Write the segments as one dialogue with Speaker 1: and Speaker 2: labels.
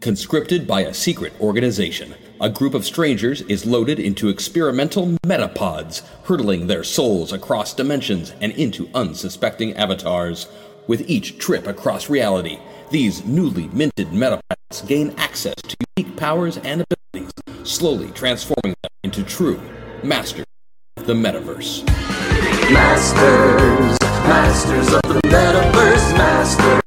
Speaker 1: Conscripted by a secret organization, a group of strangers is loaded into experimental metapods, hurtling their souls across dimensions and into unsuspecting avatars. With each trip across reality, these newly minted metapods gain access to unique powers and abilities, slowly transforming them into true masters of the metaverse.
Speaker 2: Masters, masters of the metaverse, masters,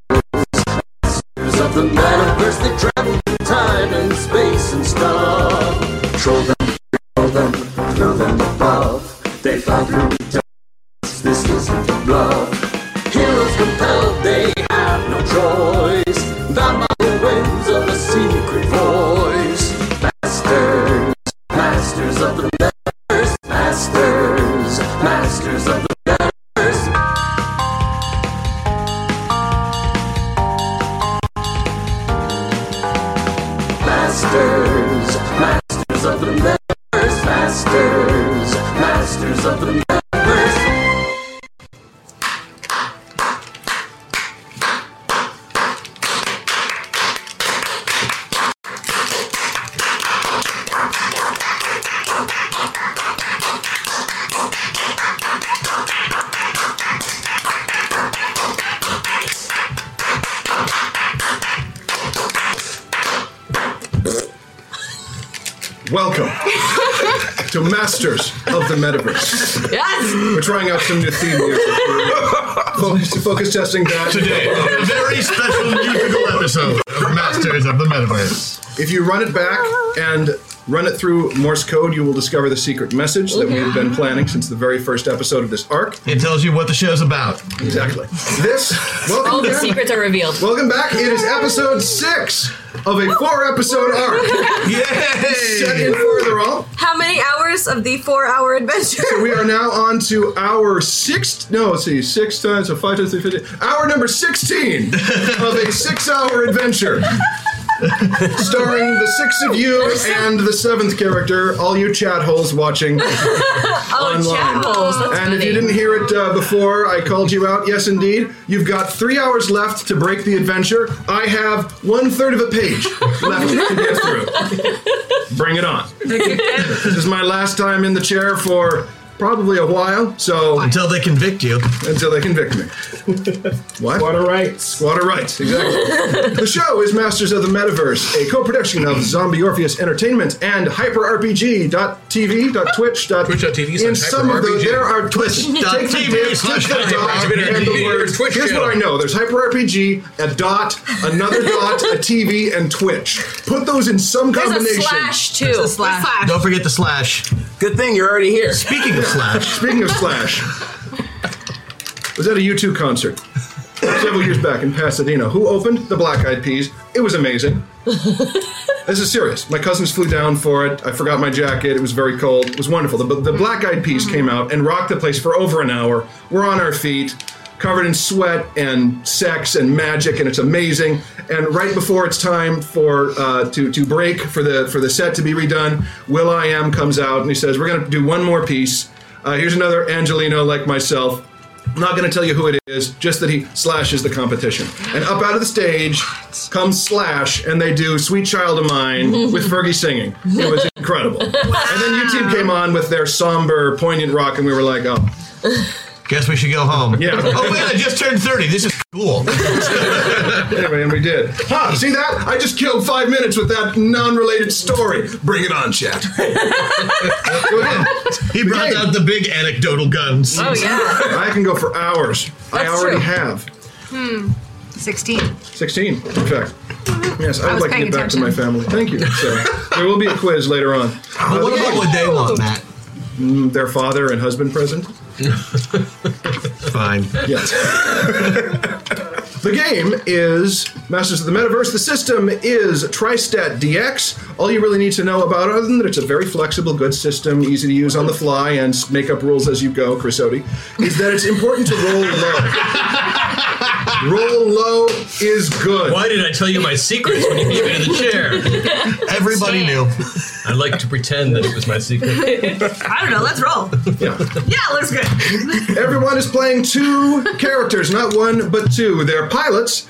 Speaker 2: masters of the metaverse. They travel through time and space and stuff. Troll them, troll them, throw them above. They fly through dust. This isn't a bluff. Heroes compelled, they have no choice. The mighty winds of a secret voice. Masters, masters of the metaverse, masters, masters of the metaverse. Masters, masters of the metaverse, masters, masters of the metaverse.
Speaker 3: Welcome to Masters of the Metaverse.
Speaker 4: Yes!
Speaker 3: We're trying out some new theme music. Focus, focus testing that.
Speaker 5: today. A very special musical episode of Masters of the Metaverse.
Speaker 3: If you run it back and run it through Morse code, you will discover the secret message that we've been planning since the very first episode of this arc.
Speaker 5: It tells you what the show's about.
Speaker 3: Exactly. This, welcome
Speaker 4: All the
Speaker 3: back.
Speaker 4: secrets are revealed.
Speaker 3: Welcome back. It is episode six of a four episode arc. Set in
Speaker 5: Yay!
Speaker 3: further all.
Speaker 6: How many hours of the four hour adventure?
Speaker 3: So we are now on to our sixth. No, let's see, six times, so five times, three, fifteen. Hour number sixteen of a six-hour adventure, starring the six of you and the seventh character. All you chat holes watching.
Speaker 4: Oh,
Speaker 3: online.
Speaker 4: chat holes. That's
Speaker 3: And if
Speaker 4: funny.
Speaker 3: you didn't hear it uh, before, I called you out. Yes, indeed. You've got three hours left to break the adventure. I have one third of a page left to get through. Bring it on. this is my last time in the chair for probably a while, so
Speaker 5: Until they convict you.
Speaker 3: until they convict me. What? Squatter rights. Squatter rights, exactly. the show is Masters of the Metaverse, a co production of Zombie Orpheus Entertainment and hyperrpg.tv.twitch.
Speaker 7: Twitch.tv slash
Speaker 3: In some of those,
Speaker 7: hyperRPG.
Speaker 3: there are Twitch.
Speaker 5: Twitch dot
Speaker 3: Take the
Speaker 5: TV
Speaker 3: dip,
Speaker 5: slash
Speaker 3: click the dot,
Speaker 5: hyperRPG.
Speaker 3: and the word.
Speaker 7: Twitch
Speaker 3: Here's what
Speaker 7: channel.
Speaker 3: I know there's hyperRPG, a dot, another dot, a TV, and Twitch. Put those in some
Speaker 6: There's a
Speaker 3: combination.
Speaker 6: slash too. There's a slash.
Speaker 5: Don't forget the slash.
Speaker 7: Good thing you're already here.
Speaker 5: Speaking of slash,
Speaker 3: Speaking of Slash, was at a U2 concert several years back in Pasadena. Who opened the Black Eyed Peas? It was amazing. this is serious. My cousins flew down for it. I forgot my jacket. It was very cold. It was wonderful. The, the Black Eyed Peas came out and rocked the place for over an hour. We're on our feet, covered in sweat and sex and magic, and it's amazing. And right before it's time for uh, to to break for the for the set to be redone, Will I Am comes out and he says, "We're going to do one more piece. Uh, here's another Angelino like myself." I'm not going to tell you who it is, just that he slashes the competition. And up out of the stage comes Slash, and they do Sweet Child of Mine with Fergie singing. It was incredible. And then U Team came on with their somber, poignant rock, and we were like, oh,
Speaker 5: guess we should go home.
Speaker 3: Yeah.
Speaker 5: Oh wait, I just turned thirty. This is cool.
Speaker 3: anyway, and we did. Ha! See that? I just killed five minutes with that non related story. Bring it on, chat. Go ahead.
Speaker 5: He brought out the big anecdotal guns.
Speaker 6: Oh yeah.
Speaker 3: I can go for hours. I
Speaker 6: That's
Speaker 3: already
Speaker 6: true.
Speaker 3: have.
Speaker 8: 16.
Speaker 3: 16, in fact. Yes, I'd
Speaker 8: was
Speaker 3: like to
Speaker 8: paying
Speaker 3: get back to
Speaker 8: attention.
Speaker 3: my family. Thank you. So, there will be a quiz later on.
Speaker 5: But what
Speaker 3: Uh,
Speaker 5: about what they want, Matt?
Speaker 3: their father and husband present?
Speaker 5: Fine.
Speaker 3: Yes. The game is Masters of the Metaverse. The system is Tristat DX. All you really need to know about it, other than that it's a very flexible, good system, easy to use on the fly, and s- make up rules as you go, Chris Odie, is that it's important to roll low. roll low is good.
Speaker 1: Why did I tell you my secrets when you gave me to the chair?
Speaker 5: Everybody knew.
Speaker 1: I like to pretend that it was my secret.
Speaker 9: I don't know. Let's roll.
Speaker 3: Yeah.
Speaker 9: Yeah, looks good.
Speaker 3: Everyone is playing two characters, not one but two. They're pilots,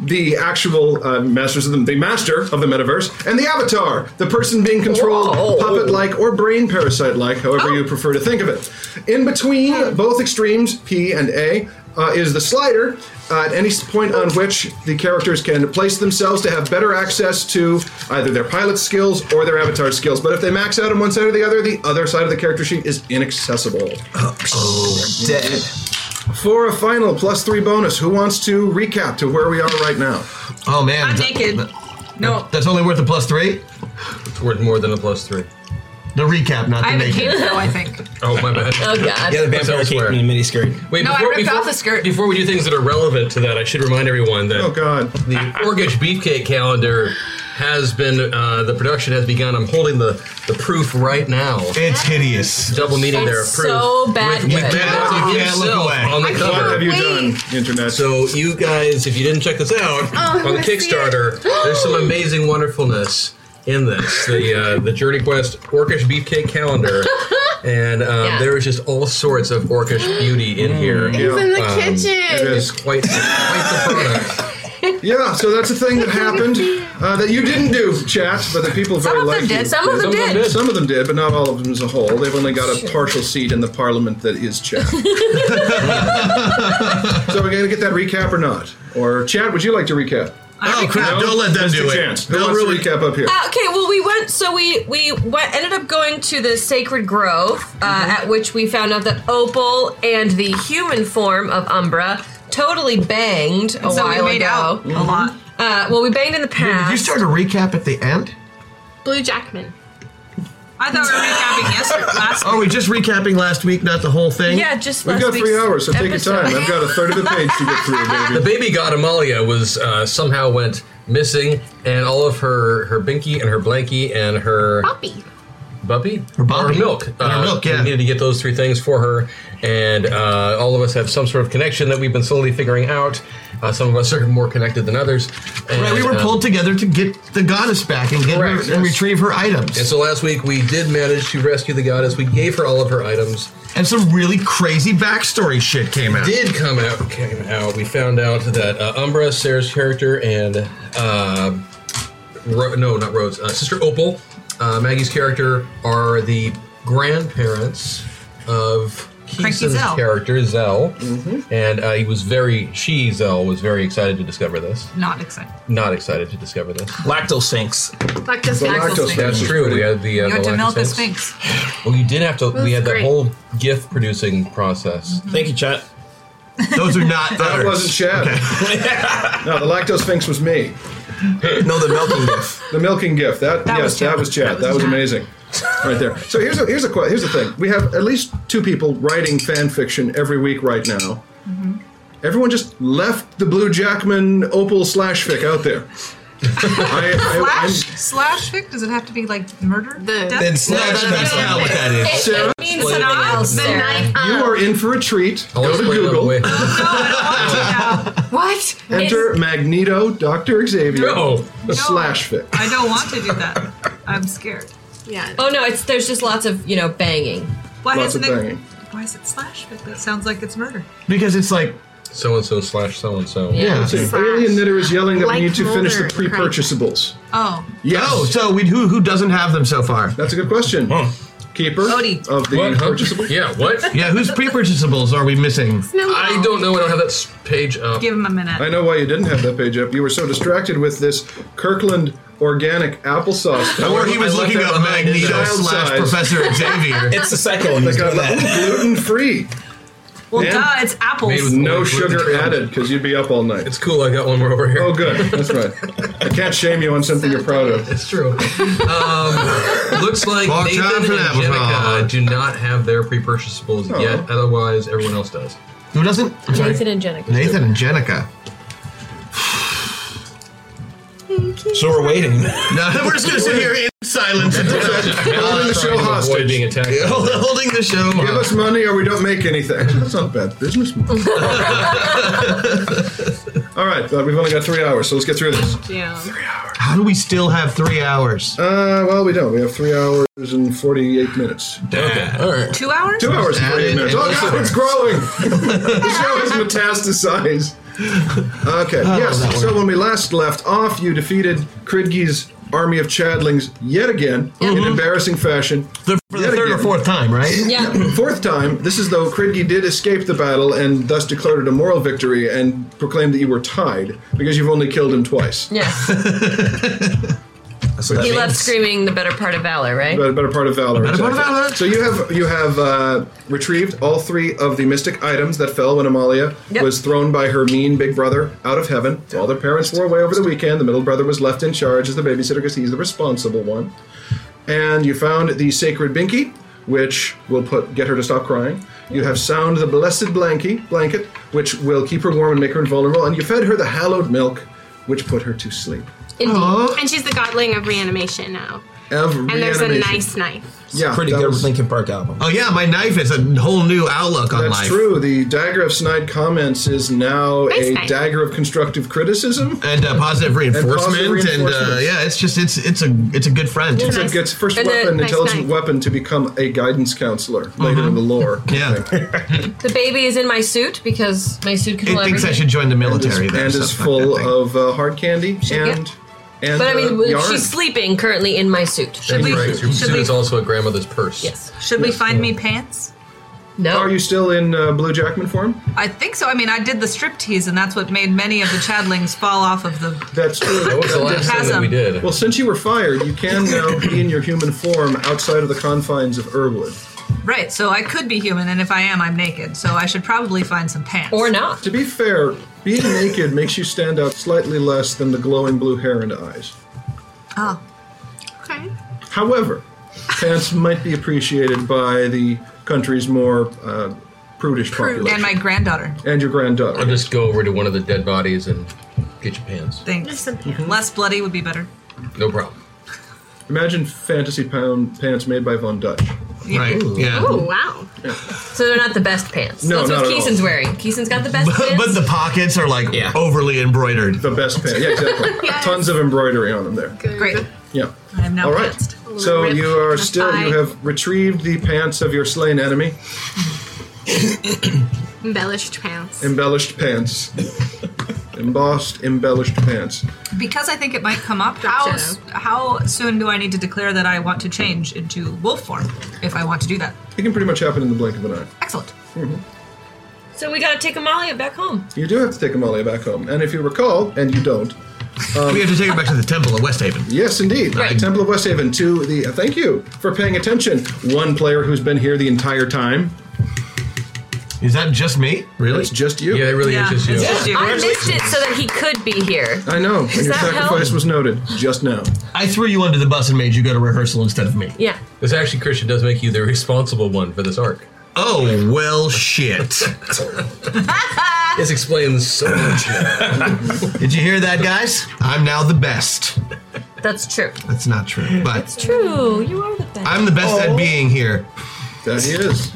Speaker 3: the actual uh, masters of the, the master of the metaverse, and the avatar, the person being controlled
Speaker 9: Whoa.
Speaker 3: puppet-like or brain parasite-like, however you prefer to think of it. In between both extremes, P and A, uh, is the slider. Uh, at any point on which the characters can place themselves to have better access to either their pilot skills or their avatar skills. But if they max out on one side or the other, the other side of the character sheet is inaccessible.
Speaker 7: Dead.
Speaker 3: For a final plus three bonus, who wants to recap to where we are right now?
Speaker 5: Oh man,
Speaker 9: I'm
Speaker 5: th-
Speaker 9: naked. No.
Speaker 5: that's only worth a plus three.
Speaker 1: It's worth more than a plus three.
Speaker 5: The recap, not
Speaker 10: I have
Speaker 5: the
Speaker 10: a
Speaker 5: naked.
Speaker 10: cape though, I think.
Speaker 1: Oh, my bad.
Speaker 2: Oh god.
Speaker 1: the vampire came in a mini skirt. Wait,
Speaker 10: No, I
Speaker 1: before,
Speaker 10: ripped
Speaker 1: before-
Speaker 10: off the skirt.
Speaker 1: Before we do things that are relevant to that, I should remind everyone that
Speaker 3: Oh God!
Speaker 1: the Orgish Beefcake calendar has been, uh, the production has begun. I'm holding the, the proof right now.
Speaker 5: It's hideous.
Speaker 1: Double meeting
Speaker 2: It's
Speaker 1: there of proof.
Speaker 2: so bad
Speaker 1: With, with
Speaker 2: good.
Speaker 1: Matthew
Speaker 5: You can't look
Speaker 1: himself
Speaker 5: away.
Speaker 1: on the
Speaker 3: What
Speaker 1: cover.
Speaker 3: have you
Speaker 10: Wait.
Speaker 3: done, internet?
Speaker 1: So you guys, if you didn't check this out
Speaker 10: I
Speaker 1: on
Speaker 10: wanna see
Speaker 1: Kickstarter, there's some amazing wonderfulness in this. The uh, the Journey Quest Orcish Beefcake Calendar, and um,
Speaker 2: Yeah.
Speaker 1: there is just all sorts of Orcish beauty in here.
Speaker 3: Yeah.
Speaker 2: in the
Speaker 1: Um,
Speaker 2: kitchen.
Speaker 1: It's quite quite the product.
Speaker 3: yeah, so that's a thing that happened uh, that you didn't do, chat, but the people
Speaker 9: Some
Speaker 3: very
Speaker 9: of them
Speaker 3: likely
Speaker 9: did. Some of them did.
Speaker 3: Some of them did, but not all of them as a whole. They've only got a partial seat in the parliament that is chat. so we're going to get that recap or not? Or chat? Would you like to recap?
Speaker 5: Oh crap! Don't let them
Speaker 3: Mr.
Speaker 5: do it.
Speaker 3: Chance, who wants
Speaker 5: really-
Speaker 3: to recap up here?
Speaker 9: Uh, okay, well, we went, so we we went, ended up going to the Sacred Grove, uh,
Speaker 10: Mm-hmm.
Speaker 9: at which we found out that Opal and the human form of Umbra totally banged a
Speaker 10: so we
Speaker 9: while
Speaker 10: made
Speaker 9: ago.
Speaker 10: out a lot.
Speaker 9: Uh, well, we banged in the past.
Speaker 5: Did you start a recap at the end?
Speaker 2: Blue Jackman.
Speaker 10: I thought we were recapping yesterday. Last
Speaker 5: Are we just recapping last week, not the whole thing?
Speaker 2: Yeah, just
Speaker 3: We've
Speaker 2: last
Speaker 3: got three
Speaker 2: week's
Speaker 3: hours, so take your
Speaker 2: episode.
Speaker 3: time. I've got a third of the page to get through, baby.
Speaker 1: The baby god Amalia was uh, somehow went missing, and all of her her binky and her blankie and her
Speaker 2: Poppy.
Speaker 1: Buppy?
Speaker 5: Or Boppy.
Speaker 1: Or milk. Uh,
Speaker 5: Or milk, yeah.
Speaker 1: We needed to get those three things for her. And uh, all of us have some sort of connection that we've been slowly figuring out. Uh, some of us are more connected than others. And,
Speaker 5: Right, we were
Speaker 1: uh,
Speaker 5: pulled together to get the goddess back and get
Speaker 1: Correct,
Speaker 5: her, and
Speaker 1: yes.
Speaker 5: retrieve her items.
Speaker 1: and so last week we did manage to rescue the goddess. We gave her all of her items.
Speaker 5: and some really crazy backstory shit came out.
Speaker 1: Did come out. Came out. We found out that uh, Umbra, Sarah's character, and uh, Ro- no, not Rose, uh, Sister Opal, uh, Maggie's character are the grandparents of
Speaker 10: Cranky
Speaker 1: Keeson's
Speaker 10: Zell.
Speaker 1: character Zell, and uh, he was very she Zell was very excited to discover this.
Speaker 10: Not excited.
Speaker 1: Not excited to discover this.
Speaker 7: Lacto sinks.
Speaker 2: Like this
Speaker 3: The
Speaker 2: one.
Speaker 3: lactose
Speaker 1: That's true. We had the uh,
Speaker 10: You had
Speaker 1: the
Speaker 10: to milk a
Speaker 1: lactose-
Speaker 10: sphinx.
Speaker 1: Well, you did have to. We had that
Speaker 2: great.
Speaker 1: whole gift producing process.
Speaker 7: Thank you, chat.
Speaker 5: Those are not
Speaker 3: That wasn't Chad. no, the lactose sphinx was me.
Speaker 7: No, the melting gift.
Speaker 3: The milking gift. That,
Speaker 10: That
Speaker 3: yes,
Speaker 10: was Chad.
Speaker 3: that was Chad. That was, amazing. Right there. So here's a, here's a que- here's the thing. We have at least two people writing fan fiction every week right now. Everyone just left the Blue Jackman Opal slash fic out there. I, I, I'm-
Speaker 10: Slash slash fic? Does it have to be like murder?
Speaker 2: The-
Speaker 10: Death?
Speaker 5: Then slash,
Speaker 10: No, no,
Speaker 5: that's
Speaker 10: no, no.
Speaker 5: not what that is.
Speaker 2: It,
Speaker 3: Sarah?
Speaker 2: it means
Speaker 1: Explain
Speaker 2: something
Speaker 1: it.
Speaker 2: else.
Speaker 9: The
Speaker 2: Sarah.
Speaker 9: night
Speaker 3: you are in for a treat.
Speaker 1: I'll
Speaker 3: Go to
Speaker 1: explain it
Speaker 3: Google,
Speaker 1: away.
Speaker 2: What?
Speaker 3: enter Magneto, Doctor Xavier,
Speaker 1: No.
Speaker 3: slash fic.
Speaker 10: I don't want to do that. I'm scared.
Speaker 2: It's- yeah.
Speaker 9: Oh no! It's there's just lots of you know banging.
Speaker 10: Why
Speaker 3: Lots
Speaker 10: hasn't
Speaker 3: of
Speaker 10: it?
Speaker 3: banging.
Speaker 10: Why is it slash fic? That sounds like it's murder.
Speaker 5: Because it's like,
Speaker 1: So and so slash so and so.
Speaker 5: yeah.
Speaker 3: Let's see.
Speaker 2: Slash.
Speaker 3: Alien Knitter is yelling that
Speaker 2: Like
Speaker 3: we need to finish the
Speaker 2: Mulder,
Speaker 3: pre-purchasables.
Speaker 10: Oh,
Speaker 3: Yes.
Speaker 5: Oh, so we, who who doesn't have them so far?
Speaker 3: That's a good question. Keeper
Speaker 10: Odie.
Speaker 3: of the
Speaker 1: What? Huh?
Speaker 3: purchasable.
Speaker 1: Yeah. What?
Speaker 5: Yeah, whose pre-purchasables are we missing?
Speaker 2: No,
Speaker 1: I don't know. I don't have that s- page up.
Speaker 10: give him a minute.
Speaker 3: I know why you didn't have that page up. You were so distracted with this Kirkland organic applesauce.
Speaker 5: Or he was
Speaker 1: I left
Speaker 5: looking
Speaker 1: that
Speaker 5: up
Speaker 1: behind, didn't
Speaker 5: Magneto
Speaker 1: I?
Speaker 5: slash
Speaker 3: Child size.
Speaker 5: Professor Xavier.
Speaker 7: It's the second one.
Speaker 3: Like, gluten free,
Speaker 10: well,
Speaker 3: Yeah.
Speaker 10: duh, it's
Speaker 1: Made
Speaker 10: apples.
Speaker 1: with-
Speaker 3: no
Speaker 1: Gluten-free.
Speaker 3: sugar added, because you'd be up all night.
Speaker 1: It's cool. I got one more over here.
Speaker 3: Oh, good. That's right. I can't shame you on something you're proud of.
Speaker 1: It's true. Um, looks like
Speaker 5: Watch
Speaker 1: Nathan
Speaker 5: out
Speaker 1: and
Speaker 5: for that one,
Speaker 1: Jenica
Speaker 5: Ron.
Speaker 1: do not have their
Speaker 5: Oh.
Speaker 1: pre-purchasables yet. Otherwise, everyone else does.
Speaker 5: Who doesn't? I'm sorry.
Speaker 2: Nathan and Jenica.
Speaker 5: Nathan and Jenica. So we're waiting.
Speaker 2: No, we're just gonna sit here in silence until
Speaker 3: Holding the show
Speaker 1: Avoid
Speaker 3: hostage.
Speaker 1: being attacked.
Speaker 5: Holding the show.
Speaker 3: Give us money or we don't make anything. That's not a bad business model. All right, but we've only got three hours, so let's get through this.
Speaker 10: Yeah.
Speaker 5: How do we still have three hours?
Speaker 3: Uh, well, we don't. We have three hours and 48 minutes.
Speaker 5: Okay. All right.
Speaker 10: Two hours?
Speaker 3: Two hours and 48 minutes. Oh, God, it's growing. the show has metastasized. Okay,
Speaker 5: Oh,
Speaker 3: yes. So when we last left off, you defeated Kridgi's army of Chadlings yet again in embarrassing fashion.
Speaker 5: Mm-hmm. The, for the
Speaker 3: Yet
Speaker 5: third or
Speaker 3: again.
Speaker 5: fourth time, right?
Speaker 6: Yeah.
Speaker 3: Fourth time, this is though Kridgi did escape the battle and thus declared it a moral victory and proclaimed that you were tied because you've only killed him twice.
Speaker 6: Yes. He left screaming the better part of valor, right?
Speaker 3: The better part of valor.
Speaker 5: better part of valor.
Speaker 3: So you have you have uh, retrieved all three of the mystic items that fell when Amalia
Speaker 6: Yep.
Speaker 3: was thrown by her mean big brother out of heaven. All their parents were away over the weekend. The middle brother was left in charge as the babysitter because he's the responsible one. And you found the sacred binky, which will put get her to stop crying. You have sound the blessed blankie, blanket, which will keep her warm and make her invulnerable. And you fed her the hallowed milk, which put her to sleep.
Speaker 11: Indeed. And she's the godling of reanimation now.
Speaker 3: Every
Speaker 11: And there's a
Speaker 3: animation-
Speaker 11: nice knife.
Speaker 3: yeah,
Speaker 12: Pretty
Speaker 3: that
Speaker 12: good
Speaker 3: was-
Speaker 12: Linkin Park album.
Speaker 5: Oh yeah, my knife is a whole new outlook on
Speaker 3: That's
Speaker 5: life.
Speaker 3: true. The dagger of snide comments is now
Speaker 11: Nice
Speaker 3: a
Speaker 11: knife.
Speaker 3: dagger of constructive criticism.
Speaker 5: And uh, positive reinforcement, and, uh,
Speaker 3: reinforcement.
Speaker 5: yeah, it's just it's it's a it's a good friend.
Speaker 3: It's
Speaker 11: Nice.
Speaker 3: like its first
Speaker 6: And a
Speaker 3: weapon,
Speaker 6: nice
Speaker 3: intelligent
Speaker 11: knife.
Speaker 3: weapon, to become a guidance counselor later in the lore.
Speaker 5: Mm-hmm. Yeah,
Speaker 6: The baby is in my suit because my suit
Speaker 5: it
Speaker 6: can
Speaker 5: thinks I
Speaker 6: everything.
Speaker 5: should join the
Speaker 3: And is,
Speaker 5: military. there,
Speaker 3: and is
Speaker 5: stuff like
Speaker 3: full
Speaker 5: that thing.
Speaker 3: of uh, hard candy and and
Speaker 6: But I
Speaker 3: uh,
Speaker 6: mean,
Speaker 3: yarn.
Speaker 6: she's sleeping currently in my suit.
Speaker 10: Should we?
Speaker 1: Right, your
Speaker 10: Should
Speaker 1: suit
Speaker 10: we?
Speaker 1: is also at grandmother's purse.
Speaker 6: Yes.
Speaker 10: Should we find me pants?
Speaker 6: No.
Speaker 3: Are you still in uh, Blue Jackman form?
Speaker 10: I think so. I mean, I did the strip tease, and that's what made many of the Chadlings fall off of the.
Speaker 3: That's
Speaker 1: That
Speaker 3: true.
Speaker 1: was the last thing that
Speaker 10: Chasm.
Speaker 1: we did.
Speaker 3: well, since you were fired, you can now be in your human form outside of the confines of Irwood.
Speaker 10: Right, so I could be human, and if I am, I'm naked. So I should probably find some pants.
Speaker 6: or not?
Speaker 3: To be fair, being naked makes you stand out slightly less than the glowing blue hair and eyes.
Speaker 10: Oh,
Speaker 11: Okay.
Speaker 3: However, pants might be appreciated by the country's more uh, prudish population.
Speaker 10: and my granddaughter.
Speaker 3: And your granddaughter.
Speaker 1: I'll just go over to one of the dead bodies and get your pants.
Speaker 11: There's
Speaker 10: Thanks.
Speaker 11: some pants.
Speaker 10: Less bloody would be better.
Speaker 1: No problem.
Speaker 3: Imagine fantasy pound pants made by Von Dutch.
Speaker 5: right, yeah.
Speaker 11: Oh, wow.
Speaker 6: So they're not the best pants.
Speaker 3: No,
Speaker 6: That's what
Speaker 3: not at all.
Speaker 6: Keeson's wearing. Keeson's got the best
Speaker 5: But,
Speaker 6: pants.
Speaker 5: but the pockets are like
Speaker 12: Yeah.
Speaker 5: overly embroidered.
Speaker 3: The best pants. Yeah, exactly.
Speaker 11: Yes.
Speaker 3: Tons of embroidery on them there.
Speaker 10: Great.
Speaker 3: Yeah.
Speaker 10: I am now
Speaker 3: All right.
Speaker 10: pantsed.
Speaker 3: So
Speaker 11: Rip
Speaker 3: you are
Speaker 11: and a
Speaker 3: still, you
Speaker 11: thigh.
Speaker 3: have retrieved the pants of your slain enemy,
Speaker 11: Embellished pants.
Speaker 3: embellished pants. Embossed, embellished pants.
Speaker 10: Because I think it might come up, how, s- how soon do I need to declare that I want to change into wolf form if I want to do that?
Speaker 3: It can pretty much happen in the blink of an eye.
Speaker 10: Excellent.
Speaker 3: Mm-hmm.
Speaker 6: so we gotta take Amalia back home.
Speaker 3: You do have to take Amalia back home. And if you recall, and you don't, um,
Speaker 5: we have to take it back to the temple of West Haven.
Speaker 3: yes, indeed, the
Speaker 5: Right.
Speaker 3: Temple of West Haven to the. uh, thank you for paying attention. One player who's been here the entire time.
Speaker 5: Is that just me? Really?
Speaker 3: It's just you.
Speaker 1: Yeah, it really is just you.
Speaker 10: it's just you.
Speaker 6: I missed it so that he could be here.
Speaker 3: I know. and your
Speaker 6: that help?
Speaker 3: sacrifice was noted just now.
Speaker 5: I threw you under the bus and made you go to rehearsal instead of me.
Speaker 6: Yeah.
Speaker 1: This actually, Christian, does make you the responsible one for this arc.
Speaker 5: Oh well, shit!
Speaker 1: This explains so much.
Speaker 5: Did you hear that, guys? I'm now the best.
Speaker 6: That's true.
Speaker 5: That's not true, but
Speaker 6: True. You are the best.
Speaker 5: I'm the best
Speaker 3: Oh.
Speaker 5: at being here.
Speaker 3: That he is.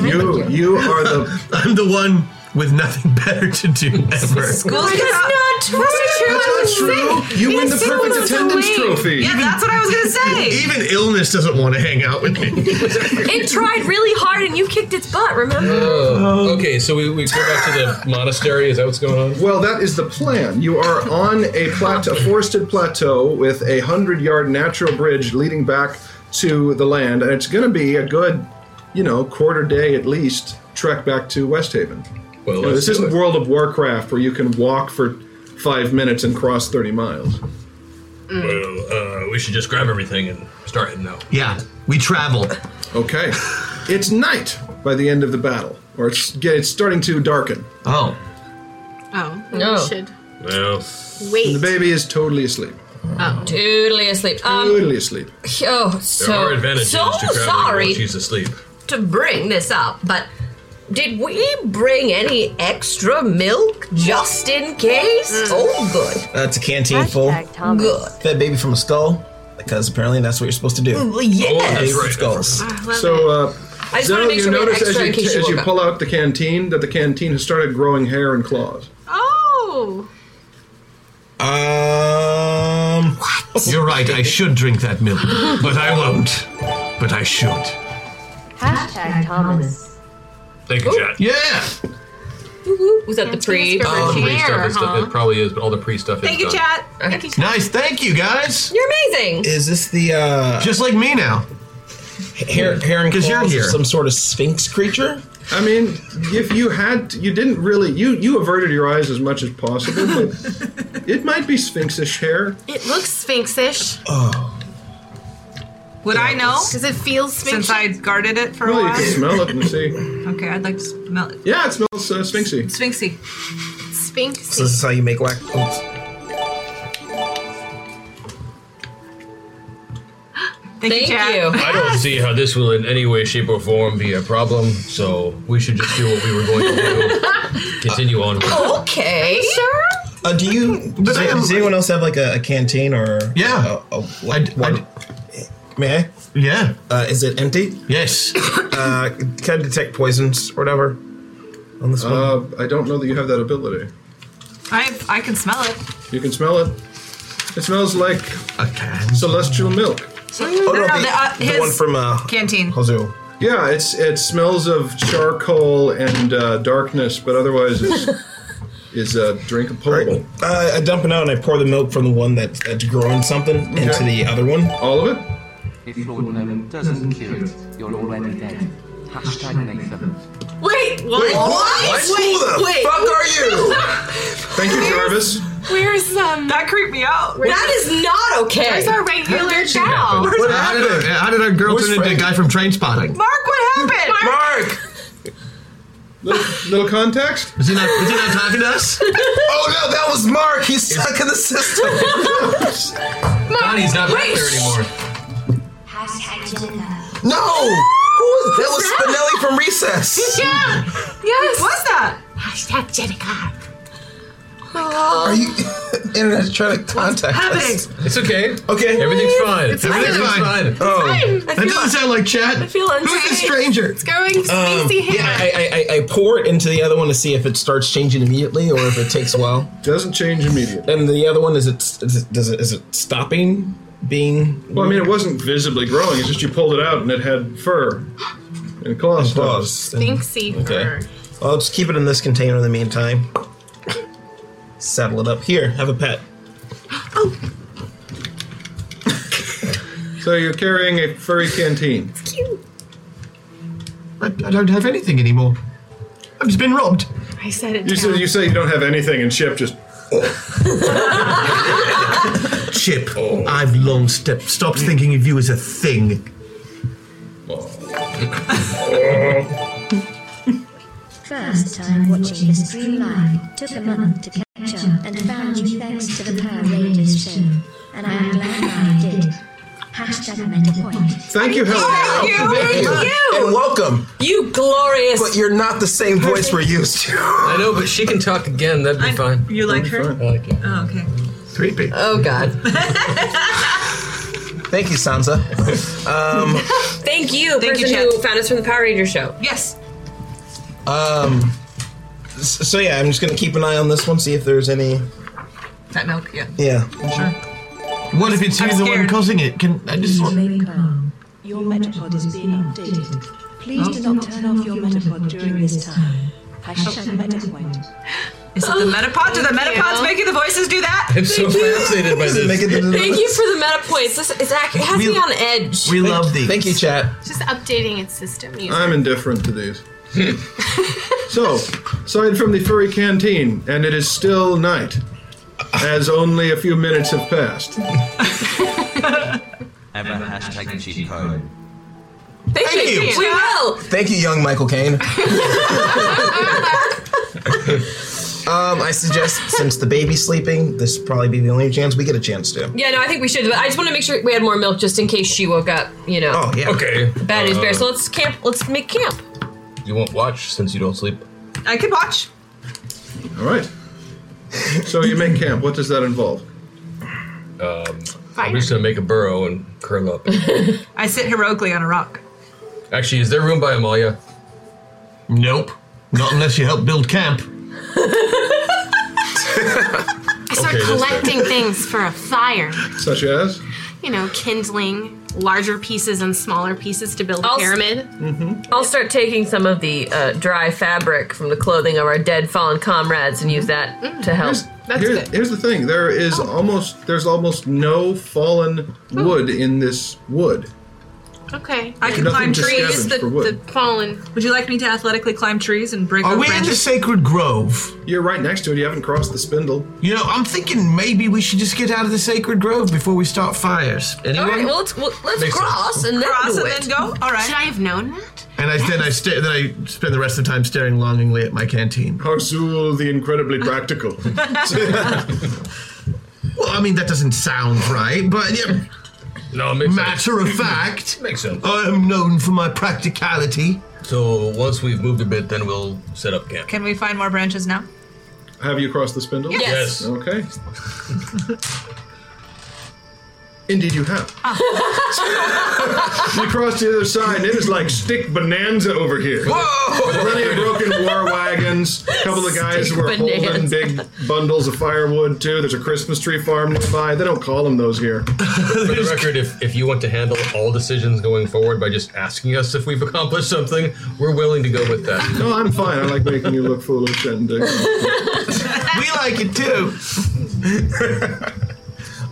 Speaker 3: You, you are the.
Speaker 5: I'm the one with nothing better to do ever.
Speaker 10: School's
Speaker 6: That's
Speaker 10: gonna-
Speaker 6: not true.
Speaker 3: That's not true. You win the perfect attendance trophy.
Speaker 10: Yeah, that's what I was gonna say.
Speaker 5: Even illness doesn't want to hang out with me.
Speaker 6: It tried really hard and you kicked its butt, remember?
Speaker 1: Oh, okay, so we, we go back to the monastery. Is that what's going on?
Speaker 3: Well, that is the plan. You are on a plateau, a forested plateau with a hundred yard natural bridge leading back to the land, and it's going to be a good, you know, quarter day at least trek back to West Haven.
Speaker 1: Well,
Speaker 3: You know,
Speaker 1: let's
Speaker 3: this
Speaker 1: do
Speaker 3: isn't
Speaker 1: it.
Speaker 3: World of Warcraft where you can walk for five minutes and cross thirty miles.
Speaker 1: Well, uh, we should just grab everything and start heading out.
Speaker 5: yeah, we traveled.
Speaker 3: Okay, it's night by the end of the battle, or it's get- it's starting to darken.
Speaker 5: Oh,
Speaker 11: Oh,
Speaker 6: No.
Speaker 11: we should
Speaker 1: Well,
Speaker 11: wait.
Speaker 3: The baby is totally asleep.
Speaker 6: Oh. Totally asleep. Um,
Speaker 3: Totally asleep.
Speaker 6: oh,
Speaker 1: there are
Speaker 6: so,
Speaker 1: advantages
Speaker 6: so
Speaker 1: to traveling while
Speaker 6: sorry
Speaker 1: she's asleep.
Speaker 6: to bring this up, but
Speaker 9: Did we bring any extra milk just in
Speaker 10: Mm.
Speaker 9: case? Oh, good.
Speaker 2: That's Uh, a canteen full.
Speaker 9: Thomas. Good.
Speaker 2: Fed baby from a skull, because apparently that's what you're supposed to do.
Speaker 9: Well, yes. Oh, that's
Speaker 2: Baby
Speaker 9: right,
Speaker 2: from skulls.
Speaker 3: So, uh,
Speaker 9: I just wanna
Speaker 3: Zell,
Speaker 9: make
Speaker 3: you
Speaker 9: sure we had
Speaker 3: notice as
Speaker 9: extra
Speaker 3: you,
Speaker 9: in case you
Speaker 3: as you
Speaker 9: woke up.
Speaker 3: pull out the canteen that the canteen has started growing hair and claws.
Speaker 11: Oh.
Speaker 2: Uh,
Speaker 5: Um. What? You're right. I should drink that milk, but I won't. But I should.
Speaker 13: Hashtag Thomas.
Speaker 1: Thank you, chat.
Speaker 5: Yeah.
Speaker 9: Was that the pre?
Speaker 1: All the pre stuff is done. It probably is, but all the pre stuff is
Speaker 9: Thank you,
Speaker 1: done.
Speaker 9: chat. Thank
Speaker 6: uh,
Speaker 9: you, chat.
Speaker 2: Nice, thank you guys.
Speaker 9: You're amazing.
Speaker 2: Is this the uh
Speaker 5: just like me now?
Speaker 2: Hair, hair and claws
Speaker 3: you're
Speaker 2: of
Speaker 3: here.
Speaker 2: some sort of sphinx creature.
Speaker 3: I mean, if you had, you didn't really, you you averted your eyes as much as possible, but it might be sphinxish hair.
Speaker 11: It looks sphinxish.
Speaker 2: Oh.
Speaker 10: Would I know?
Speaker 11: Does it feel sphinx?
Speaker 10: Since I guarded it for a
Speaker 3: Really, you
Speaker 10: while.
Speaker 3: can smell it and see.
Speaker 10: Okay, I'd like to smell it.
Speaker 3: Yeah, it smells uh, sphinxy.
Speaker 10: Sphinxy.
Speaker 11: Sphinx.
Speaker 2: So this is how you make wax. oops.
Speaker 10: Thank, you, Chad.
Speaker 1: I don't see how this will in any way, shape, or form be a problem, so we should just do what we were going to do. Continue on.
Speaker 9: Okay. sure?
Speaker 2: Uh, do you? Does, does anyone else have like a, a canteen or? Yeah. A, a, like, one- may I? Yeah. Uh, is it empty? Yes. uh, can I detect poisons or whatever on this
Speaker 3: Uh, I don't know that you have that ability.
Speaker 10: I I can smell it.
Speaker 3: You can smell it. It smells like celestial milk.
Speaker 10: no, no, the, uh, his canteen.
Speaker 2: Hozu.
Speaker 3: Yeah, it's it smells of charcoal and uh, darkness, but otherwise it's is uh, drinkable.
Speaker 2: Uh, I dump it out and I pour the milk from the one that, that's growing something
Speaker 3: Okay.
Speaker 2: into the other one.
Speaker 3: All of it?
Speaker 14: If Lorna doesn't kill it, you're already dead. Hashtag Nathan. what?
Speaker 11: Wait,
Speaker 14: Wait, what? Who the fuck are you?
Speaker 3: Thank you, Jarvis.
Speaker 11: Where's um?
Speaker 10: That creeped me out.
Speaker 9: That is not okay.
Speaker 11: Where's our regular gal?
Speaker 5: What happened? How did our girl
Speaker 2: Where's
Speaker 5: turn into a
Speaker 2: Frank?
Speaker 5: guy from Train Spotting?
Speaker 10: Mark, what happened?
Speaker 2: Mark.
Speaker 3: Little, little context?
Speaker 5: Is he not? Is he not talking to us?
Speaker 2: oh no, that was Mark. He's stuck in the system.
Speaker 1: God, he's not back there anymore.
Speaker 2: No. Who was that? Was Spinelli from Recess?
Speaker 11: Yeah. Yes.
Speaker 10: What's that?
Speaker 11: Hashtag Jenica. Oh
Speaker 2: Are you? Internet trying to contact us.
Speaker 1: It's okay.
Speaker 2: Okay.
Speaker 1: Everything's fine.
Speaker 2: It's
Speaker 1: Everything's
Speaker 2: fine.
Speaker 1: fine.
Speaker 2: Oh.
Speaker 11: Fine. I
Speaker 2: That
Speaker 11: feel-
Speaker 2: doesn't sound like Chad.
Speaker 11: I feel
Speaker 2: Who's
Speaker 11: unsafe.
Speaker 2: this stranger?
Speaker 11: It's going
Speaker 2: Um,
Speaker 11: sphinxy hair.
Speaker 2: yeah, I, I- I, I pour it into the other one to see if it starts changing immediately or if it takes a while.
Speaker 3: Doesn't change immediately.
Speaker 2: And the other one is it is it, does it is it stopping being?
Speaker 3: Well, I mean, it wasn't visibly growing. It's just you pulled it out and it had fur and claws.
Speaker 2: Claws.
Speaker 11: Sphinxy
Speaker 2: Okay.
Speaker 11: fur.
Speaker 2: Well, I'll just keep it in this container in the meantime. Saddle it up here. Have a pet.
Speaker 3: So you're carrying a furry canteen.
Speaker 5: I, I don't have anything anymore. I've just been robbed.
Speaker 11: I said it.
Speaker 3: You say, you say you don't have anything, and Chip just
Speaker 5: Chip, I've long step, stopped thinking of you as a thing.
Speaker 13: First time watching the stream live, took a month to catch up and found you thanks to the Power Rangers show. And I'm glad I did. Hashtag meta point.
Speaker 3: Thank you, Helen.
Speaker 13: Thank you.
Speaker 2: Thank you. And welcome.
Speaker 9: You glorious.
Speaker 2: But you're not the same voice we're used to.
Speaker 1: I know, but she can talk again. That'd be fine.
Speaker 10: You like her?
Speaker 1: I like it.
Speaker 10: Oh, okay.
Speaker 2: Creepy.
Speaker 9: Oh, God.
Speaker 2: Thank you, Sansa. Um,
Speaker 9: Thank you, person who found us from the Power Ranger show.
Speaker 10: Yes.
Speaker 2: um, s- so yeah, I'm just gonna keep an eye on this one, see if there's any.
Speaker 10: Fat milk. Yeah.
Speaker 2: Yeah.
Speaker 5: What if it's you
Speaker 10: I'm
Speaker 5: the one
Speaker 10: scared.
Speaker 5: causing it? Can I just?
Speaker 15: Your Metapod is being updated. Please do not turn off your Metapod during this time. Hashtag MetaPoint.
Speaker 10: Is it the metapod? Do the
Speaker 9: Oh, Thank
Speaker 10: metapods
Speaker 9: you.
Speaker 10: making the voices do that?
Speaker 1: I'm so fascinated by this.
Speaker 9: Thank you for the meta points. This it's act- it has
Speaker 3: We-
Speaker 9: me on edge.
Speaker 3: these.
Speaker 2: Thank you, chat.
Speaker 11: Just updating its system. User.
Speaker 3: I'm indifferent to these. so, aside from the furry canteen, and it is still night, as only a few minutes have passed.
Speaker 14: Ever hashtag cheat code.
Speaker 9: Thank, you. We will.
Speaker 2: Thank you, young Michael Caine. um, I suggest since the baby's sleeping, this would probably be the only chance we get a chance to.
Speaker 9: Yeah, no, I think we should. But I just want to make sure we had more milk just in case she woke up. You know.
Speaker 2: Oh yeah.
Speaker 1: Okay. Uh,
Speaker 9: Bad news bear. So let's camp. Let's make camp.
Speaker 1: You won't watch since you don't sleep.
Speaker 10: I could watch.
Speaker 3: All right. So you make camp. What does that involve?
Speaker 1: Um, I'm just gonna make a burrow and curl up.
Speaker 10: I sit heroically on a rock.
Speaker 1: Actually, is there room by Amalia?
Speaker 5: Nope. Not unless you help build camp.
Speaker 11: I start
Speaker 5: Okay, that's fair.
Speaker 11: collecting things for a fire.
Speaker 3: Such as?
Speaker 11: You know, kindling larger pieces and smaller pieces to build a
Speaker 9: I'll s-
Speaker 11: pyramid.
Speaker 3: Mm-hmm.
Speaker 9: I'll start taking some of the uh, dry fabric from the clothing of our dead fallen comrades and use that to help.
Speaker 3: Here's, here- here's the thing. There is almost there's almost no fallen wood in this wood.
Speaker 11: Okay.
Speaker 10: I can
Speaker 3: Nothing
Speaker 10: climb
Speaker 3: to
Speaker 10: trees.
Speaker 3: scavenge for wood.
Speaker 11: fallen.
Speaker 10: Would you like me to athletically climb trees and break?
Speaker 3: Are
Speaker 10: oak
Speaker 3: we in
Speaker 10: branches?
Speaker 3: the
Speaker 5: Sacred Grove.
Speaker 3: You're right next to it. You haven't crossed the spindle.
Speaker 5: You know, I'm thinking maybe we should just get out of the sacred grove before we start fires. Anyone?
Speaker 9: All right, well let's well, let's
Speaker 5: Makes
Speaker 9: cross
Speaker 5: sense.
Speaker 9: and then
Speaker 5: Cross
Speaker 9: do
Speaker 5: and
Speaker 9: it.
Speaker 10: then go. All right.
Speaker 11: Should I have known that?
Speaker 5: And I, then I sta- then I spend the rest of the time staring longingly at my canteen.
Speaker 3: Harzul, the incredibly practical.
Speaker 5: well, I mean that doesn't sound right, but yeah.
Speaker 1: No,
Speaker 5: matter of fact,
Speaker 1: makes sense.
Speaker 5: I am known for my practicality.
Speaker 1: So once we've moved a bit, then we'll set up camp.
Speaker 10: Can we find more branches now?
Speaker 3: Have you crossed the spindle?
Speaker 10: Yes. Yes.
Speaker 3: Okay. Indeed, you have. you cross the other side, and it is like stick bonanza over here.
Speaker 16: Whoa!
Speaker 3: Plenty of broken war wagons. A couple of guys
Speaker 16: Stick
Speaker 3: who are holding
Speaker 16: bonanza.
Speaker 3: big bundles of firewood too. There's a Christmas tree farm nearby. They don't call them those here.
Speaker 1: For the record, if, if you want to handle all decisions going forward by just asking us if we've accomplished something, we're willing to go with that.
Speaker 3: No, I'm fine. I like making you look foolish and. Uh,
Speaker 5: we like it too.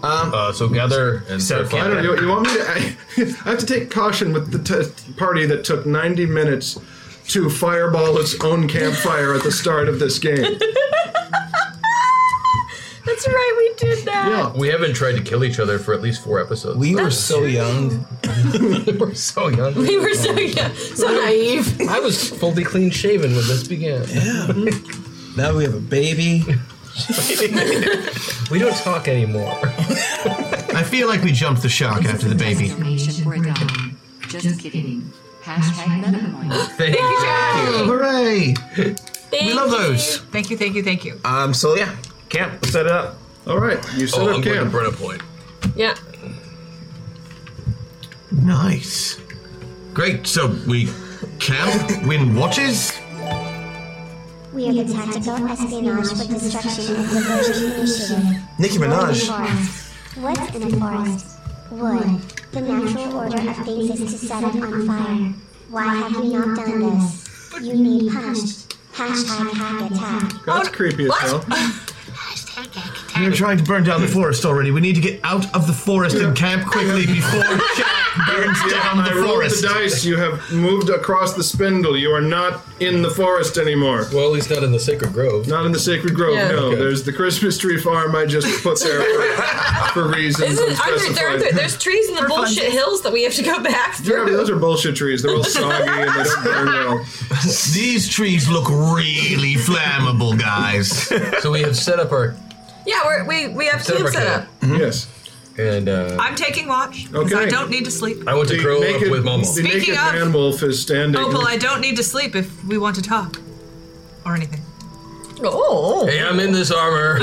Speaker 1: Um, uh, so gather and start
Speaker 3: I don't know. You, you want me to? I, I have to take caution with the t- party that took 90 minutes to fireball its own campfire at the start of this game.
Speaker 9: That's right, we did that.
Speaker 1: We haven't tried to kill each other for at least four episodes.
Speaker 2: We were so young.
Speaker 1: we were so young.
Speaker 9: We were so yeah, so naive.
Speaker 1: I was fully clean shaven when this began. Yeah.
Speaker 2: now we have a baby.
Speaker 1: we don't talk anymore.
Speaker 5: I feel like we jumped the shark after the baby.
Speaker 6: Donation for a dime. Just kidding. Hashtag MetaPoint.
Speaker 5: Thank
Speaker 2: you.
Speaker 5: Hooray!
Speaker 2: we love those.
Speaker 10: Thank you, thank you, thank you.
Speaker 2: Um. So yeah, camp. Set it up.
Speaker 3: All right. You
Speaker 2: set
Speaker 1: oh,
Speaker 2: up
Speaker 1: I'm going to
Speaker 2: camp.
Speaker 1: burn a point.
Speaker 9: Yeah.
Speaker 5: Nice. Great. So we camp, win watches.
Speaker 13: We are the Tactical Espionage for Destruction of Liberation Initiative.
Speaker 2: Nicki Minaj.
Speaker 13: Rolling forest. What's in a forest? Wood. The natural order of things is to set it on fire. Why have you not done this? You need punished. Hashtag hack attack.
Speaker 9: Oh,
Speaker 3: That's creepy as hell.
Speaker 5: We are trying to burn down the forest already. We need to get out of the forest and camp quickly before shit burns down
Speaker 3: I
Speaker 5: the
Speaker 3: rolled
Speaker 5: forest.
Speaker 3: the dice. You have moved across the spindle. You are not in the forest anymore.
Speaker 1: Well, at least not in the sacred grove.
Speaker 3: Not in the sacred grove.
Speaker 9: Yeah.
Speaker 3: No,
Speaker 9: Okay.
Speaker 3: there's the Christmas tree farm I just put there for, for reasons.
Speaker 9: Isn't, aren't there, there,
Speaker 3: unspecified.
Speaker 9: aren't there, there's trees in the
Speaker 10: For fun.
Speaker 9: bullshit hills that we have to go back
Speaker 3: Yeah, but
Speaker 9: through.
Speaker 3: those are bullshit trees. They're all soggy and they don't burn well.
Speaker 5: These trees look really flammable, guys.
Speaker 1: so we have set up our
Speaker 9: Yeah, we're, we we have
Speaker 1: set up
Speaker 9: team
Speaker 1: our
Speaker 9: set up.
Speaker 1: camp.
Speaker 3: Mm-hmm. Yes.
Speaker 1: And uh,
Speaker 10: I'm taking watch. 'cause I
Speaker 1: Okay.
Speaker 10: don't need to sleep.
Speaker 1: I want to
Speaker 3: The
Speaker 1: curl up
Speaker 3: naked-
Speaker 1: with Momo.
Speaker 3: The
Speaker 10: Speaking
Speaker 3: naked
Speaker 10: of-
Speaker 3: man wolf is standing.
Speaker 9: Oh,
Speaker 10: Opal, Oh, I don't need to sleep if we want to talk or anything.
Speaker 9: Oh.
Speaker 1: Hey, I'm in this armor.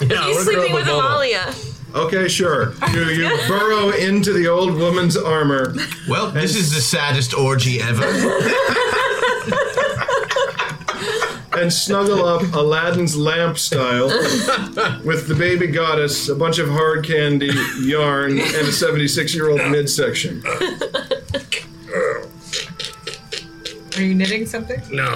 Speaker 1: Yeah,
Speaker 9: He's
Speaker 3: we're
Speaker 9: sleeping
Speaker 3: going
Speaker 9: with
Speaker 3: with Momo.
Speaker 9: Amalia.
Speaker 3: Okay, sure. You you burrow into the old woman's armor.
Speaker 5: Well, this is the saddest orgy ever.
Speaker 3: and snuggle up Aladdin's lamp style with the baby goddess, a bunch of hard candy, yarn, and a 76 year old midsection.
Speaker 10: Are you knitting something?
Speaker 1: No,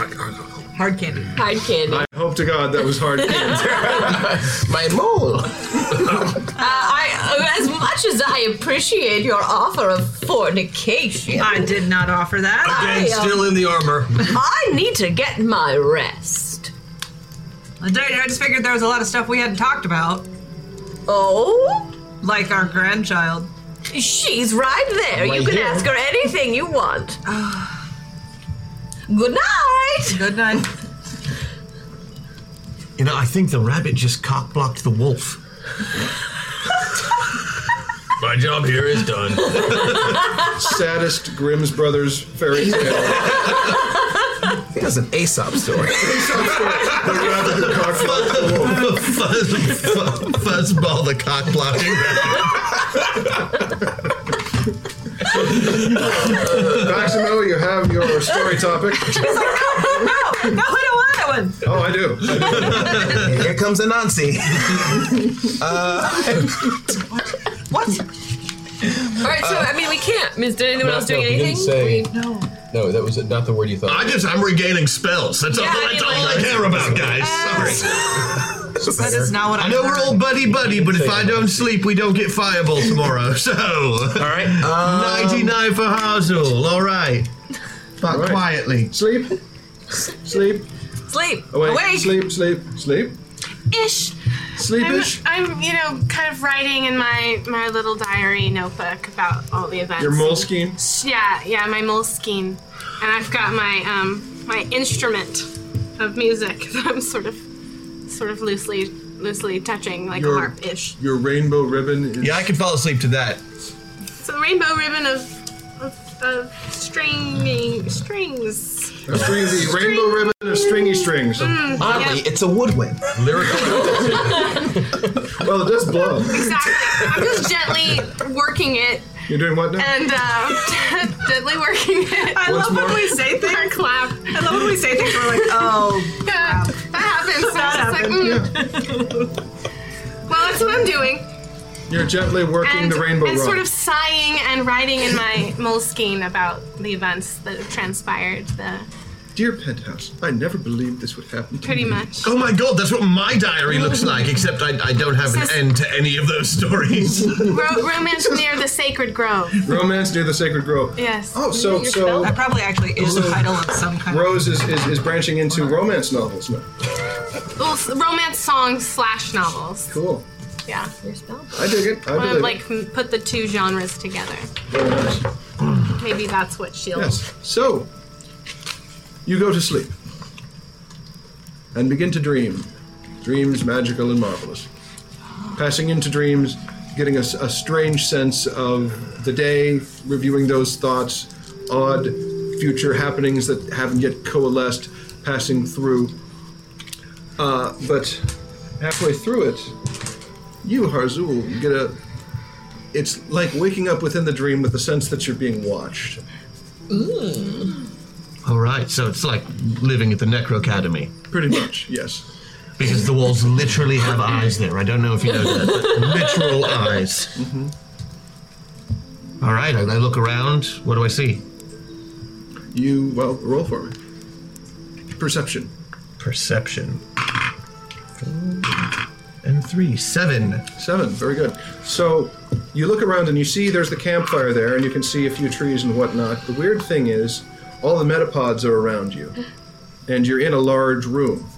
Speaker 10: Hard candy.
Speaker 9: Hide candy.
Speaker 3: I hope to God that was hard candy. My mole.
Speaker 9: Uh, I, as much as I appreciate your offer of fornication,
Speaker 10: I did not offer that.
Speaker 9: I, um,
Speaker 1: in the armor.
Speaker 9: I need to get my rest.
Speaker 10: I did- I just figured there was a lot of stuff we hadn't talked about.
Speaker 9: Oh?
Speaker 10: Like our grandchild.
Speaker 9: She's right there.
Speaker 10: Right
Speaker 9: you can
Speaker 10: here.
Speaker 9: ask her anything you want. Good night.
Speaker 10: Good night.
Speaker 5: you know, I think the rabbit just cock blocked the wolf.
Speaker 1: My job here is done.
Speaker 3: Saddest Grimm's Brothers fairy tale.
Speaker 2: It was an Aesop story.
Speaker 3: Oh.
Speaker 5: Fuzz, fu- fuzzball the cock blocking.
Speaker 3: Maximo, you have your story topic.
Speaker 10: no, no, I don't want that
Speaker 3: one. Oh, I do.
Speaker 2: Here comes Anansi. uh,
Speaker 9: All right, so I mean, we can't. Is there anyone
Speaker 1: No,
Speaker 9: else doing
Speaker 1: no, he didn't
Speaker 9: anything?
Speaker 1: say-
Speaker 9: no.
Speaker 1: No, that was not the word you thought.
Speaker 5: I just I'm regaining spells. That's all.
Speaker 9: Yeah, I
Speaker 5: that's
Speaker 9: mean,
Speaker 5: all
Speaker 9: like-
Speaker 5: I care about, guys.
Speaker 9: Uh,
Speaker 5: Sorry.
Speaker 10: That is not what
Speaker 5: I
Speaker 10: I
Speaker 5: know.
Speaker 10: heard.
Speaker 5: We're all buddy buddy, but if I don't sleep, we don't get fireball tomorrow. So all right, ninety nine for Hazel. All right, but quietly.
Speaker 3: Sleep. Sleep.
Speaker 9: Sleep.
Speaker 3: Awake.
Speaker 11: Awake.
Speaker 3: Sleep, sleep, sleep.
Speaker 11: Ish.
Speaker 3: Sleepish?
Speaker 11: I'm, I'm, you know, kind of writing in my my little diary notebook about all the events.
Speaker 3: Your moleskine.
Speaker 11: Yeah, yeah, my moleskine, and I've got my um my instrument of music that I'm sort of sort of loosely loosely touching like a
Speaker 3: Your-
Speaker 11: harp ish.
Speaker 3: Your rainbow ribbon is. Yeah, I
Speaker 5: can fall asleep to that.
Speaker 11: So rainbow ribbon of of, of stringing strings.
Speaker 3: A string, the rainbow ribbon of stringy strings.
Speaker 11: Mm,
Speaker 2: Oddly,
Speaker 11: yeah.
Speaker 2: it's a woodwind.
Speaker 3: well, it does blow.
Speaker 11: Exactly. I'm just gently working it
Speaker 3: You're doing what now?
Speaker 11: and uh, gently working it.
Speaker 10: I
Speaker 3: Once
Speaker 10: love when
Speaker 3: more.
Speaker 10: we say things.
Speaker 11: Or clap.
Speaker 10: I love when we say things. We're like, oh,
Speaker 11: Yeah, that happens. So
Speaker 10: That
Speaker 11: it's Like, mm. Well, that's what I'm doing.
Speaker 3: You're gently working
Speaker 11: and
Speaker 3: the rainbow
Speaker 11: and
Speaker 3: rod.
Speaker 11: sort of sighing and writing in my moleskine about the events that have transpired. The
Speaker 3: Dear penthouse, I never believed this would happen. to
Speaker 11: Pretty
Speaker 3: me.
Speaker 11: much.
Speaker 5: Oh my god, that's what my diary looks like. Except I, I don't have an end to any of those stories.
Speaker 11: ro- romance near the sacred grove.
Speaker 3: Romance near the sacred grove.
Speaker 11: Yes.
Speaker 3: Oh, so so
Speaker 10: that probably actually is the
Speaker 3: So-
Speaker 10: title of some kind.
Speaker 3: Rose is, is, is branching into romance novels now.
Speaker 11: Well, s- romance songs slash novels.
Speaker 3: Cool.
Speaker 11: Yeah.
Speaker 3: I dig it. I believe
Speaker 11: want to
Speaker 3: it.
Speaker 11: like m- put the two genres together.
Speaker 3: Very nice.
Speaker 11: Maybe that's what she'll.
Speaker 3: Yes. So, you go to sleep and begin to dream. Dreams magical and marvelous. Passing into dreams, getting a, s- a strange sense of the day, reviewing those thoughts, odd future happenings that haven't yet coalesced, passing through. Uh, but halfway through it, you, Harzul, get a. It's like waking up within the dream with the sense that you're being watched.
Speaker 5: All right, so it's like living at the Necro Academy.
Speaker 3: Pretty much, yes.
Speaker 5: Because the walls literally have eyes there. I don't know if you know that, but literal eyes.
Speaker 3: Mm-hmm.
Speaker 5: All right, I, I look around. What do I see?
Speaker 3: You, well, roll for me. Perception.
Speaker 5: Perception. And three, seven.
Speaker 3: Seven, very good. So you look around and you see there's the campfire there, and you can see a few trees and whatnot. The weird thing is, all the metapods are around you, and you're in a large room.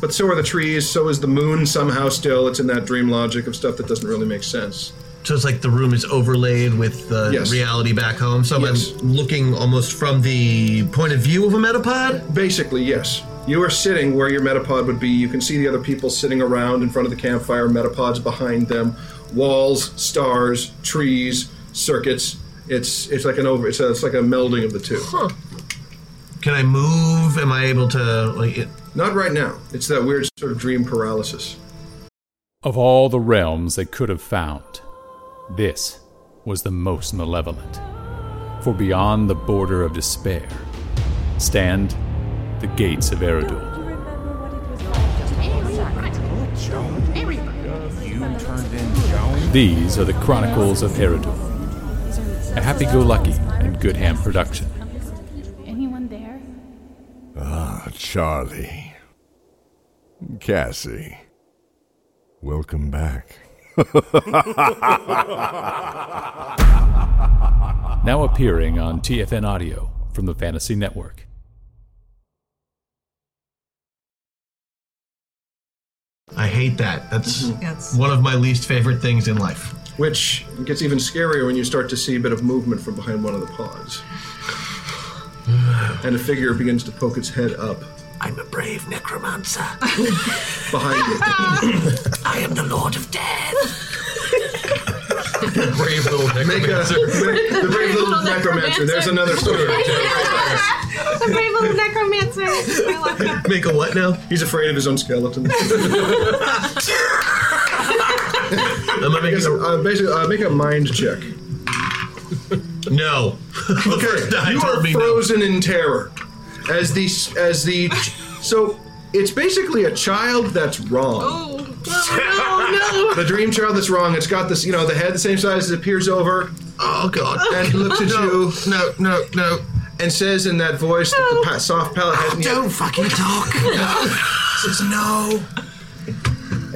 Speaker 3: But so are the trees, so is the moon somehow still. It's in that dream logic of stuff that doesn't really make sense.
Speaker 5: So it's like the room is overlaid with the
Speaker 3: Yes.
Speaker 5: reality back home. So
Speaker 3: Yes.
Speaker 5: I'm looking almost from the point of view of a metapod?
Speaker 3: Basically, yes. You are sitting where your metapod would be. You can see the other people sitting around in front of the campfire, metapods behind them, walls, stars, trees, circuits. It's it's like an over. It's, a, it's like a melding of the two.
Speaker 5: Can I move? Am I able to? Like, it,
Speaker 3: Not right now. It's that weird sort of dream paralysis.
Speaker 17: Of all the realms they could have found, this was the most malevolent. For beyond the border of despair stand the gates of Eridul.
Speaker 18: You turned in Joan?
Speaker 17: These are the Chronicles of Eridul, a happy go lucky and good ham production.
Speaker 18: Anyone there?
Speaker 8: Ah, Charlie. Cassie. Welcome back.
Speaker 17: Now appearing on TFN Audio from the Fantasy Network.
Speaker 5: I hate that. That's
Speaker 3: Mm-hmm.
Speaker 5: one of my least favorite things in life.
Speaker 3: Which gets even scarier when you start to see a bit of movement from behind one of the pods. And a figure begins to poke its head up
Speaker 5: I'm a brave necromancer.
Speaker 3: behind you.
Speaker 5: I am the Lord of Death.
Speaker 1: brave little
Speaker 3: Make a,
Speaker 1: necromancer.
Speaker 3: the brave little necromancer. There's another story.
Speaker 11: the brave little necromancer. I love that.
Speaker 3: Make a what now? He's afraid of his own skeleton. Am I making a, uh, basically, uh, make a mind check. No. okay. You are frozen in terror as the as the so it's basically a child that's wrong.
Speaker 11: Oh,
Speaker 3: The dream child that's wrong. It's got this, you know, the head the same size as it peers over. Oh God! And looks at you. No, no, no. Oh, And says in that voice that the pa- soft palate hasn't yet-
Speaker 16: Don't fucking talk.
Speaker 3: says no.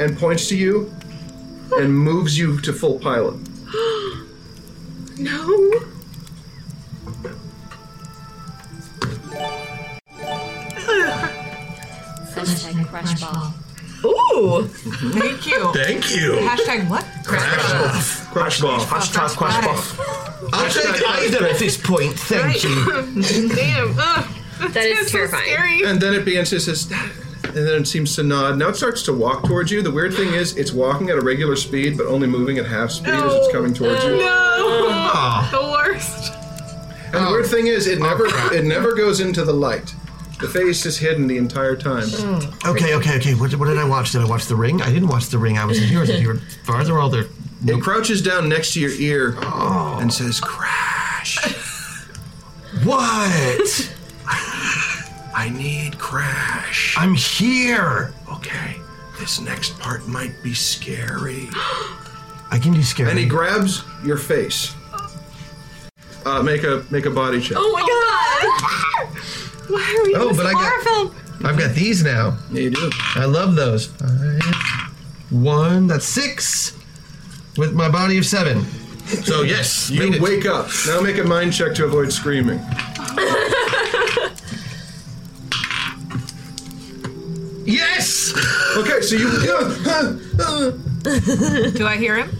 Speaker 3: And points to you and moves you to full pilot.
Speaker 11: no.
Speaker 6: Hashtag crash ball.
Speaker 10: Ooh! Thank you.
Speaker 3: Thank you.
Speaker 10: Hashtag what?
Speaker 3: Crash ball.
Speaker 10: Hashtag
Speaker 2: crash ball. I'll take either at this point, thank you.
Speaker 11: Damn. Ugh.
Speaker 9: That is terrifying.
Speaker 3: And then it begins to says, and then it seems to nod. Now it starts to walk towards you. The weird thing is, it's walking at a regular speed, but only moving at half speed as it's coming towards you.
Speaker 11: No.
Speaker 3: Ah.
Speaker 11: The worst.
Speaker 3: And
Speaker 5: Oh.
Speaker 3: the weird thing is, it never it never goes into the light. The face is hidden the entire time.
Speaker 5: Okay, okay, okay. What, what did I watch? Did I watch The Ring? I didn't watch The Ring. I was in yours. If you were farther, all Oh. there.
Speaker 3: It crouches down next to your ear and says, "Crash."
Speaker 5: What?
Speaker 3: I need crash.
Speaker 5: I'm here.
Speaker 3: Okay, this next part might be scary.
Speaker 5: I can do scary.
Speaker 3: And he grabs your face. Uh, make a make a body check.
Speaker 11: my god. Why are we
Speaker 5: Oh,
Speaker 11: oh,
Speaker 5: but I got-
Speaker 11: horror film?
Speaker 5: I've got these now.
Speaker 3: Yeah, you do.
Speaker 5: I love those. Five, one, that's six. With my body of seven.
Speaker 3: So yes, you wake up. Now make a mind check to avoid screaming. yes. Okay, so you
Speaker 10: Do I hear him?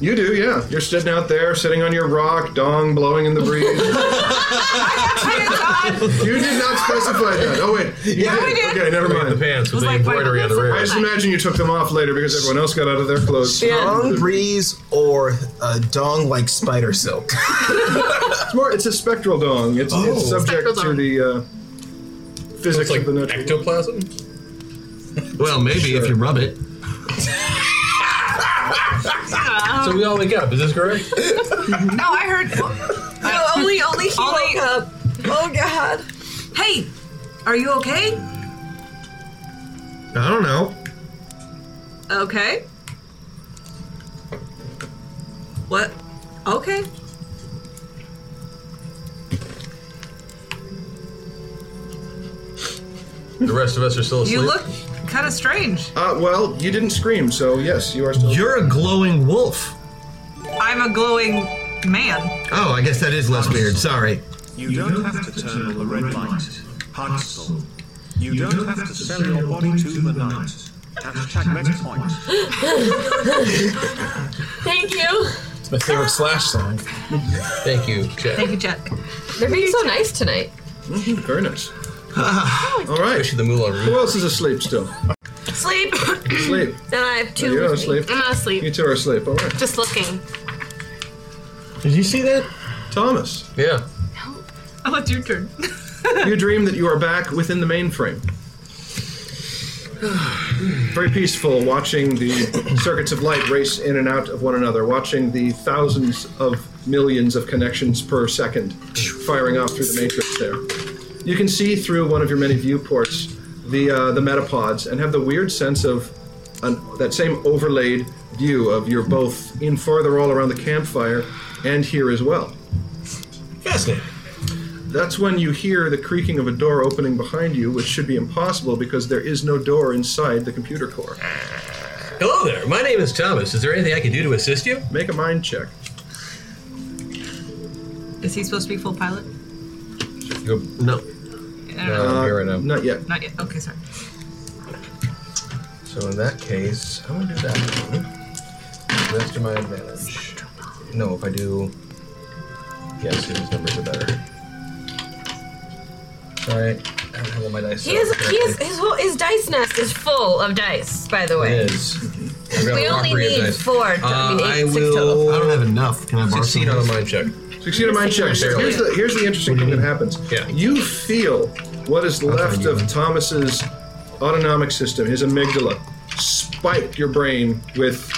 Speaker 3: you do, yeah. You're sitting out there, sitting on your rock, dong blowing in the breeze.
Speaker 9: Um,
Speaker 3: you did not specify that. Oh wait, you
Speaker 10: Yeah, we did.
Speaker 3: Okay, never
Speaker 1: We had
Speaker 3: mind.
Speaker 1: the pants with I was the like, why embroidery on the not rear.
Speaker 3: I just imagine you took them off later because everyone else got out of their clothes.
Speaker 2: Dong breeze or a dong like spider silk.
Speaker 3: it's more. It's a spectral dong. It's,
Speaker 2: Oh.
Speaker 3: it's subject
Speaker 2: Spectral
Speaker 3: to
Speaker 2: dong.
Speaker 3: the uh, physics of the natural.
Speaker 1: Ectoplasm.
Speaker 5: Well, maybe if you rub it.
Speaker 1: So we all wake up. Is this correct?
Speaker 10: No, I heard. No,
Speaker 9: only- only he
Speaker 10: Only-
Speaker 9: woke up. Oh god.
Speaker 10: Hey, are you okay?
Speaker 5: I don't know.
Speaker 10: Okay. What? Okay.
Speaker 1: The rest of us are still asleep.
Speaker 10: You look kind of strange.
Speaker 3: Uh, well, you didn't scream, so yes, you are still.
Speaker 5: You're a glowing wolf.
Speaker 10: I'm a glowing man.
Speaker 5: Oh, I guess that is less weird. Sorry.
Speaker 19: You, don't, have, to turn on the red light. Hustle. You, don't, have, to sell your body to the night. Hashtag next point.
Speaker 9: Thank you.
Speaker 2: It's my favorite slash song.
Speaker 1: Thank you,
Speaker 10: Thank you, Jack.
Speaker 9: They're being so nice tonight.
Speaker 3: Mm-hmm, Very nice. All right. Who else is asleep still?
Speaker 9: Sleep.
Speaker 3: Sleep.
Speaker 11: Uh,
Speaker 9: Then I have two. with
Speaker 3: You're not
Speaker 9: me.
Speaker 3: asleep.
Speaker 11: I'm not asleep.
Speaker 3: You two are asleep. All right.
Speaker 11: Just looking.
Speaker 3: Did you see that, Thomas?
Speaker 1: Yeah.
Speaker 10: Oh, it's your turn.
Speaker 3: you dream that you are back within the mainframe. Very peaceful, watching the circuits of light race in and out of one another, watching the thousands of millions of connections per second firing off through the matrix there. You can see through one of your many viewports the uh, the metapods and have the weird sense of an, that same overlaid view of you're both in farther all around the campfire and here as well. Fascinating. That's when you hear the creaking of a door opening behind you, which should be impossible because there is no door inside the computer core.
Speaker 1: Hello there. My name is Thomas. Is there anything I can do to assist you?
Speaker 3: Make a mind check.
Speaker 10: Is he supposed to be full pilot?
Speaker 1: no.
Speaker 9: Uh,
Speaker 10: No,
Speaker 1: I'm here right now.
Speaker 3: Not yet.
Speaker 10: Not yet. Okay, sorry.
Speaker 1: So in that case, I'm gonna do that one. That's to my advantage. No, if I do. Yes, his numbers are better. Alright, I don't have all my dice.
Speaker 9: He is,
Speaker 1: set
Speaker 9: he is,
Speaker 1: correctly.
Speaker 9: his, whole, his dice nest is full of dice, by the way.
Speaker 1: It is. I've got
Speaker 9: We
Speaker 1: a lot
Speaker 9: only
Speaker 1: for you
Speaker 9: need
Speaker 1: guys.
Speaker 9: four.
Speaker 1: Uh,
Speaker 9: I mean,
Speaker 1: I
Speaker 9: eight, six
Speaker 1: will.
Speaker 2: I don't have enough. Can I borrow
Speaker 1: succeed
Speaker 2: some?
Speaker 1: on a mind check?
Speaker 3: Succeed in mind checks. Here's the, here's the interesting thing that happens. Yeah. You feel what is left of Thomas's autonomic system, his amygdala, spike your brain with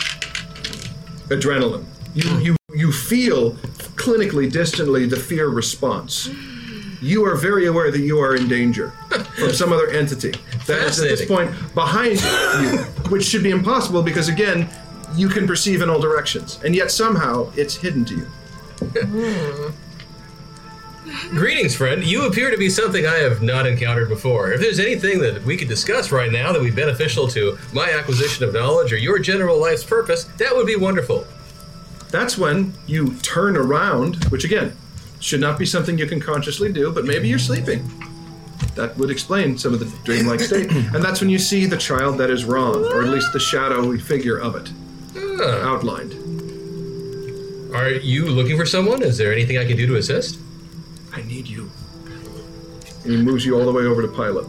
Speaker 3: adrenaline. You you you feel clinically distantly the fear response. You are very aware that you are in danger from some other entity that is at this
Speaker 1: Fascinating.
Speaker 3: point behind you, which should be impossible because again, you can perceive in all directions, and yet somehow it's hidden to you.
Speaker 1: Greetings, friend. You appear to be something I have not encountered before. If there's anything that we could discuss right now that would be beneficial to my acquisition of knowledge or your general life's purpose, that would be wonderful.
Speaker 3: That's when you turn around, which again should not be something you can consciously do, but maybe you're sleeping. That would explain some of the dreamlike state. And that's when you see the child that is wrong, or at least the shadowy figure of it outlined.
Speaker 1: Are you looking for someone? Is there anything I can do to assist?
Speaker 3: I need you. And he moves you all the way over to Pilot.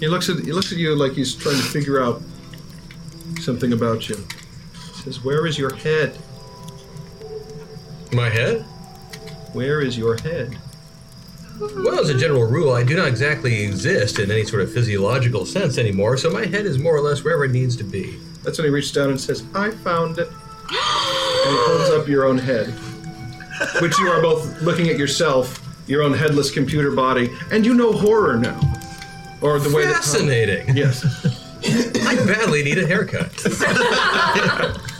Speaker 3: He looks at he looks at you like he's trying to figure out something about you. He says, "Where is your head?"
Speaker 1: My head?
Speaker 3: Where is your head?
Speaker 1: Well, as a general rule, I do not exactly exist in any sort of physiological sense anymore, so my head is more or less wherever it needs to be.
Speaker 3: That's when he reaches down and says, "I found it." And he holds up your own head, which you are both looking at yourself, your own headless computer body, and you know horror now, or the way that
Speaker 1: Fascinating.
Speaker 3: yes.
Speaker 1: I badly need a haircut.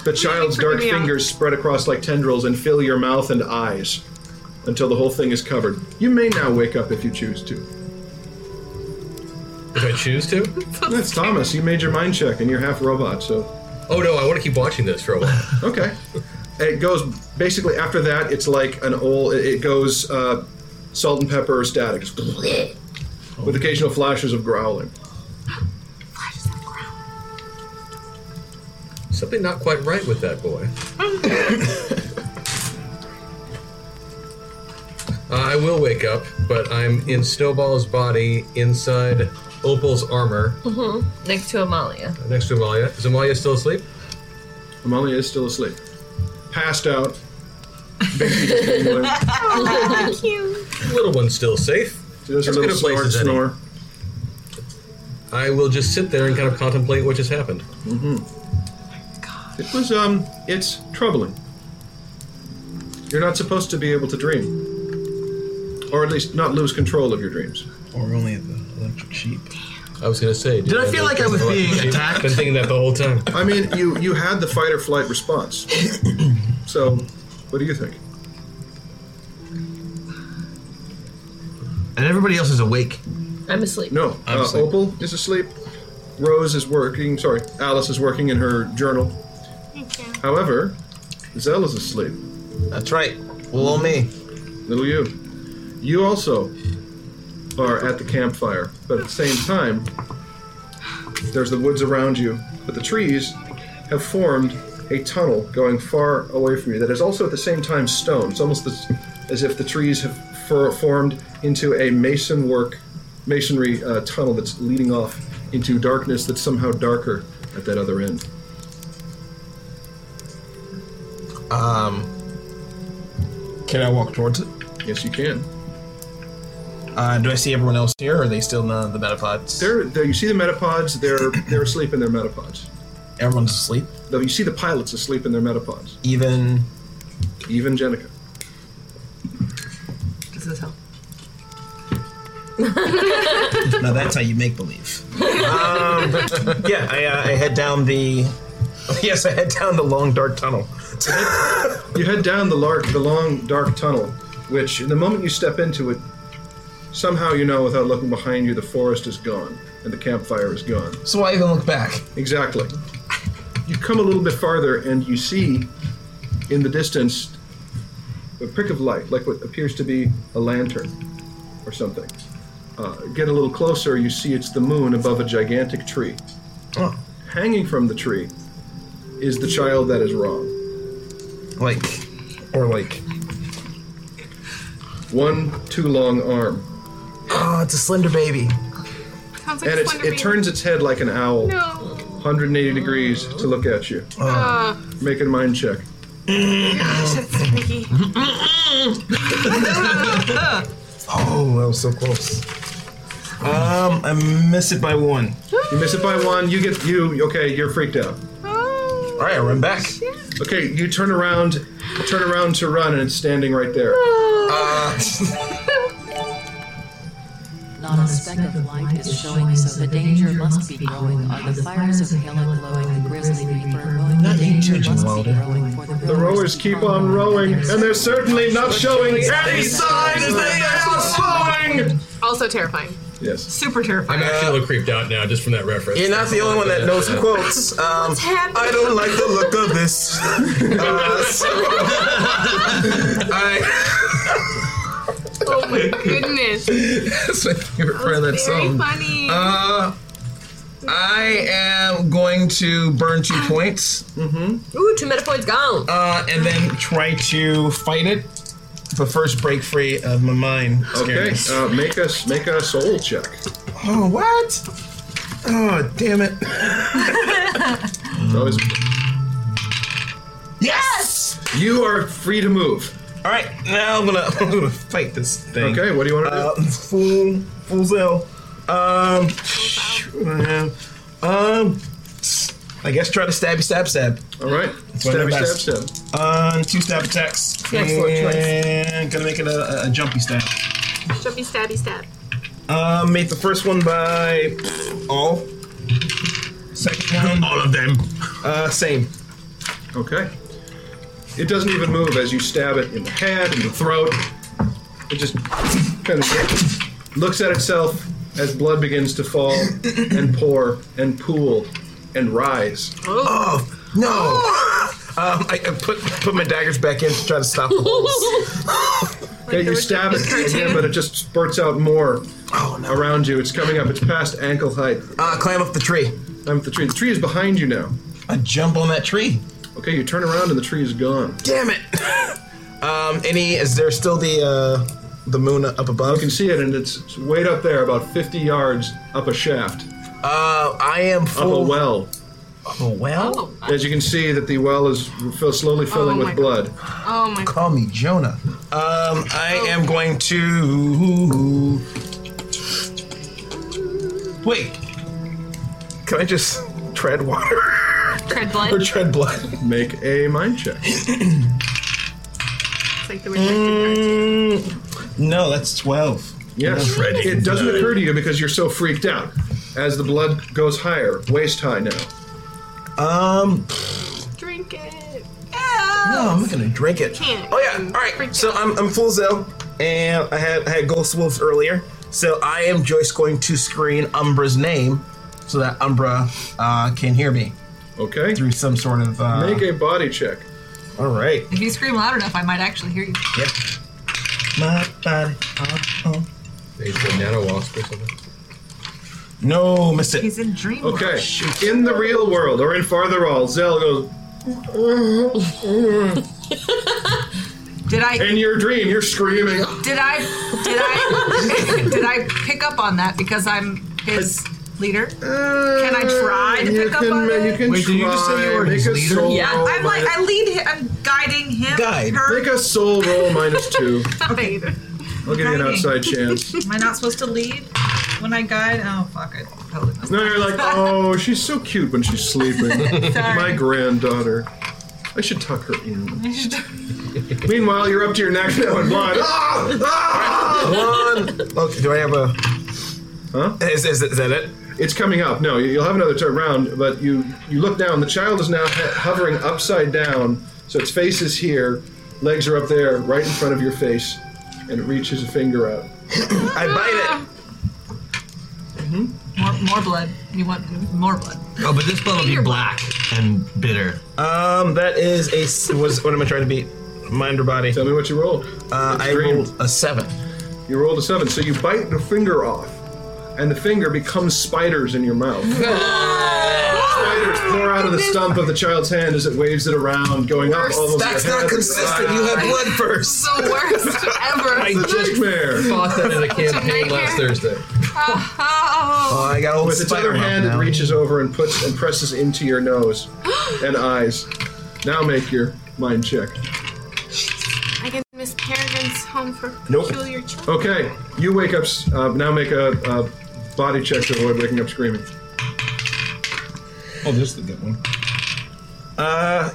Speaker 3: The child's dark
Speaker 1: me out.
Speaker 3: fingers spread across like tendrils and fill your mouth and eyes until the whole thing is covered. You may now wake up if you choose to.
Speaker 1: If I choose to?
Speaker 3: That's Thomas. You made your mind check and you're half robot, so.
Speaker 1: Oh no, I want to keep watching this for a while.
Speaker 3: Okay. It goes basically after that, it's like an old, it- it goes uh, salt and pepper static. With occasional flashes of growling.
Speaker 1: Something not quite right with that boy. Uh, I will wake up, but I'm in Snowball's body inside Opal's armor Uh,
Speaker 9: Mm-hmm. Next to Amalia.
Speaker 1: next to Amalia. Is Amalia still asleep?
Speaker 3: Amalia is still asleep. Passed out.
Speaker 11: oh, cute.
Speaker 1: Little one's still safe.
Speaker 3: There's a
Speaker 1: As
Speaker 3: little
Speaker 1: good a place
Speaker 3: snort,
Speaker 1: as any.
Speaker 3: snore.
Speaker 1: I will just sit there and kind of contemplate what just happened.
Speaker 3: Mm-hmm.
Speaker 2: Oh
Speaker 3: It was um, it's troubling. You're not supposed to be able to dream, or at least not lose control of your dreams.
Speaker 2: Or only the electric sheep.
Speaker 1: I was gonna say.
Speaker 2: Did I feel like I was being attacked?
Speaker 1: Been thinking that the whole time.
Speaker 3: I mean, you you had the fight or flight response. so, what do you think?
Speaker 2: And everybody else is awake.
Speaker 9: I'm asleep.
Speaker 3: No,
Speaker 2: I'm
Speaker 3: uh,
Speaker 2: asleep.
Speaker 3: Opal is asleep. Rose is working. Sorry, Alice is working in her journal. However, Zell is asleep.
Speaker 2: That's right. Little me.
Speaker 3: Little you. You also are at the campfire, but at the same time, there's the woods around you, but the trees have formed a tunnel going far away from you that is also at the same time stone. It's almost as, as if the trees have for, formed into a mason work, masonry uh, tunnel that's leading off into darkness that's somehow darker at that other end.
Speaker 2: Um, can I walk towards it?
Speaker 3: Yes, you can.
Speaker 2: Uh, do I see everyone else here, or are they still none of the metapods?
Speaker 3: They're, they you see the metapods. They're they're asleep in their metapods.
Speaker 2: Everyone's asleep.
Speaker 3: Though you see the pilots asleep in their metapods.
Speaker 2: Even
Speaker 3: Even Jenica.
Speaker 10: Does this help?
Speaker 2: now that's how you make believe. Um, yeah, I, uh, I head down the. Yes, I head down the long dark tunnel.
Speaker 3: You head down the lark, the long dark tunnel, which the moment you step into it, somehow you know without looking behind you the forest is gone and the campfire is gone.
Speaker 2: So why even look back?
Speaker 3: Exactly. You come a little bit farther and you see in the distance a prick of light, like what appears to be a lantern or something. Uh, get a little closer, you see it's the moon above a gigantic tree.
Speaker 2: Oh.
Speaker 3: Hanging from the tree is the child that is wrong.
Speaker 2: Like, or like.
Speaker 3: One too long arm.
Speaker 2: Oh, it's a slender baby.
Speaker 11: Sounds like
Speaker 3: And it,
Speaker 11: Slender
Speaker 3: it
Speaker 11: Bean.
Speaker 3: turns its head like an owl,
Speaker 11: No.
Speaker 3: 180 degrees to look at you.
Speaker 2: Oh. Ah.
Speaker 11: Uh,
Speaker 3: Make a mind check.
Speaker 11: gosh, it's
Speaker 2: Mm.
Speaker 11: sneaky.
Speaker 2: Oh, that was so close. Um, I miss it by one.
Speaker 3: You miss it by one. You get you. Okay, you're freaked out.
Speaker 2: All right, I run back.
Speaker 3: Okay, you turn around, turn around to run, and it's standing right there.
Speaker 2: Uh,
Speaker 6: Not a speck of light is showing, so the danger must be growing. Are the fires of Hela glowing, the grizzly reaper mowing? The danger must be growing for the
Speaker 3: The rowers keep on rowing, and they're certainly not showing any signs that they are slowing.
Speaker 11: Also terrifying.
Speaker 3: Yes.
Speaker 10: Super terrifying.
Speaker 1: I'm actually a little creeped out now just from that reference.
Speaker 2: You're not the only one that knows quotes. Um, I don't like the look of this. Uh, so- I,
Speaker 11: Oh my goodness.
Speaker 2: that's my favorite part of that
Speaker 11: Very
Speaker 2: song.
Speaker 11: funny.
Speaker 2: Uh, I am going to burn two points. Mm-hmm.
Speaker 9: Ooh, two meta points gone.
Speaker 2: Uh, and then try to fight it, but first break free of my mind.
Speaker 3: Okay, uh, make us make a soul check.
Speaker 2: Oh what? Oh damn it!
Speaker 3: It's always-
Speaker 2: Yes!
Speaker 3: You are free to move.
Speaker 2: All right, now I'm gonna, I'm gonna fight this thing. Uh,
Speaker 3: Okay, what do you want to
Speaker 2: do? Full, full zeal. Um, man. um, I guess try to stabby stab stab.
Speaker 3: All right,
Speaker 2: stab
Speaker 3: Stabby,
Speaker 2: stab
Speaker 3: stab
Speaker 2: stab. Um, two stab attacks.
Speaker 11: Excellent choice.
Speaker 2: And gonna make it a, a- a jumpy stab.
Speaker 11: Jumpy stabby stab.
Speaker 2: Um, made the first one by all. Second one, all of them. Uh, same.
Speaker 3: Okay. It doesn't even move as you stab it in the head and the throat. It just kind of looks at itself as blood begins to fall and pour and pool and rise.
Speaker 2: Oh no! Um, I, I put put my daggers back in to try to stop the holes.
Speaker 3: Okay, you stab it again, but it just spurts out more around you. It's coming up. It's past ankle height.
Speaker 2: Oh, Uh, climb up the tree.
Speaker 3: Climb up the tree. The tree is behind you now.
Speaker 2: I jump on that tree.
Speaker 3: Okay, you turn around and the tree is gone.
Speaker 2: Damn it! Um, any? Is there still the uh, the moon up above?
Speaker 3: You can see it, and it's it's way up there, about 50 yards up a shaft.
Speaker 2: Uh, I am
Speaker 3: Up
Speaker 2: full.
Speaker 3: a well.
Speaker 2: Up a well?
Speaker 3: As you can see, that the well is fill, slowly filling
Speaker 2: Oh my
Speaker 3: with blood.
Speaker 11: Oh my
Speaker 2: Call me Jonah. Um, I am going to. Wait. Can I just tread water?
Speaker 11: Tread
Speaker 2: or
Speaker 11: blood.
Speaker 2: tread blood?
Speaker 3: Make a mind check.
Speaker 11: It's like the rejected cards.
Speaker 2: Mm, no, that's 12.
Speaker 3: Yes, it doesn't occur to you because you're so freaked out. As the blood goes higher, waist high now.
Speaker 2: Um,
Speaker 11: Drink it.
Speaker 2: no, I'm not gonna drink it.
Speaker 11: Can't.
Speaker 2: Oh yeah. All right. So I'm, I'm full Zell, and I had I had Ghost Wolves earlier. So I am just going to screen Umbra's name, so that Umbra uh, can hear me.
Speaker 3: Okay.
Speaker 2: Through some sort of. Uh,
Speaker 3: Make a body check.
Speaker 2: All right.
Speaker 10: If you scream loud enough, I might actually hear you.
Speaker 2: Yep. My body. uh, uh.
Speaker 1: Is it a nano wasp or something?
Speaker 2: No, miss it.
Speaker 10: He's in dream.
Speaker 3: Okay, in the real world or in farther all, Zell goes.
Speaker 10: Did I?
Speaker 3: In your dream, you're screaming.
Speaker 10: Did I? Did I? did I pick up on that because I'm his leader? Can I try to pick up on it?
Speaker 3: Wait, did you just say you were make a soul
Speaker 10: Yeah,
Speaker 3: roll?
Speaker 10: I'm like I lead him. I'm guiding him. Her.
Speaker 3: Make a soul roll minus two.
Speaker 10: Guide.
Speaker 3: I'll give you an
Speaker 10: Guiding.
Speaker 3: outside chance.
Speaker 10: Am I not supposed to lead when I guide? Oh fuck! I totally messed
Speaker 3: Now you're like, oh, she's so cute when she's sleeping.
Speaker 10: Sorry.
Speaker 3: My granddaughter. I should tuck her in.
Speaker 10: up.
Speaker 3: Meanwhile, you're up to your neck now in blood. Ah!
Speaker 2: One. Ah! Okay, do I have a?
Speaker 3: Huh?
Speaker 2: Is, is, is that it?
Speaker 3: It's coming up. No, you- you'll have another turn round. But you you look down. The child is now he- hovering upside down, so its face is here, legs are up there, right in front of your face, and it reaches a finger out.
Speaker 2: I bite it.
Speaker 3: Mm-hmm.
Speaker 10: More, more blood. You want more blood?
Speaker 2: Oh, but this blood will be black and bitter. Um, that is a. s- Was what am I trying to beat? Mind or body? Tell
Speaker 3: me what you rolled.
Speaker 2: Uh, I rolled a seven.
Speaker 3: You rolled a seven, so you bite the finger off, and the finger becomes spiders in your mouth. spiders pour out of the stump of the child's hand as it waves it around, going up
Speaker 2: Worst.
Speaker 3: almost.
Speaker 2: That's not consistent. You had blood first.
Speaker 10: The worst ever.
Speaker 3: It's a nightmare.
Speaker 1: Fought that in a campaign
Speaker 10: nightmare.
Speaker 1: last Thursday.
Speaker 10: Oh.
Speaker 2: I got old
Speaker 3: With its
Speaker 2: spider
Speaker 3: other
Speaker 2: mouth
Speaker 3: hand, it
Speaker 2: now.
Speaker 3: reaches over and puts and presses into your nose and eyes. Now make your mind check.
Speaker 11: I get Miss Peregrine's home for
Speaker 3: Nope.
Speaker 11: peculiar children.
Speaker 3: Okay, you wake up. s- Uh, now make a, a body check to avoid waking up screaming.
Speaker 2: Oh, this is the good one. Uh,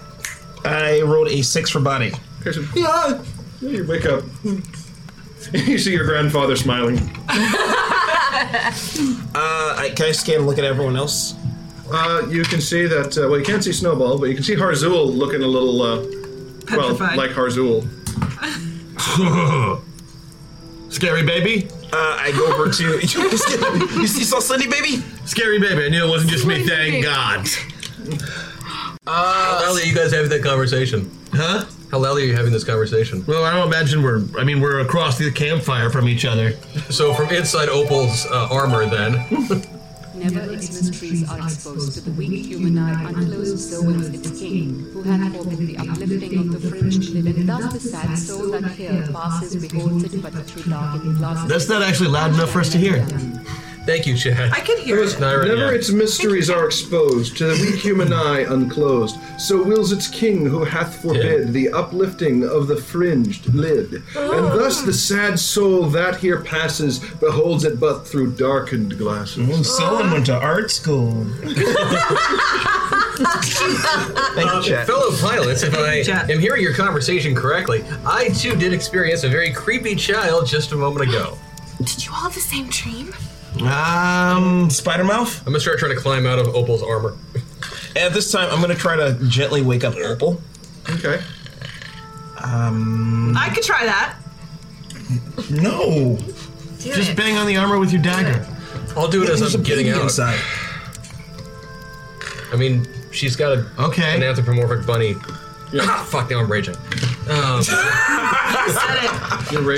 Speaker 2: I rolled a six for body.
Speaker 3: Okay, so yeah, you wake up. you see your grandfather smiling.
Speaker 2: Uh, I, can I scan and look at everyone else?
Speaker 3: Uh, you can see that. Uh, well, you can't see Snowball, but you can see Harzul looking a little. Uh, well,
Speaker 2: Petrified.
Speaker 3: like Harzul.
Speaker 5: Scary baby.
Speaker 2: Uh, I go over to you. You see, saw Slendy baby.
Speaker 5: Scary baby. I knew it wasn't just me. Thank
Speaker 10: Uh,
Speaker 5: God.
Speaker 1: How loudly are you guys having that conversation? Huh? How loudly are you having this conversation?
Speaker 5: Well, I don't imagine we're. I mean, we're across the campfire from each other.
Speaker 1: So from inside Opal's uh, armor, then.
Speaker 6: Never its mysteries are exposed to the weak human eye unclosed so is its king, who hath forbid the uplifting of the fringed lid, and thus the sad soul that here passes beholds it but through darkened glasses.
Speaker 5: That's not actually loud enough for us to hear.
Speaker 1: Thank you, Chad.
Speaker 10: I can
Speaker 3: hear it. Never its mysteries are exposed to the weak human eye unclosed. So wills its king who hath forbid the uplifting of the fringed lid, and thus the sad soul that here passes beholds it but through darkened glasses.
Speaker 2: Someone went to art school.
Speaker 1: Uh, fellow pilots, if I am hearing your conversation correctly, I too did experience a very creepy child just a moment ago.
Speaker 11: Did you all have the same dream?
Speaker 5: Ah,
Speaker 2: Um, spider mouth. I'm
Speaker 1: gonna start trying to climb out of Opal's armor.
Speaker 2: At this time, I'm gonna try to gently wake up Opal.
Speaker 3: Okay.
Speaker 2: Um,
Speaker 10: I could try that.
Speaker 2: no.
Speaker 10: Do
Speaker 5: Just
Speaker 10: it.
Speaker 5: bang on the armor with your dagger.
Speaker 1: I'll do it
Speaker 5: Yeah,
Speaker 1: as
Speaker 5: there's
Speaker 1: I'm
Speaker 5: a
Speaker 1: getting
Speaker 5: baby
Speaker 1: out.
Speaker 5: inside.
Speaker 1: I mean, she's got a okay. an anthropomorphic bunny. Ah, fuck, now I'm raging. Um,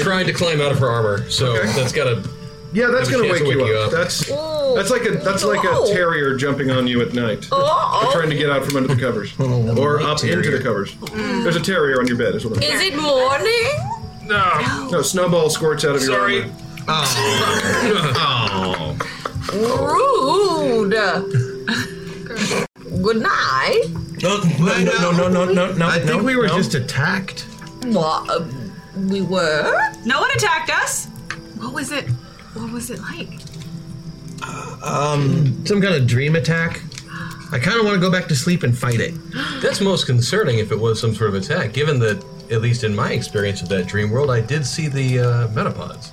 Speaker 1: Trying to climb out of her armor, so that's gotta.
Speaker 3: Yeah, that's
Speaker 1: have a
Speaker 3: gonna
Speaker 1: chance
Speaker 3: wake
Speaker 1: of
Speaker 3: you
Speaker 1: waking
Speaker 3: up. That's that's like a that's like
Speaker 1: Oh.
Speaker 3: a terrier jumping on you at night,
Speaker 9: Oh.
Speaker 3: Or trying to get out from under the covers, or up into the covers. There's a terrier on your bed. Is what I'm
Speaker 9: Is it morning?
Speaker 3: No. No, snowball squirts out of
Speaker 9: Sorry.
Speaker 3: your armor. Oh.
Speaker 9: Rude. Good night.
Speaker 2: No, no, no, no, no, no, no. I
Speaker 5: think we were just
Speaker 2: attacked.
Speaker 9: What? uh,
Speaker 10: Um,
Speaker 9: we were.
Speaker 10: No one attacked us. What was it? What was it like?
Speaker 5: Um, some kind of dream attack. I kind of want to go back to sleep and fight it.
Speaker 1: That's most concerning if it was some sort of attack, given that, at least in my experience of that dream world, I did see the uh, metapods.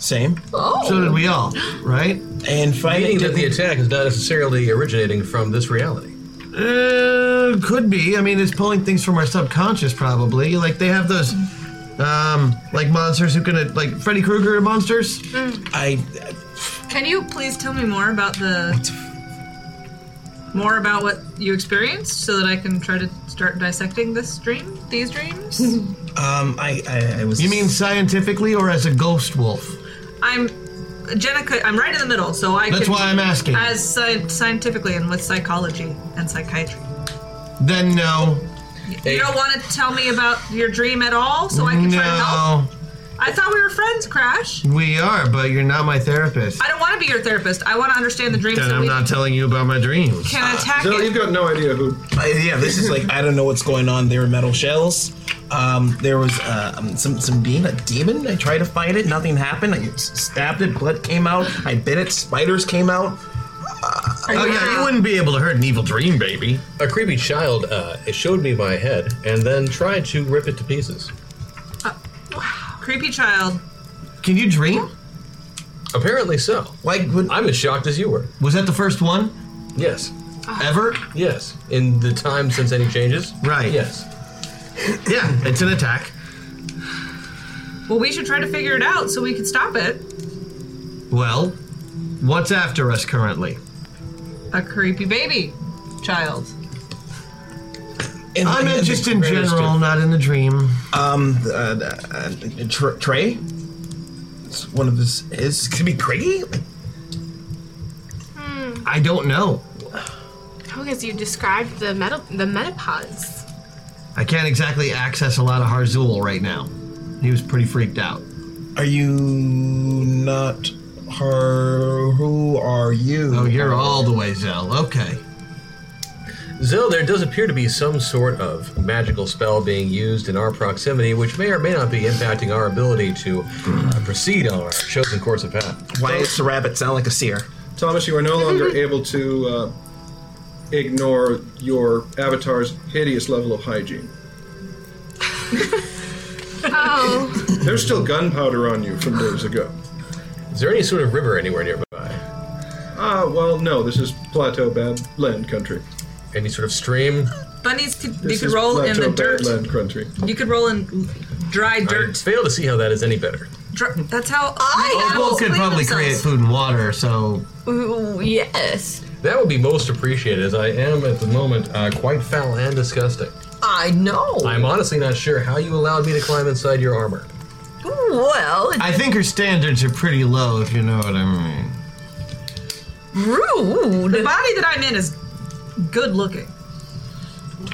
Speaker 2: Same.
Speaker 9: Oh.
Speaker 5: So did we all, right?
Speaker 2: And
Speaker 1: Meaning that the attack is not necessarily originating from this reality.
Speaker 5: Uh, could be. I mean, it's pulling things from our subconscious, probably. Like they have those, um, like monsters who can, like Freddy Krueger monsters.
Speaker 10: Mm.
Speaker 2: I
Speaker 10: Can you please tell me more about the more about what you experienced so that I can try to start dissecting this dream, these dreams?
Speaker 2: Um, I, I, I was.
Speaker 5: You mean scientifically or as a ghost wolf?
Speaker 10: I'm Jenica. I'm right in the middle, so I.
Speaker 5: That's
Speaker 10: could-
Speaker 5: why I'm asking.
Speaker 10: As sci- scientifically and with psychology and psychiatry.
Speaker 5: Then no.
Speaker 10: You don't want to tell me about your dream at all, so I can try to help.
Speaker 5: no,
Speaker 10: I thought we were friends, Crash.
Speaker 5: we are, but you're not my therapist.
Speaker 10: I don't want to be your therapist. I want to understand the dream.
Speaker 5: Then
Speaker 10: so
Speaker 5: I'm
Speaker 10: we
Speaker 5: not telling you about my dreams.
Speaker 10: Can attack it.
Speaker 3: got no idea who.
Speaker 2: uh, yeah, this is like I don't know what's going on. There were metal shells. Um, there was uh, um, some some being a demon. I tried to fight it. Nothing happened. I s- stabbed it. Blood came out. I bit it. Spiders came out.
Speaker 5: Oh yeah, you wouldn't be able to hurt an evil dream, baby.
Speaker 1: A creepy child uh, it showed me my head and then tried to rip it to pieces.
Speaker 10: Creepy child.
Speaker 5: Can you dream?
Speaker 1: Apparently so.
Speaker 5: Like
Speaker 1: I'm as shocked as you were.
Speaker 5: Was that the first one? Ah.
Speaker 1: Yes.
Speaker 5: Ever?
Speaker 1: Yes. In the time since any changes.
Speaker 5: Right.
Speaker 1: Yes.
Speaker 5: Yeah, it's an attack.
Speaker 10: Well, we should try to figure it out so we can stop it.
Speaker 5: Well, what's after us currently?
Speaker 10: A creepy baby child.
Speaker 5: I meant just in general, not in the dream.
Speaker 2: Um, uh, uh, uh, Tr- Trey. It's one of his. Is could it be Craigie?
Speaker 11: Hmm.
Speaker 5: I don't know.
Speaker 11: How because you described the meta the metapods.
Speaker 5: I can't exactly access a lot of Harzul right now. He was pretty freaked out.
Speaker 2: Are you not her? Who are you?
Speaker 5: Oh, you're all the way Zell. Okay.
Speaker 1: Zell, there does appear to be some sort of magical spell being used in our proximity, which may or may not be impacting our ability to uh, proceed on our chosen course of path.
Speaker 2: Why does the rabbit sound like a seer?
Speaker 3: Thomas, you are no longer able to uh, ignore your avatar's hideous level of hygiene.
Speaker 11: Oh,
Speaker 3: There's still gunpowder on you from days ago.
Speaker 1: Is there any sort of river anywhere nearby?
Speaker 3: Ah, well, no. This is plateau badland country.
Speaker 1: Any sort of stream?
Speaker 10: Bunnies could
Speaker 3: This
Speaker 10: you could
Speaker 3: is
Speaker 10: roll in
Speaker 3: plateau
Speaker 10: the dirt.
Speaker 3: badland country.
Speaker 10: You could roll in dry dirt.
Speaker 1: I fail to see how that is any better.
Speaker 10: Dr- that's how
Speaker 5: Well,
Speaker 10: I
Speaker 5: Wolf could probably create food and water, so
Speaker 6: Ooh, yes.
Speaker 1: That would be most appreciated, as I am at the moment uh, quite foul and disgusting.
Speaker 6: I know.
Speaker 1: I'm honestly not sure how you allowed me to climb inside your armor.
Speaker 6: Well,
Speaker 5: I think her standards are pretty low, if you know what I mean.
Speaker 6: rude.
Speaker 10: The body that I'm in is good looking.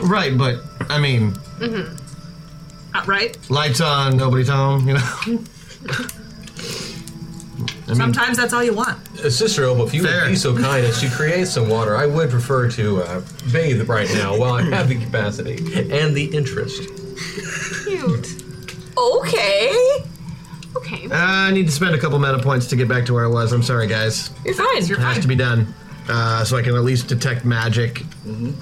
Speaker 5: Right, but I mean,
Speaker 10: Mm-hmm. Uh, right?
Speaker 5: lights on, nobody's home, you know.
Speaker 10: Sometimes that's all you want.
Speaker 1: Uh, Sister Opal, if you would be so kind as to create some water, I would prefer to uh, bathe right now while I have the capacity and the interest.
Speaker 11: cute.
Speaker 6: Okay.
Speaker 11: Okay.
Speaker 5: Uh, I need to spend a couple meta points to get back to where I was. I'm sorry, guys.
Speaker 6: You're fine. You're
Speaker 5: it has
Speaker 6: fine.
Speaker 5: to be done, uh, so I can at least detect magic,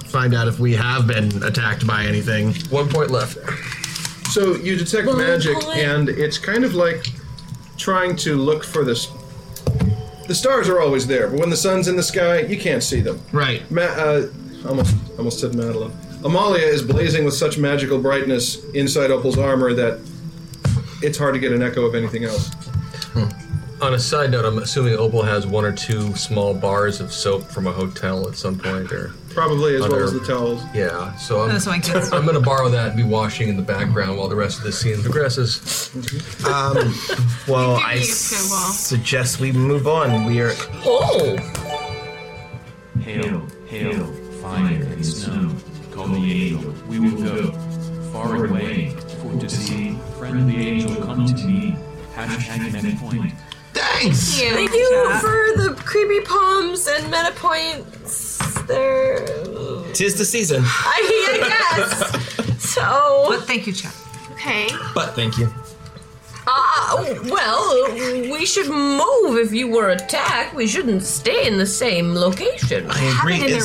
Speaker 5: find out if we have been attacked by anything.
Speaker 1: One point left.
Speaker 3: So you detect magic, and it's kind of like trying to look for this. The stars are always there, but when the sun's in the sky, you can't see them.
Speaker 5: Right.
Speaker 3: Ma- uh, almost, almost said Madeline. Amalia is blazing with such magical brightness inside Opal's armor that it's hard to get an echo of anything else.
Speaker 1: On a side note, I'm assuming Opal has one or two small bars of soap from a hotel at some point, or
Speaker 3: Probably as well
Speaker 1: Other-
Speaker 3: as the towels.
Speaker 1: yeah. So I'm,
Speaker 3: That's my guess.
Speaker 1: I'm going to borrow that and be washing in the background while the rest of this scene progresses.
Speaker 2: Um, well, I
Speaker 1: need
Speaker 11: to go off.
Speaker 2: suggest we move on. We are.
Speaker 6: Oh!
Speaker 20: Hail, hail, fire and snow, call the angel, we will go. Far away, for to see, friendly angel come to me, hashtag meta point.
Speaker 5: Thanks.
Speaker 6: Thank you, for the creepy palms and meta points. There.
Speaker 2: Tis the season.
Speaker 6: I, I guess. so.
Speaker 10: But thank you, Chad.
Speaker 11: Okay.
Speaker 2: But thank you.
Speaker 6: Uh, well, we should move if you were attacked. We shouldn't stay in the same location.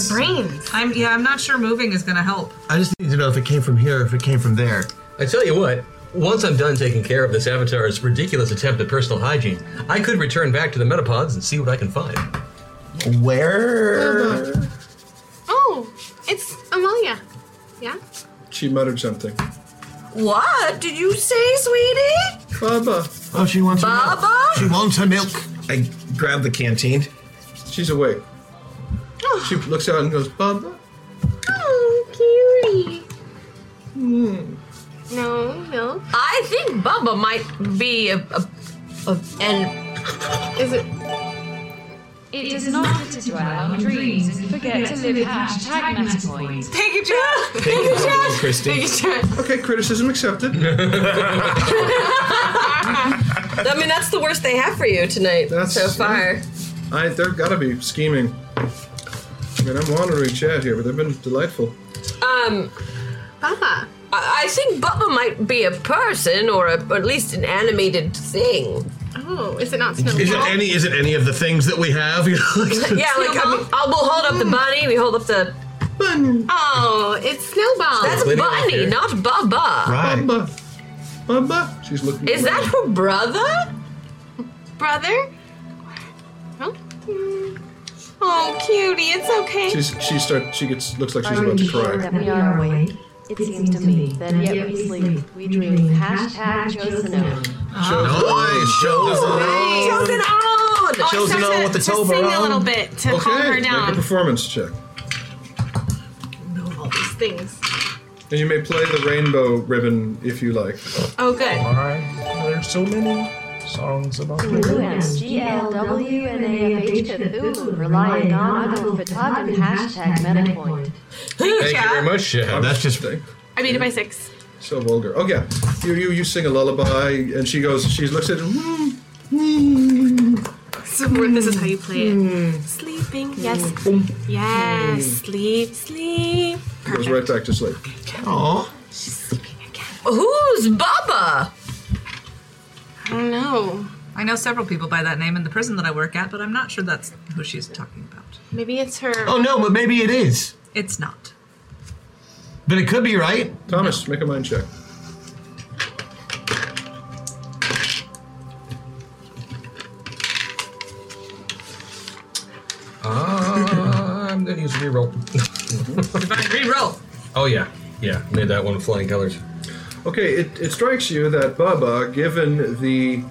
Speaker 10: brains. I'm yeah. I'm not sure moving is gonna help.
Speaker 5: I just need to know if it came from here or if it came from there.
Speaker 1: I tell you what. Once I'm done taking care of this avatar's ridiculous attempt at personal hygiene, I could return back to the metapods and see what I can find.
Speaker 2: Where?
Speaker 11: Oh, it's Amalia. Yeah.
Speaker 3: She muttered something.
Speaker 6: What did you say, sweetie?
Speaker 3: Bubba.
Speaker 5: Oh, she wants
Speaker 6: Bubba?
Speaker 5: wants her milk.
Speaker 2: I grab the canteen.
Speaker 3: She's awake. She looks out and goes, Bubba.
Speaker 11: Oh, cutie.
Speaker 6: Hmm.
Speaker 11: No milk.
Speaker 6: I think Bubba might be a, a, a an.
Speaker 11: Is it?
Speaker 21: It does not fit to dwell on dreams and forget to live hashtag meta point.
Speaker 11: Thank you, Chad.
Speaker 3: Thank you, Chad.
Speaker 2: Christy.
Speaker 11: Thank you, Chad.
Speaker 3: Okay, criticism accepted.
Speaker 6: I mean, that's the worst they have for you tonight so far.
Speaker 3: I they've got to be scheming. I mean, I'm wandering chat here, but they've been delightful.
Speaker 6: Um,
Speaker 11: Bubba.
Speaker 6: I, I think Bubba might be a person or, a, or at least an animated thing.
Speaker 11: Oh, is it not
Speaker 5: Is
Speaker 11: snowball?
Speaker 5: it any? Is it any of the things that we have? You know,
Speaker 6: yeah, like I mean, oh, we'll hold up the bunny. We hold up the
Speaker 3: bunny.
Speaker 11: Hmm. Oh, it's snowball.
Speaker 6: That's
Speaker 3: Leading off
Speaker 6: bunny,
Speaker 3: here.
Speaker 6: not Bubba.
Speaker 3: Bubba. Bubba. She's looking.
Speaker 6: Is that her brother?
Speaker 11: brother. Oh. oh, cutie, it's okay.
Speaker 3: She's she starts. She gets looks like she's about to cry.
Speaker 8: we are awake?
Speaker 11: Oh,
Speaker 8: It seems to me that yet we sleep, we dream. Hashtag Josino.
Speaker 6: Chosen on.
Speaker 11: Oh, I
Speaker 3: Chosen
Speaker 11: start
Speaker 3: on
Speaker 11: to,
Speaker 3: with the
Speaker 11: to
Speaker 3: Toblerone.
Speaker 11: sing a little bit to calm
Speaker 3: okay,
Speaker 11: her
Speaker 3: make a
Speaker 11: down.
Speaker 3: performance check,
Speaker 11: All these things.
Speaker 3: and you may play the rainbow ribbon if you like.
Speaker 11: Oh, good.
Speaker 2: Why are there so many? songs about
Speaker 22: Cthulhuans, G-L-W-N-A-F-H Cthulhu, relying on other for talk and hashtag MetaPoint.
Speaker 3: Thank you very
Speaker 1: much,
Speaker 3: That's just.
Speaker 11: I beat it by six.
Speaker 3: So vulgar. Oh yeah, you you you sing a lullaby, and she goes. She looks at him. "Mm,
Speaker 11: So we're- this is how you play it. Sleeping, yes, yes, sleep, sleep.
Speaker 3: mm," Goes right back to sleep.
Speaker 2: Aww.
Speaker 9: Who's Bubba?
Speaker 11: I don't know.
Speaker 10: I know several people by that name in the prison that I work at, but I'm not sure that's who she's talking about.
Speaker 11: Maybe it's her.
Speaker 5: Oh no, but maybe it is.
Speaker 10: It's not.
Speaker 5: But it could be right.
Speaker 3: Thomas, make a mind check.
Speaker 5: Ah,
Speaker 1: Uh, I'm gonna use reroll.
Speaker 10: reroll.
Speaker 1: Oh yeah, yeah. Made that one with flying colors.
Speaker 3: Okay, it, it strikes you that Bubba, given the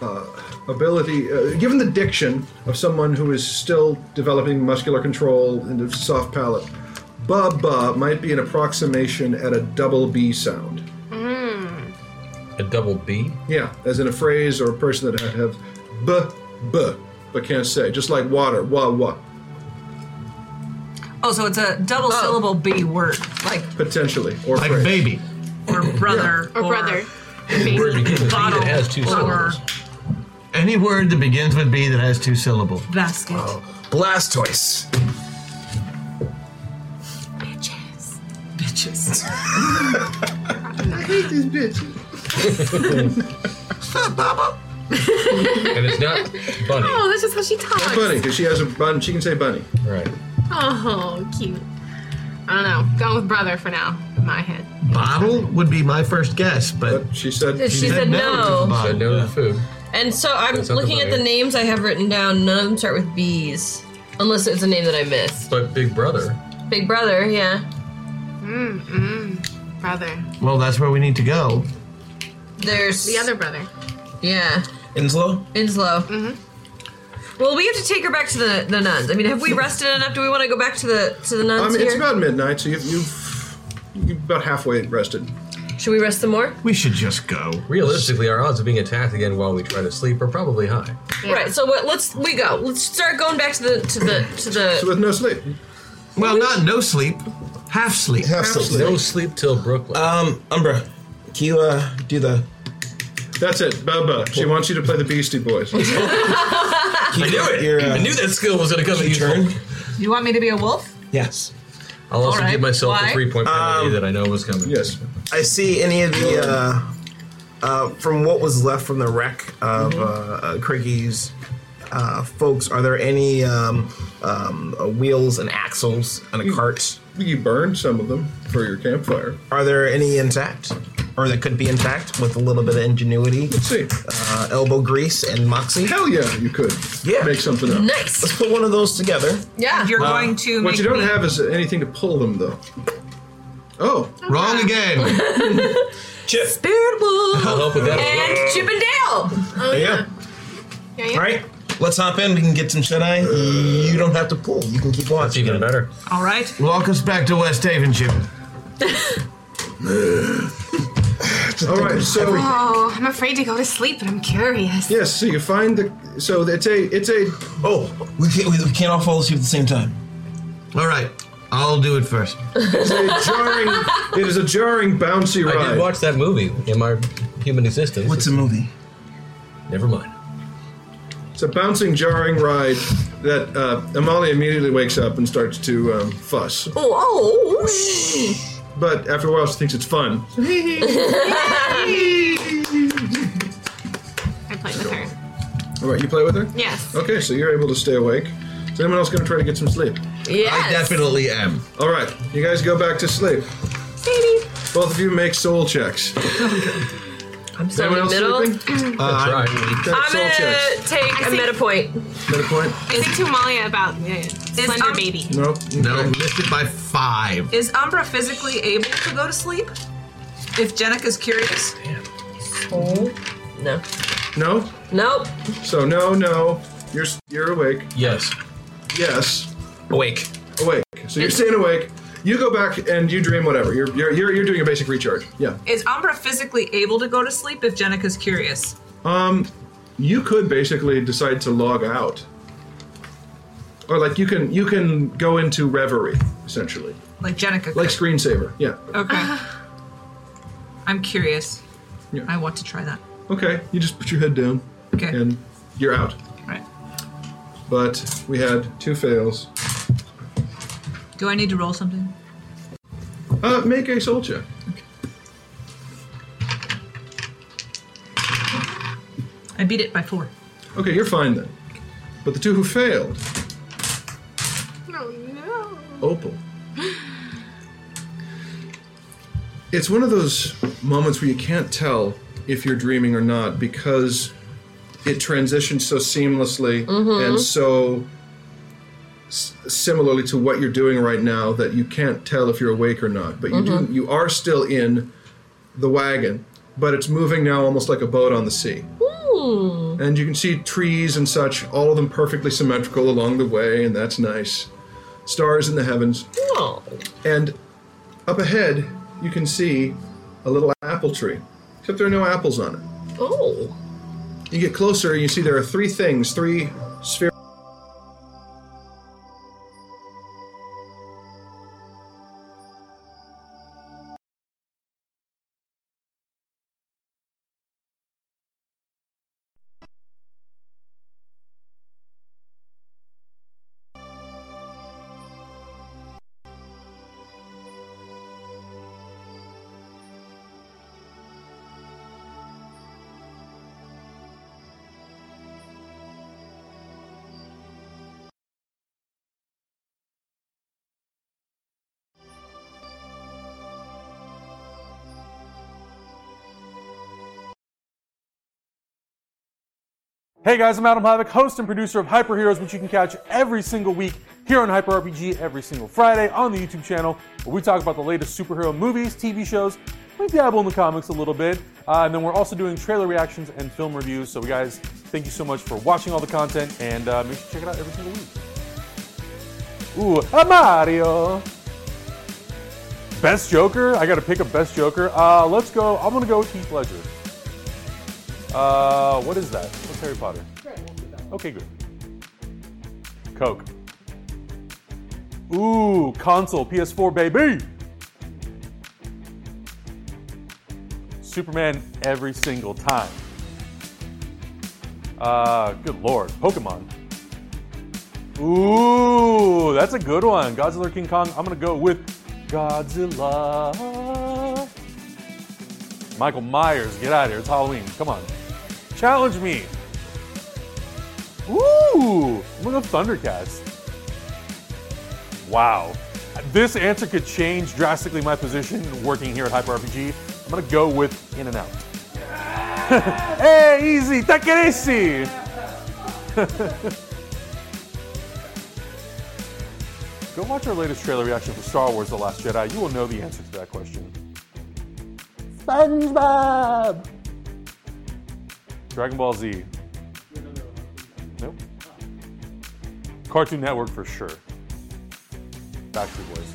Speaker 3: uh, ability, uh, given the diction of someone who is still developing muscular control and a soft palate, Bubba might be an approximation at a double B sound.
Speaker 11: Mm.
Speaker 1: A double B.
Speaker 3: Yeah, as in a phrase or a person that have B, B, but can't say. Just like water, wa, wa.
Speaker 10: Oh, so it's a double syllable B word, like
Speaker 3: Potentially. Or like phrase.
Speaker 5: baby.
Speaker 10: or brother
Speaker 11: or, brother.
Speaker 5: Word begins with B
Speaker 10: bottle
Speaker 5: that has two
Speaker 10: or
Speaker 5: syllables. Any word that begins with B that has two syllables.
Speaker 10: basket.
Speaker 2: Blastoise.
Speaker 11: Bitches.
Speaker 10: Bitches.
Speaker 3: I hate these bitches.
Speaker 1: and it's not bunny.
Speaker 11: Oh, that's just how she talks.
Speaker 3: Not bunny, because she has a bun. She can say bunny.
Speaker 1: Right.
Speaker 11: Oh, cute. I don't know. Going with brother for now. In my head.
Speaker 5: Bottle would be my first guess, but,
Speaker 3: she said
Speaker 9: She she said said no no. to the bottle.
Speaker 1: Said no to the food.
Speaker 9: And so I'm
Speaker 1: That's not
Speaker 9: looking at the
Speaker 1: familiar.
Speaker 9: names I have written down. None of them start with B's, unless it's a name that I missed.
Speaker 1: But Big Brother.
Speaker 9: Big Brother, yeah.
Speaker 11: Mm mm. Brother.
Speaker 5: Well, that's where we need to go.
Speaker 9: There's
Speaker 11: the other brother.
Speaker 9: Yeah,
Speaker 2: Inslow?
Speaker 9: Inslow. Mm-hmm. Well, we have to take her back to the, the nuns. I mean, have we rested enough? Do we want to go back to the to the nuns
Speaker 3: Um,
Speaker 9: here?
Speaker 3: it's about midnight, so you've, you've, you've about halfway rested.
Speaker 9: Should we rest some more?
Speaker 5: We should just go.
Speaker 1: Realistically, our odds of being attacked again while we try to sleep are probably high.
Speaker 9: Right. So what, let's we go. Let's start going back to the to the to
Speaker 1: Uh,
Speaker 9: the.
Speaker 3: with no sleep.
Speaker 5: Well, not no sleep. Half sleep.
Speaker 2: Half
Speaker 9: Half
Speaker 2: sleep.
Speaker 9: sleep. No
Speaker 1: sleep till Brooklyn.
Speaker 2: Um, Umbra, can you uh, do the?
Speaker 3: That's it, Bubba. She wants you to play the Beastie Boys.
Speaker 2: I knew it. Your, uh,
Speaker 1: I knew that skill was going to come in
Speaker 2: turn.
Speaker 10: You want me to be a wolf?
Speaker 2: Yes.
Speaker 1: I'll also
Speaker 10: Alright,
Speaker 1: give myself
Speaker 10: why?
Speaker 1: a three point penalty that I know was coming. Yes.
Speaker 2: Um, I see any of the uh, uh, from what was left from the wreck of uh, uh, Craiggie's uh, folks. Are there any um, um, uh, wheels and axles and a cart?
Speaker 3: You burned some of them for your campfire.
Speaker 2: Are there any intact, or that could be intact with a little bit of ingenuity? Let's
Speaker 3: see.
Speaker 2: Uh, elbow grease and moxie.
Speaker 3: Hell yeah, you could.
Speaker 2: Yeah.
Speaker 3: Make something up.
Speaker 9: Nice.
Speaker 2: Let's put one of those together.
Speaker 9: Yeah.
Speaker 10: You're
Speaker 2: Uh,
Speaker 10: going to
Speaker 3: What
Speaker 10: make
Speaker 3: you don't
Speaker 10: me-
Speaker 3: have is anything to pull them, though. Oh.
Speaker 5: Wrong again.
Speaker 2: Chip.
Speaker 9: Spirit Wolf.
Speaker 2: I'll help with that.
Speaker 9: And Chip and Dale.
Speaker 2: Oh, yeah. All right. Let's hop in. We can get some shut eye. You don't have to pull. You can keep watching. Even
Speaker 1: better.
Speaker 10: All right.
Speaker 5: Walk us back to West Haven, Chip.
Speaker 3: All right, so.
Speaker 11: Oh, I'm afraid to go to sleep, but I'm curious.
Speaker 3: Yes, so you find the. So it's a. It's a.
Speaker 2: Oh, we can't, we, we can't all fall asleep at the same time.
Speaker 5: All right. I'll do it first.
Speaker 3: It's a jarring. it is a jarring, bouncy
Speaker 1: I
Speaker 3: ride.
Speaker 1: did watch that movie in my human existence. What's
Speaker 2: a movie?
Speaker 1: Never mind.
Speaker 3: It's a bouncing, jarring ride that uh, Amalia immediately wakes up and starts to um, fuss.
Speaker 9: Oh,
Speaker 3: But after a while, she thinks it's fun.
Speaker 11: I played with her.
Speaker 3: All right, you play with her?
Speaker 11: Yes.
Speaker 3: Okay, so you're able to stay awake. Is anyone else going to try to get some sleep?
Speaker 9: Yes.
Speaker 5: definitely am.
Speaker 3: All right, you guys go back to sleep. Both of you make soul checks.
Speaker 9: I'm
Speaker 3: Anyone
Speaker 9: in
Speaker 3: else
Speaker 9: the middle.
Speaker 3: sleeping?
Speaker 9: I'm
Speaker 3: Okay, soul checks.
Speaker 9: gonna take a meta point.
Speaker 3: Meta point?
Speaker 11: I think to Malia about the slender baby.
Speaker 3: No.
Speaker 5: No, missed it by five.
Speaker 10: Is Umbra physically able to go to sleep? If Jenik is curious.
Speaker 9: Oh. No.
Speaker 3: No?
Speaker 9: Nope.
Speaker 3: So no, no. You're you're awake.
Speaker 1: Yes.
Speaker 3: Yes.
Speaker 2: Awake.
Speaker 3: Awake. So you're staying awake. You go back and you dream whatever. You're you're you're, you're doing a basic recharge. Yeah.
Speaker 10: Is Umbra physically able to go to sleep if Jenica's curious?
Speaker 3: Um, you could basically decide to log out, or like you can you can go into reverie essentially,
Speaker 10: Like Jenica.
Speaker 3: like screensaver. Yeah.
Speaker 10: Okay.
Speaker 11: Uh.
Speaker 10: I'm curious.
Speaker 3: Yeah.
Speaker 10: I want to try that.
Speaker 3: Okay. You just put your head down.
Speaker 10: Okay.
Speaker 3: And you're out.
Speaker 10: Right.
Speaker 3: But we had two fails.
Speaker 10: Do I need to roll something?
Speaker 3: Uh, make a soul check.
Speaker 10: I beat it by four.
Speaker 3: Okay, you're fine then. But the two who failed,
Speaker 11: Oh no.
Speaker 3: Opal. It's one of those moments where you can't tell if you're dreaming or not because it transitions so seamlessly
Speaker 16: Mhm.
Speaker 11: Mm-hmm.
Speaker 3: and so s- similarly to what you're doing right now that you can't tell if you're awake or not. But you do,
Speaker 11: Mm-hmm.
Speaker 16: Mhm.
Speaker 3: you are still in the wagon, but it's moving now almost like a boat on the sea.
Speaker 16: Ooh.
Speaker 3: And you can see trees and such, all of them perfectly symmetrical along the way, and that's nice. Stars in the heavens. And up ahead, you can see a little apple tree, except there are no apples on it.
Speaker 9: Oh.
Speaker 3: You get closer, you see there are three things, three spheres.
Speaker 20: Hey guys, I'm Adam Havoc, host and producer of Hyper Heroes, which you can catch every single week here on Hyper RPG every single Friday on the YouTube channel, where we talk about the latest superhero movies, TV shows. We dabble in the comics a little bit, uh, and then we're also doing trailer reactions and film reviews. So, guys, thank you so much for watching all the content, and uh, make sure to check it out every single week. Ooh, a Mario. Best Joker? I gotta pick a best Joker. Uh, let's go. I'm gonna go with Heath Ledger. Uh, what is that? What's Harry Potter? Okay, good. Coke. Ooh, console, PS4, baby. Superman every single time. Uh, good lord, Pokemon. Ooh, that's a good one. Godzilla or King Kong. I'm gonna go with Godzilla. Michael Myers, get out of here. It's Halloween. Come on. Challenge me. Ooh, I'm gonna go Thundercats. Wow. This answer could change drastically my position working here at Hyper RPG. I'm gonna go with In and Out. hey, easy, take it easy. go watch our latest trailer reaction for Star Wars The Last Jedi. You will know the answer to that question. SpongeBob! Dragon Ball Z. Nope. Cartoon Network for sure. Backstreet Boys.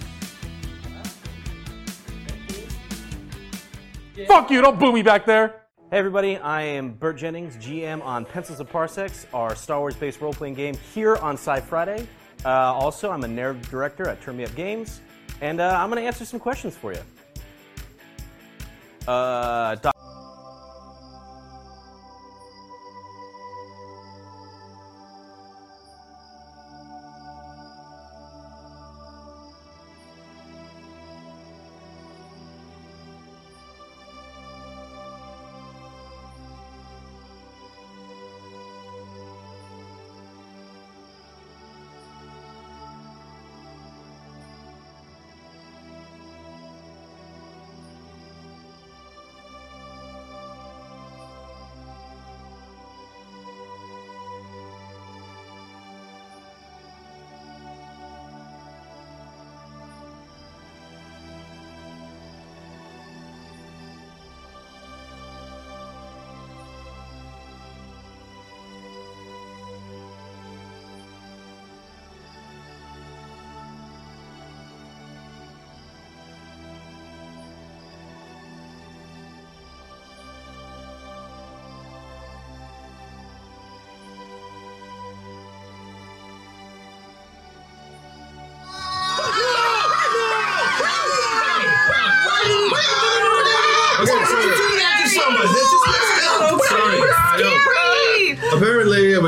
Speaker 20: Fuck you, don't boo me back there!
Speaker 23: Hey everybody, I am Burt Jennings, GM on Pencils of Parsecs, our Star Wars based role playing game here on Sci Friday. Uh, also, I'm a narrative director at Turn Me Up Games, and uh, I'm going to answer some questions for you. Uh, doc-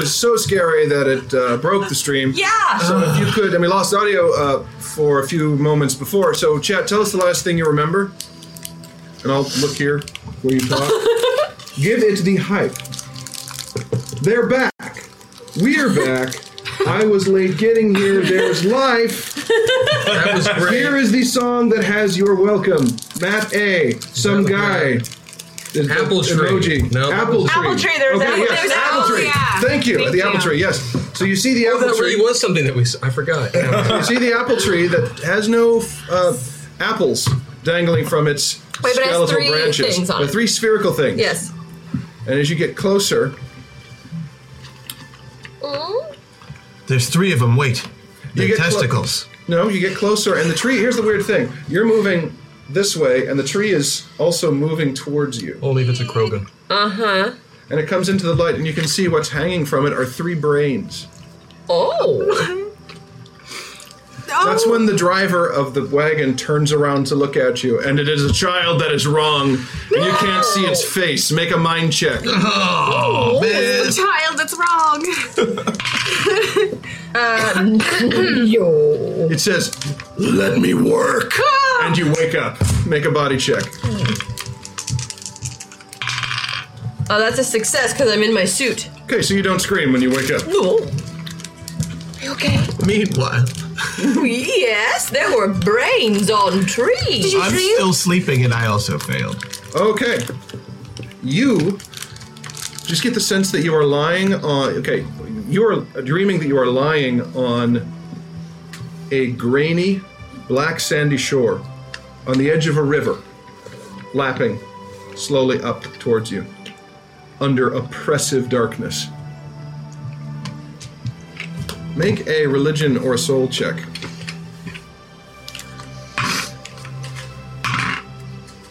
Speaker 3: so scary that it uh, broke the stream.
Speaker 9: Yeah.
Speaker 3: So if you could, and we lost audio uh, for a few moments before. So, chat, tell us the last thing you remember, and I'll look here where you talk. Give it the hype. They're back. We're back. I was late getting here. There's life.
Speaker 1: That was great.
Speaker 3: Here is the song that has your welcome. Matt A. Some guy.
Speaker 1: Apple tree.
Speaker 3: Emoji.
Speaker 1: No.
Speaker 3: Apple tree.
Speaker 1: Apple tree, there was
Speaker 3: okay,
Speaker 1: apple-
Speaker 3: yes,
Speaker 1: there was
Speaker 3: apple
Speaker 1: apple,
Speaker 3: tree.
Speaker 1: yeah.
Speaker 3: Thank you.
Speaker 1: Thank
Speaker 3: the apple
Speaker 1: you.
Speaker 3: tree. Yes. So you see the
Speaker 1: Oh,
Speaker 3: apple
Speaker 1: that
Speaker 3: tree.
Speaker 1: really was something that we. s- I forgot.
Speaker 3: you see the apple tree that has no uh, apples dangling from its
Speaker 9: Wait, but it has
Speaker 3: skeletal
Speaker 9: three
Speaker 3: branches.
Speaker 9: things on
Speaker 3: the
Speaker 9: it.
Speaker 3: three spherical things.
Speaker 9: Yes.
Speaker 3: And as you get closer,
Speaker 5: There's three of them. Wait. The
Speaker 3: clo-
Speaker 5: testicles.
Speaker 3: no, you get closer, and the tree. Here's the weird thing: you're moving this way, and the tree is also moving towards you.
Speaker 1: Only if it's a Krogan.
Speaker 9: Uh huh.
Speaker 3: And it comes into the light, and you can see what's hanging from it are three brains.
Speaker 9: Oh.
Speaker 3: That's when the driver of the wagon turns around to look at you, and it is a child that is wrong, and you can't see its face. Make a mind check.
Speaker 11: Oh, it's the child that's wrong. Uh,
Speaker 9: Yo.
Speaker 3: It says, "Let me work," and you wake up. Make a body check.
Speaker 9: Oh, that's a success because I'm in my suit.
Speaker 3: Okay, so you don't scream when you wake up.
Speaker 9: No. You okay?
Speaker 3: Meanwhile,
Speaker 9: yes, there were brains on trees.
Speaker 5: I'm still sleeping and I also failed.
Speaker 3: Okay. You just get the sense that you are lying on. Okay, you are dreaming that you are lying on a grainy, black, sandy shore on the edge of a river, lapping slowly up towards you under oppressive darkness. Make a religion or soul check.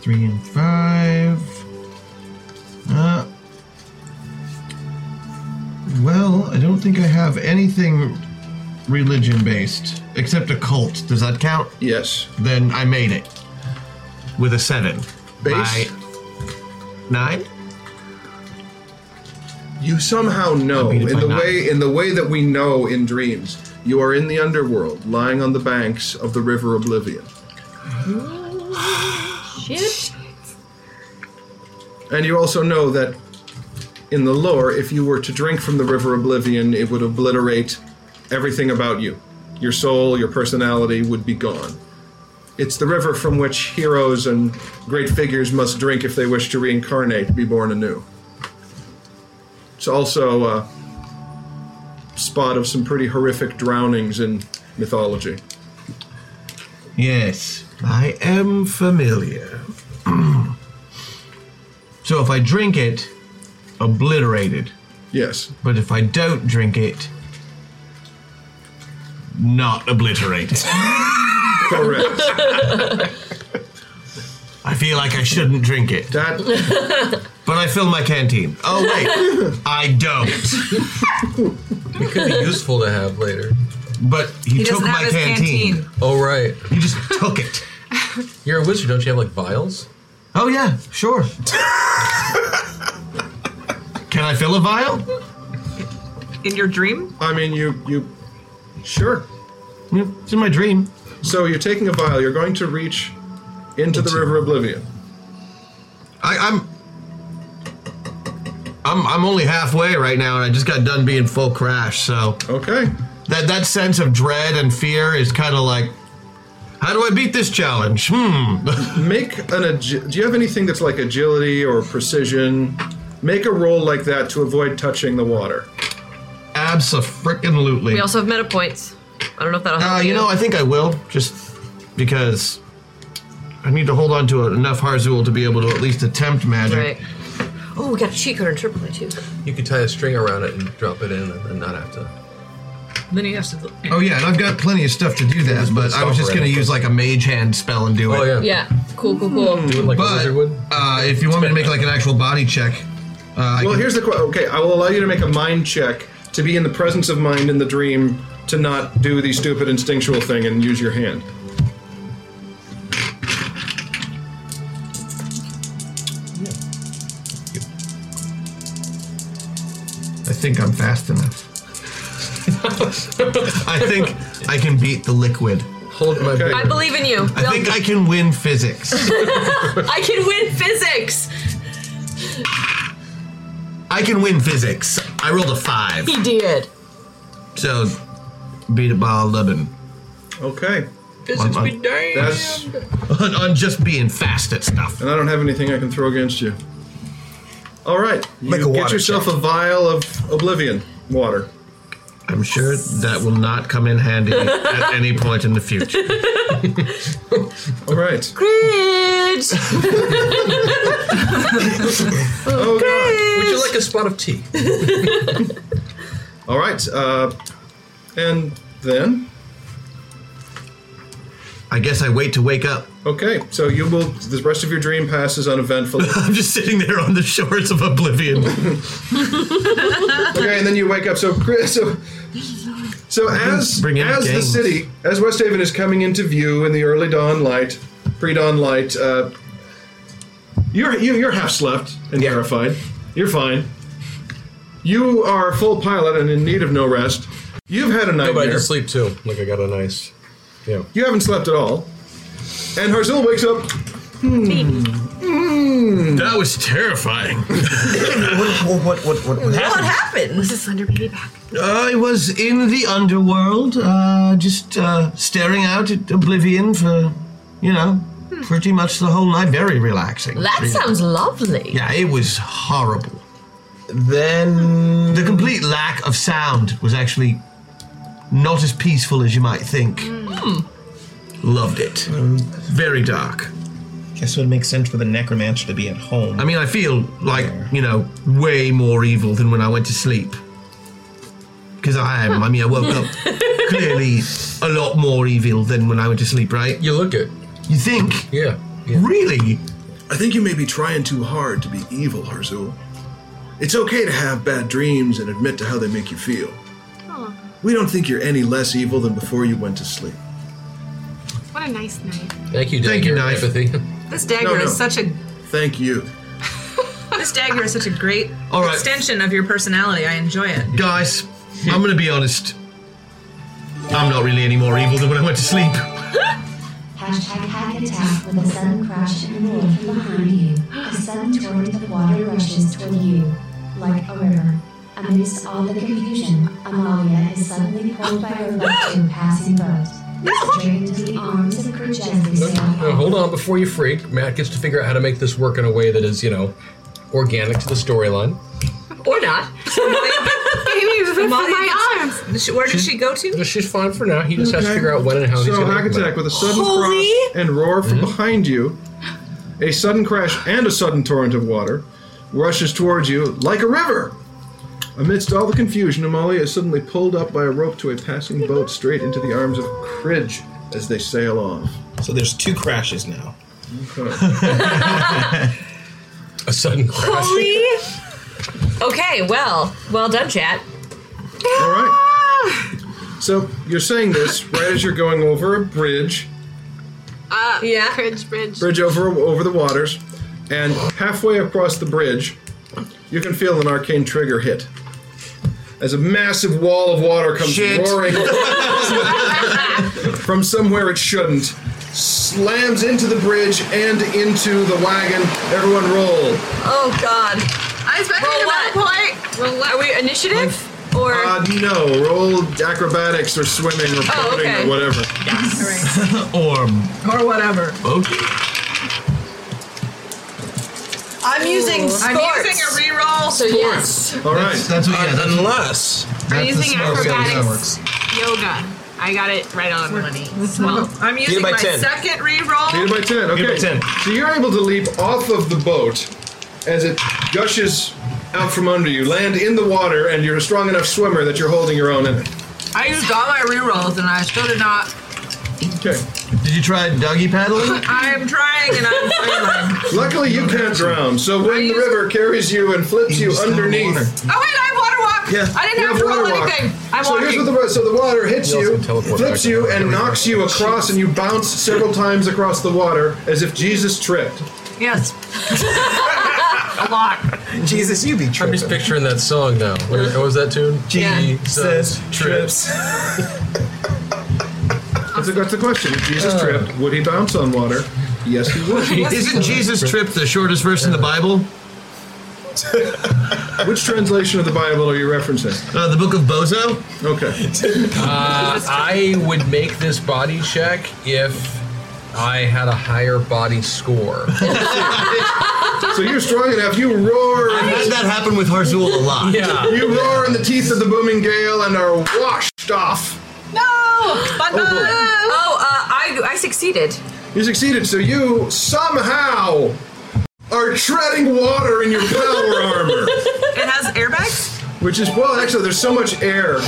Speaker 5: Three and five. Uh, well, I don't think I have anything religion based except a cult. Does that count?
Speaker 3: Yes.
Speaker 5: Then I made it with a seven.
Speaker 3: Base?
Speaker 5: My nine.
Speaker 3: You somehow know
Speaker 5: beat it
Speaker 3: in
Speaker 5: by
Speaker 3: the
Speaker 5: nine.
Speaker 3: way in the way that we know in dreams. You are in the underworld, lying on the banks of the river Oblivion,
Speaker 9: Shit.
Speaker 3: and you also know that in the lore, if you were to drink from the river Oblivion, it would obliterate everything about you. Your soul, your personality would be gone. It's the river from which heroes and great figures must drink if they wish to reincarnate, be born anew. It's also a spot of some pretty horrific drownings in mythology.
Speaker 5: Yes, I am familiar. so if I drink it, obliterated.
Speaker 3: Yes.
Speaker 5: But if I don't drink it, not obliterated.
Speaker 3: Correct.
Speaker 5: I feel like I shouldn't drink it.
Speaker 3: That.
Speaker 5: But I fill my canteen. Oh wait, I don't.
Speaker 1: It could be useful to have later.
Speaker 5: But he,
Speaker 1: He
Speaker 5: took
Speaker 1: doesn't have
Speaker 5: my
Speaker 1: his
Speaker 5: canteen.
Speaker 1: canteen. Oh right.
Speaker 5: You just took it.
Speaker 1: You're a wizard, don't you have like vials?
Speaker 5: Oh yeah, sure. Can I fill a vial?
Speaker 10: In your dream?
Speaker 3: I mean, you you sure?
Speaker 5: Yep, it's in my dream.
Speaker 3: So you're taking a vial. You're going to reach into the river Oblivion.
Speaker 5: I, I'm. I'm I'm only halfway right now, and I just got done being full crash. So
Speaker 3: okay,
Speaker 5: that that sense of dread and fear is kind of like, how do I beat this challenge? Hmm.
Speaker 3: Make an. agi- Do you have anything that's like agility or precision? Make a roll like that to avoid touching the water.
Speaker 5: Absolutely.
Speaker 9: We also have meta points. I don't know if that'll help.
Speaker 5: Uh, you know, I think I will, just because I need to hold on to enough Harzul to be able to at least attempt magic.
Speaker 9: Right. Oh, we got a cheat code in triple A too.
Speaker 1: You could tie a string around it and drop it in, and not have to.
Speaker 10: Then he has to.
Speaker 5: Oh yeah, and I've got plenty of stuff to do that, but I was just gonna use like a mage hand spell and do it.
Speaker 1: Oh
Speaker 9: Yeah. Cool. Cool. Cool.
Speaker 5: Hmm. but, Uh, if you want me to make like an actual body check, uh, I
Speaker 3: well,
Speaker 5: can-
Speaker 3: here's the question. Okay, I will allow you to make a mind check to be in the presence of mind in the dream to not do the stupid instinctual thing and use your hand.
Speaker 5: I think I'm fast enough. I think I can beat the liquid.
Speaker 1: Hold my
Speaker 9: I believe in you.
Speaker 5: I think I can win physics.
Speaker 9: I can win physics.
Speaker 5: I can win physics. I rolled a five.
Speaker 9: He did.
Speaker 5: So beat it by 11.
Speaker 3: Okay.
Speaker 5: Physics be damned.
Speaker 3: That's
Speaker 5: on, on just being fast at stuff.
Speaker 3: And I don't have anything I can throw against you. All right, you
Speaker 5: Make a
Speaker 3: get
Speaker 5: water
Speaker 3: yourself
Speaker 5: check.
Speaker 3: a vial of oblivion water.
Speaker 5: I'm sure that will not come in handy at any point in the future.
Speaker 3: All right.
Speaker 9: Cringe.
Speaker 3: oh,
Speaker 1: God. Would you like a spot of tea?
Speaker 3: All right, uh, and then
Speaker 5: I guess I wait to wake up.
Speaker 3: Okay, so you will. The rest of your dream passes uneventfully.
Speaker 5: I'm just sitting there on the shores of oblivion.
Speaker 3: okay, and then you wake up. So, Chris- so, so as
Speaker 5: Bring in
Speaker 3: as the
Speaker 5: gangs.
Speaker 3: city, as West Haven is coming into view in the early dawn light, pre-dawn light, uh, you're you, you're half slept and terrified. You're fine. You are a full pilot and in need of no rest. You've had a nightmare.
Speaker 1: But I did sleep too. Like I got a nice. Yeah.
Speaker 3: You haven't slept at all. And Harzil wakes up. Hmm. Hmm.
Speaker 5: That was terrifying.
Speaker 2: what, what, what, what, what happened?
Speaker 9: happened?
Speaker 11: Was the Slender Baby back?
Speaker 5: I was in the underworld, uh, just uh, staring out at oblivion for, you know, pretty much the whole night. Very relaxing.
Speaker 9: That
Speaker 5: really.
Speaker 9: sounds lovely.
Speaker 5: Yeah, it was horrible. Then the complete lack of sound was actually not as peaceful as you might think.
Speaker 1: Hmm.
Speaker 5: Loved it. Very dark.
Speaker 2: Guess it would make sense for the necromancer to be at home.
Speaker 5: I mean, I feel like you know way more evil than when I went to sleep. Because I am. I mean, I woke up clearly a lot more evil than when I went to sleep. Right?
Speaker 1: You look it.
Speaker 5: You think?
Speaker 1: Yeah.
Speaker 5: Really?
Speaker 24: I think you may be trying too hard to be evil, Harzul. It's okay to have bad dreams and admit to how they make you feel.
Speaker 11: Oh,
Speaker 24: We don't think you're any less evil than before you went to sleep.
Speaker 11: What a nice night.
Speaker 1: Thank you, Thank you, Knife. Empathy.
Speaker 10: This dagger
Speaker 24: No, no.
Speaker 10: is such a
Speaker 24: Thank you.
Speaker 10: this dagger is such a great
Speaker 5: All right.
Speaker 10: extension of your personality. I enjoy it.
Speaker 5: Guys, I'm gonna be honest. I'm not really any more evil than when I went to sleep.
Speaker 13: Hashtag hack attack with a sudden crash and roll from behind you. A sudden torrent of water rushes toward you, like a river. Amidst all the confusion, Amalia is suddenly pulled by her left to a passing boat. Straight into the arms of Kerjez,
Speaker 1: No, no, hold on before you freak. Matt gets to figure out how to make this work in a way that is, you know, organic to the storyline.
Speaker 9: Or not.
Speaker 11: from my arms.
Speaker 10: Where did she go to?
Speaker 1: She's fine for now. He just has to
Speaker 3: Okay.
Speaker 1: figure out when and how
Speaker 3: so
Speaker 1: he's going to
Speaker 3: hack attack with a sudden crash and roar from
Speaker 1: Hmm?
Speaker 3: behind you. A sudden crash and a sudden torrent of water rushes towards you like a river. Amidst all the confusion, Amalia is suddenly pulled up by a rope to a passing boat straight into the arms of Cridge as they sail off.
Speaker 2: So there's two crashes now.
Speaker 1: a sudden
Speaker 9: Holy. Okay, well, well done, chat.
Speaker 3: All right. So you're saying this right as you're going over a bridge,
Speaker 11: Uh, yeah. Bridge, bridge.
Speaker 3: bridge over over the waters, and halfway across the bridge, you can feel an arcane trigger hit. As a massive wall of water comes
Speaker 16: Shit.
Speaker 3: roaring from somewhere it shouldn't, slams into the bridge and into the wagon. Everyone roll.
Speaker 9: Oh God.
Speaker 10: I was
Speaker 9: Roll what? Are we initiative? Or
Speaker 3: Uh, no, roll acrobatics or swimming or
Speaker 9: Oh,
Speaker 3: boating
Speaker 9: okay.
Speaker 3: or whatever.
Speaker 5: or
Speaker 10: or whatever.
Speaker 9: I'm using
Speaker 10: I'm
Speaker 9: sports.
Speaker 10: using a reroll.
Speaker 9: So yes.
Speaker 3: All right.
Speaker 5: That's what, yeah, that's what-
Speaker 1: Unless.
Speaker 11: I'm
Speaker 5: That's the
Speaker 11: using
Speaker 5: smart way that
Speaker 11: acrobatics yoga. I got it right on the money. Well,
Speaker 10: I'm using my second reroll.
Speaker 3: Beat it by 10. Okay.
Speaker 10: Beat it by 10.
Speaker 3: So you're able to leap off of the boat as it gushes out from under you, land in the water, and you're a strong enough swimmer that you're holding your own in it.
Speaker 10: I used all my rerolls and I still did not.
Speaker 3: Okay.
Speaker 5: Did you try doggy paddling?
Speaker 10: I'm trying and I'm failing.
Speaker 3: Luckily, you can't drown, so when the river carries you and flips you underneath.
Speaker 10: Oh wait, I water walk.
Speaker 3: Yeah.
Speaker 10: I didn't
Speaker 3: You
Speaker 10: have to
Speaker 3: have
Speaker 10: roll
Speaker 3: water walk.
Speaker 10: anything. I'm
Speaker 3: so
Speaker 10: walking.
Speaker 3: here's what the so the water hits
Speaker 1: You also
Speaker 3: you,
Speaker 1: teleport back
Speaker 3: flips
Speaker 1: to
Speaker 3: you,
Speaker 1: the
Speaker 3: and knocks you across, and you bounce several times across the water as if Jesus tripped.
Speaker 10: Yes. a lot.
Speaker 1: Jesus, you be tripping. I'm just picturing that song now. What, what was that tune?
Speaker 3: Jesus trips. that's, a, that's a question. If Jesus tripped, would he bounce on water? Yes, he would.
Speaker 5: Uh. Isn't Jesus trip the shortest verse in the Bible?
Speaker 3: Which translation of the Bible are you referencing?
Speaker 5: Uh, the Book of Bozo.
Speaker 3: Okay.
Speaker 1: Uh, I would make this body check if I had a higher body score.
Speaker 3: so you're strong enough. You roar.
Speaker 1: I've had that
Speaker 5: happen with Harzul a lot.
Speaker 1: Yeah.
Speaker 3: You roar in the teeth of the booming gale and are washed off.
Speaker 10: No!
Speaker 3: boy.
Speaker 9: Oh, uh, I, I succeeded.
Speaker 3: You succeeded, so you somehow are treading water in your power armor,
Speaker 10: It has airbags?
Speaker 3: which is well. Actually, there's so much air.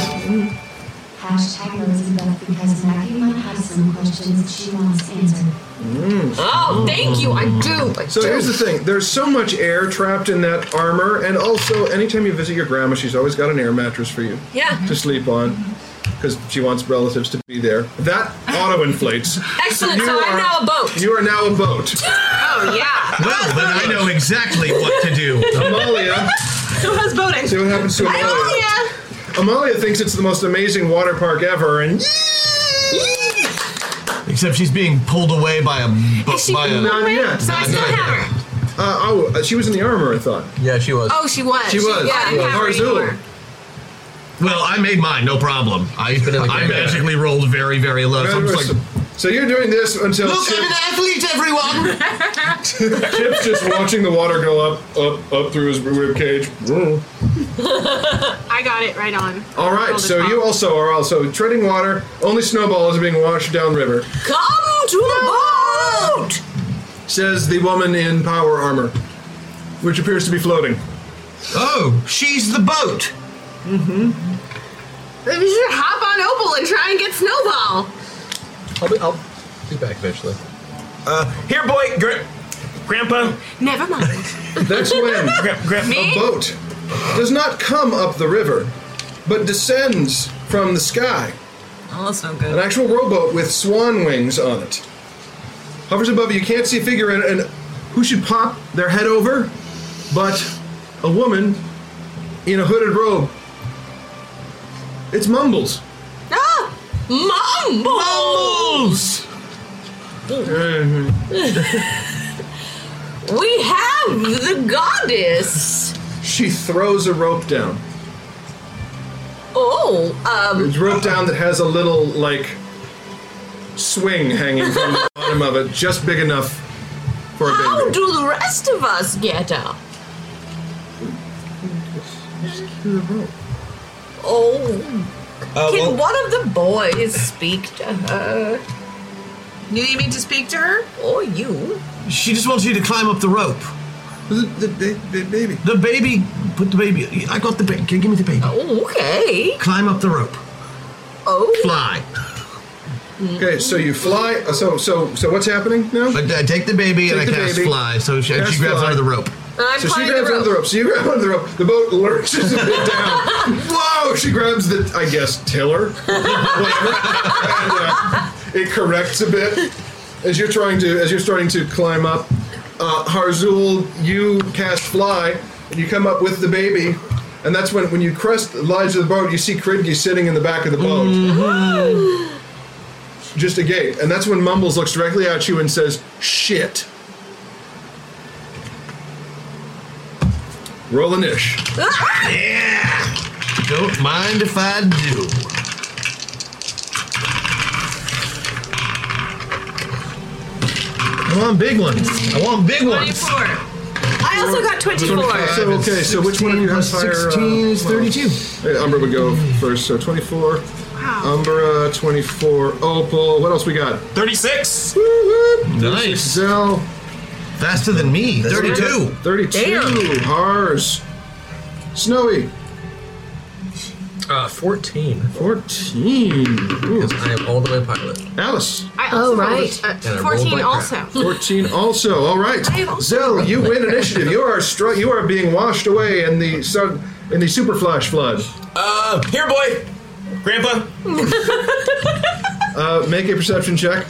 Speaker 13: Hashtag Elizabeth because Maggie might have some questions she wants answered.
Speaker 3: Mm.
Speaker 13: Oh, thank you, I do, I
Speaker 3: so
Speaker 13: do.
Speaker 3: here's the thing: there's so much air trapped in that armor, and also, anytime you visit your grandma, she's always got an air mattress for you
Speaker 9: Yeah.
Speaker 3: to sleep on, because she wants relatives to be there. That auto inflates.
Speaker 9: Excellent. So I'm now a boat.
Speaker 3: You are now a boat.
Speaker 9: Oh yeah.
Speaker 5: Well, then I know exactly what to do.
Speaker 3: Amalia.
Speaker 10: Who has boating?
Speaker 3: See what happens to Amalia. Amalia thinks it's the most amazing water park ever, and
Speaker 5: Except she's being pulled away by a. bu- by a
Speaker 3: not yet.
Speaker 11: her.
Speaker 3: Uh, oh, uh, she was in the armor, I thought.
Speaker 1: Yeah, she was.
Speaker 11: Oh, she was.
Speaker 3: She was.
Speaker 11: Yeah, I didn't have her
Speaker 3: Harzul.
Speaker 5: Well, I made mine, no problem. I, I magically rolled very, very low. So I'm just like,
Speaker 3: So you're doing this until
Speaker 5: Look, I'm an athlete, everyone!
Speaker 3: Chip's just watching the water go up, up, up through his rib cage.
Speaker 11: I got it right on.
Speaker 3: All right, so you also are also treading water. Only snowballs are being washed down river.
Speaker 9: Come to the boat,
Speaker 3: says the woman in power armor, which appears to be floating.
Speaker 5: Oh, she's the boat.
Speaker 3: Mm-hmm.
Speaker 11: Maybe you should hop on Opal and try and get Snowball.
Speaker 1: I'll be, I'll be back eventually.
Speaker 2: Uh, here, boy, gr- Grandpa.
Speaker 11: Never mind.
Speaker 3: That's when a boat does not come up the river, but descends from the sky.
Speaker 10: Oh, that's no
Speaker 3: An
Speaker 10: good.
Speaker 3: actual rowboat with swan wings on it. Hovers above you. You can't see a figure in it, and who should pop their head over but a woman in a hooded robe. It's Mumbles.
Speaker 9: Ah, mumbles.
Speaker 3: Mm-hmm.
Speaker 9: We have the goddess.
Speaker 3: She throws a rope down.
Speaker 9: Oh, um,
Speaker 3: It's rope down that has a little, like, swing hanging from the bottom of it, just big enough for a baby.
Speaker 9: how do the rest of us get up? Oh,
Speaker 2: Uh,
Speaker 9: can
Speaker 2: well-
Speaker 9: one of the boys speak to her?
Speaker 10: You need me to speak to her?
Speaker 9: Or you?
Speaker 5: She just wants you to climb up the rope.
Speaker 3: The, baby.
Speaker 5: The baby. Put the baby. I got the baby. Give me the baby.
Speaker 9: Oh, okay.
Speaker 5: Climb up the rope.
Speaker 9: Oh.
Speaker 5: Fly.
Speaker 3: Okay, so you fly. uh, So, so, so, what's happening now?
Speaker 5: I, I uh, take the baby and I cast fly, so she- she grabs onto the rope.
Speaker 9: I'm
Speaker 3: so she
Speaker 9: climbing the
Speaker 3: grabs onto the rope. So you grab onto the rope. The boat lurches a bit down. Whoa! She grabs the, I guess, tiller. Whatever. And, uh, it corrects a bit as you're trying to, as you're starting to climb up. Uh, Harzul, you cast fly, and you come up with the baby. And that's when, when you crest the lines of the boat, you see Kridgi sitting in the back of the boat just a gate. And that's when Mumbles looks directly at you and says, shit. Roll an ish.
Speaker 5: Yeah! Don't mind if I do. I want big ones. I want big ones.
Speaker 9: I also got 24.
Speaker 3: So, okay, so which one of you has higher? 16 is 32. Umbra would go first, so 24. Umbra, 24. Opal, what else we got?
Speaker 2: 36.
Speaker 5: Nice.
Speaker 3: Zell.
Speaker 5: Faster than me. 32.
Speaker 3: 32.
Speaker 5: Damn.
Speaker 3: Hars. Snowy.
Speaker 1: Uh, 14.
Speaker 3: 14. Because
Speaker 1: I am all the way pilot.
Speaker 3: Alice.
Speaker 11: I
Speaker 1: Oh,
Speaker 11: also
Speaker 1: right.
Speaker 11: rolled
Speaker 1: And I
Speaker 11: a-
Speaker 1: rolled
Speaker 11: 14
Speaker 1: like
Speaker 11: also.
Speaker 3: 14 also. All right.
Speaker 11: I have also
Speaker 3: Zell, you win initiative. You are stru- you are being washed away in the sun in the super flash flood.
Speaker 2: Uh, here, boy. Grandpa.
Speaker 3: Uh, make a perception check.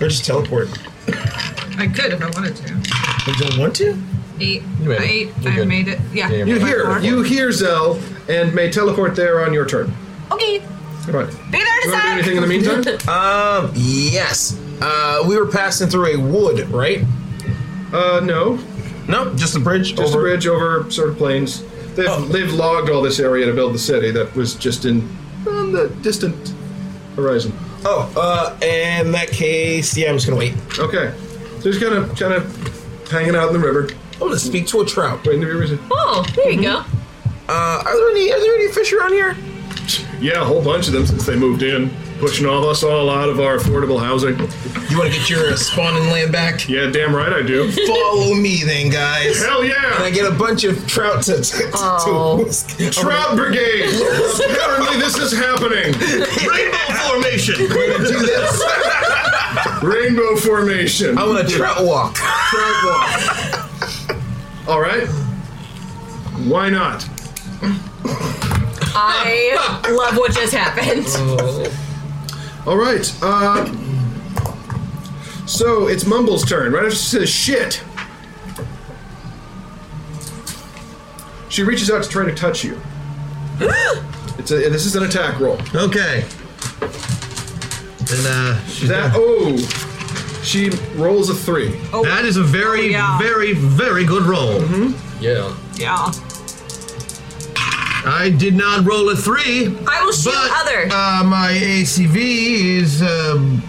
Speaker 2: Or just teleport.
Speaker 10: I could if I wanted to.
Speaker 2: You don't want to?
Speaker 10: Eight.
Speaker 3: You made it.
Speaker 10: Eight.
Speaker 3: You're
Speaker 10: I
Speaker 3: good.
Speaker 10: made it. Yeah.
Speaker 3: You hear, you hear Zell, and may teleport there on your turn.
Speaker 10: Okay.
Speaker 3: All right.
Speaker 10: Be there to
Speaker 3: You wanna do
Speaker 10: sign.
Speaker 3: anything in the meantime?
Speaker 2: Um, yes. Uh, we were passing through a wood, right?
Speaker 3: Uh, no.
Speaker 2: No, just a bridge. Oh.
Speaker 3: Just a bridge over sort of plains. They've, they've logged all this area to build the city that was just in on the distant horizon.
Speaker 2: Oh, uh, in that case, yeah, I'm just gonna wait.
Speaker 3: Okay. So he's kind of kind of hanging out in the river.
Speaker 2: I'm gonna speak to a trout.
Speaker 3: Waiting to be risen.
Speaker 9: Oh, there you go.
Speaker 2: Uh, are there any are there any fish around here?
Speaker 3: Yeah, a whole bunch of them since they moved in, pushing all us all out of our affordable housing.
Speaker 2: You want to get your uh, spawning land back?
Speaker 3: Yeah, damn right I do.
Speaker 2: Follow me then, guys.
Speaker 3: Hell yeah!
Speaker 2: And I get a bunch of trout to, to, to-
Speaker 9: Oh.
Speaker 2: to-
Speaker 3: Trout Brigade! Apparently this is happening!
Speaker 2: Rainbow formation! We're gonna do this.
Speaker 3: Rainbow formation.
Speaker 2: I want a trout walk.
Speaker 3: Trout walk. All right. Why not?
Speaker 9: I love what just happened.
Speaker 3: All right. Uh, so it's Mumble's turn. Right after she says shit, she reaches out to try to touch you. it's a, this is an attack roll.
Speaker 5: Okay. And uh,
Speaker 3: that oh, she rolls a three.
Speaker 9: Oh.
Speaker 5: that is a very, very, very good roll.
Speaker 9: Mm-hmm.
Speaker 1: Yeah.
Speaker 10: Yeah.
Speaker 5: I did not roll a three.
Speaker 9: I will shoot
Speaker 5: but,
Speaker 9: other.
Speaker 5: Uh, my ACV is. Um,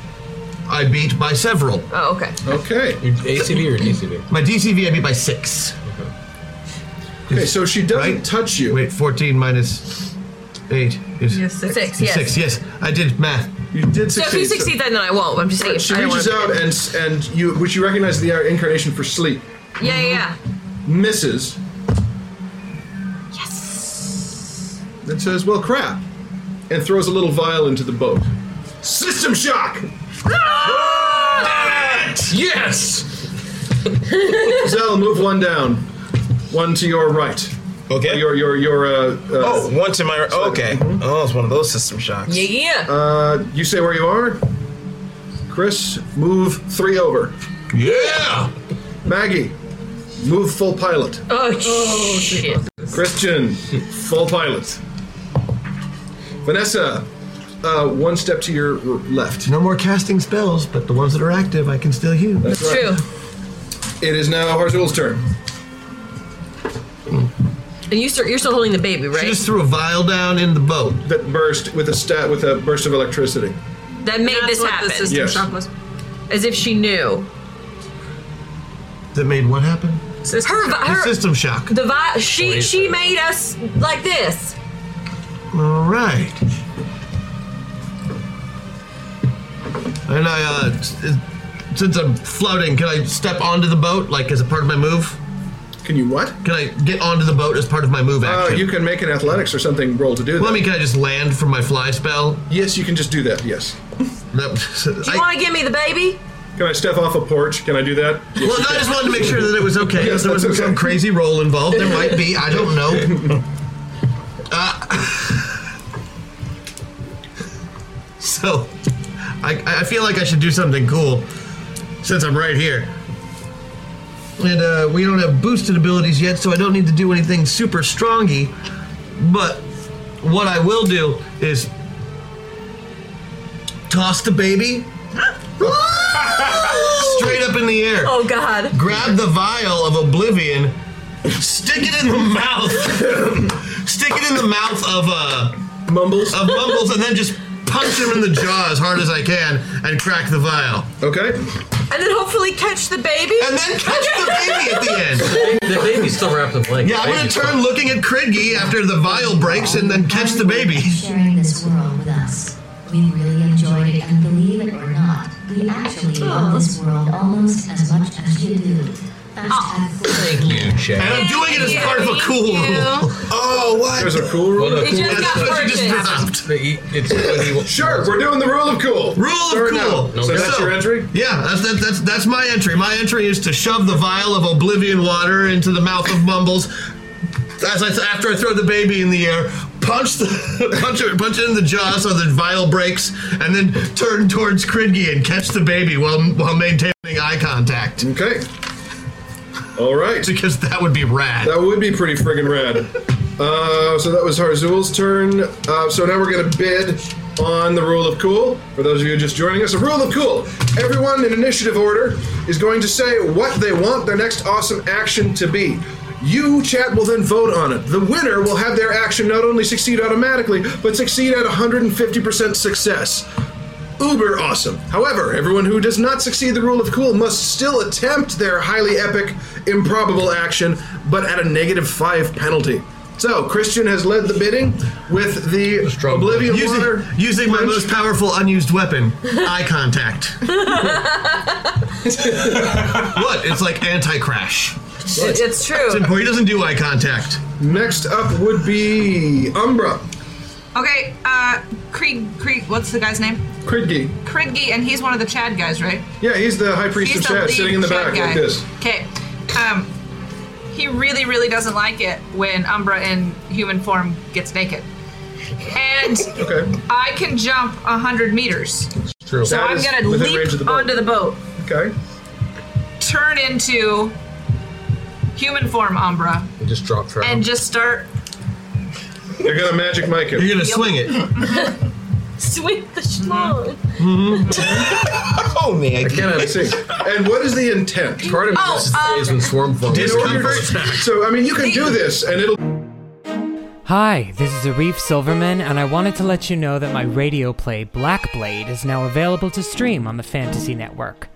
Speaker 5: I beat by several.
Speaker 9: Oh, okay.
Speaker 3: Okay.
Speaker 1: Your ACV or DCV?
Speaker 5: My DCV I beat by six.
Speaker 3: Okay, so she doesn't touch you.
Speaker 5: Wait, 14 minus 8 is.
Speaker 10: Yes, six. Six,
Speaker 5: is
Speaker 10: yes.
Speaker 5: Six, yes. I did math.
Speaker 3: You did
Speaker 9: So if you succeed, then I won't. I'm just saying.
Speaker 3: She
Speaker 9: I don't
Speaker 3: reaches
Speaker 9: wanna-
Speaker 3: out and and you, which you recognize the incarnation for sleep,
Speaker 9: Yeah, yeah, yeah.
Speaker 3: misses. Yes. And says, "Well, crap," and throws a little vial into the boat. System shock.
Speaker 9: Ah!
Speaker 3: Yes. Zell, move one down. One to your right. Okay. Your your your. Uh, uh,
Speaker 2: Oh, one to my okay. Oh, it's one of those system shocks.
Speaker 9: Yeah, yeah.
Speaker 3: Uh, you say where you are. Chris, move three over. Yeah. Maggie, move full pilot.
Speaker 9: Oh, shit.
Speaker 3: Christian, full pilot. Vanessa, uh, one step to your r- left.
Speaker 5: No more casting spells, but the ones that are active I can still use.
Speaker 3: That's That's right. It is now Harzul's turn.
Speaker 9: And you start, you're still holding the baby, right?
Speaker 3: just threw a vial down in the boat that burst with a stat with a burst of electricity.
Speaker 9: that made this
Speaker 10: what the
Speaker 9: happen.
Speaker 10: system Yes. shock
Speaker 9: As if she knew.
Speaker 5: That made what happen?
Speaker 9: her, vi-
Speaker 5: The
Speaker 9: her
Speaker 5: system shock.
Speaker 9: The vi- she
Speaker 5: Believe
Speaker 9: she made us like this.
Speaker 5: All right. And I, uh, s- uh, since I'm floating, can I step onto the boat, like as a part of my move?
Speaker 3: Can you what?
Speaker 5: Can I get onto the boat as part of my move
Speaker 3: Uh,
Speaker 5: action?
Speaker 3: you can make an athletics or something roll to do that.
Speaker 5: Well, I mean, can I just land from my fly spell?
Speaker 3: Yes, you can just do that. Yes.
Speaker 9: Do you want to give me the baby?
Speaker 3: Can I step off a porch? Can I do that?
Speaker 5: Well, no, I just wanted to make sure that it was okay.
Speaker 3: Yes,
Speaker 5: if there
Speaker 3: that's
Speaker 5: wasn't some
Speaker 3: okay.
Speaker 5: crazy roll involved. There might be. I don't know. Uh, so, I, I feel like I should do something cool since I'm right here. And uh, we don't have boosted abilities yet, so I don't need to do anything super strongy. But what I will do is toss the baby straight up in the air.
Speaker 9: Oh God!
Speaker 5: Grab the vial of oblivion, stick it in the mouth, stick it in the mouth of uh,
Speaker 3: mumbles
Speaker 5: of mumbles, and then just punch him in the jaw as hard as I can and crack the vial.
Speaker 3: Okay.
Speaker 9: And then hopefully catch the baby.
Speaker 5: And then catch the baby at the end.
Speaker 1: The baby's still wrapped in blankets.
Speaker 5: Yeah, I'm gonna turn looking at Kriggy after the vial breaks and then catch the baby.
Speaker 7: sharing this world with us. We really enjoyed it, and believe it or not, we actually love this world almost as much as you do. Hashtag
Speaker 1: Thank you, Chad.
Speaker 5: And I'm doing it as part of a cool rule. Oh, what?
Speaker 3: There's a cool rule.
Speaker 1: Well, no,
Speaker 5: It just
Speaker 1: rule-
Speaker 5: got
Speaker 1: that's what you
Speaker 5: purchased.
Speaker 1: dropped. But he- it's when he-
Speaker 3: Sure, we're doing the rule of cool.
Speaker 5: Rule of
Speaker 3: Fair
Speaker 5: cool.
Speaker 3: enough. So that's your entry?
Speaker 5: Yeah, that's, that's that's that's my entry. My entry is to shove the vial of oblivion water into the mouth of Mumbles. As I, after I throw the baby in the air, punch the punch it, punch it in the jaw so the vial breaks, and then turn towards Kridgy and catch the baby while while maintaining eye contact.
Speaker 3: Okay. All right. Because that would be rad. That would be pretty friggin' rad. uh, so that was Harzul's turn. Uh, so now we're going to bid on the rule of cool. For those of you just joining us, the rule of cool. Everyone in initiative order is going to say what they want their next awesome action to be. You, chat, will then vote on it. The winner will have their action not only succeed automatically, but succeed at 150% success uber awesome. However, everyone who does not succeed the rule of cool must still attempt their highly epic, improbable action, but at a negative five penalty. So Christian has led the bidding with the Oblivion
Speaker 5: Using-
Speaker 3: Water.
Speaker 5: Using my most powerful unused weapon, eye contact. what? It's like anti-crash.
Speaker 6: It- it's true.
Speaker 5: It's important. He doesn't do eye contact.
Speaker 3: Next up would be Umbra.
Speaker 10: Okay, uh, Krieg, Krieg, what's the guy's name?
Speaker 3: Kridgi.
Speaker 10: Kridgi, and he's one of the Chad guys, right?
Speaker 3: Yeah, he's the high priest
Speaker 10: He's
Speaker 3: of Chad,
Speaker 10: lead
Speaker 3: sitting in the
Speaker 10: Chad
Speaker 3: back like this.
Speaker 10: Okay. Um, he really, really doesn't like it when Umbra in human form gets naked. And I can jump 100 meters.
Speaker 25: True.
Speaker 10: So
Speaker 25: That
Speaker 10: I'm
Speaker 25: is
Speaker 10: going to
Speaker 25: within range of
Speaker 10: leap
Speaker 25: the boat.
Speaker 10: onto the boat.
Speaker 3: Okay.
Speaker 10: Turn into human form Umbra
Speaker 25: It just dropped her.
Speaker 10: and just start
Speaker 3: You're gonna magic mic him.
Speaker 25: You're gonna swing it.
Speaker 10: sweep the schlong.
Speaker 3: oh man, I cannot see. And what is the intent?
Speaker 10: Part of me Oh, misses the days um, when
Speaker 25: swarm
Speaker 3: form. So I mean, you can do this, and it'll.
Speaker 14: Hi, this is Arif Silverman, and I wanted to let you know that my radio play Blackblade is now available to stream on the Fantasy Network.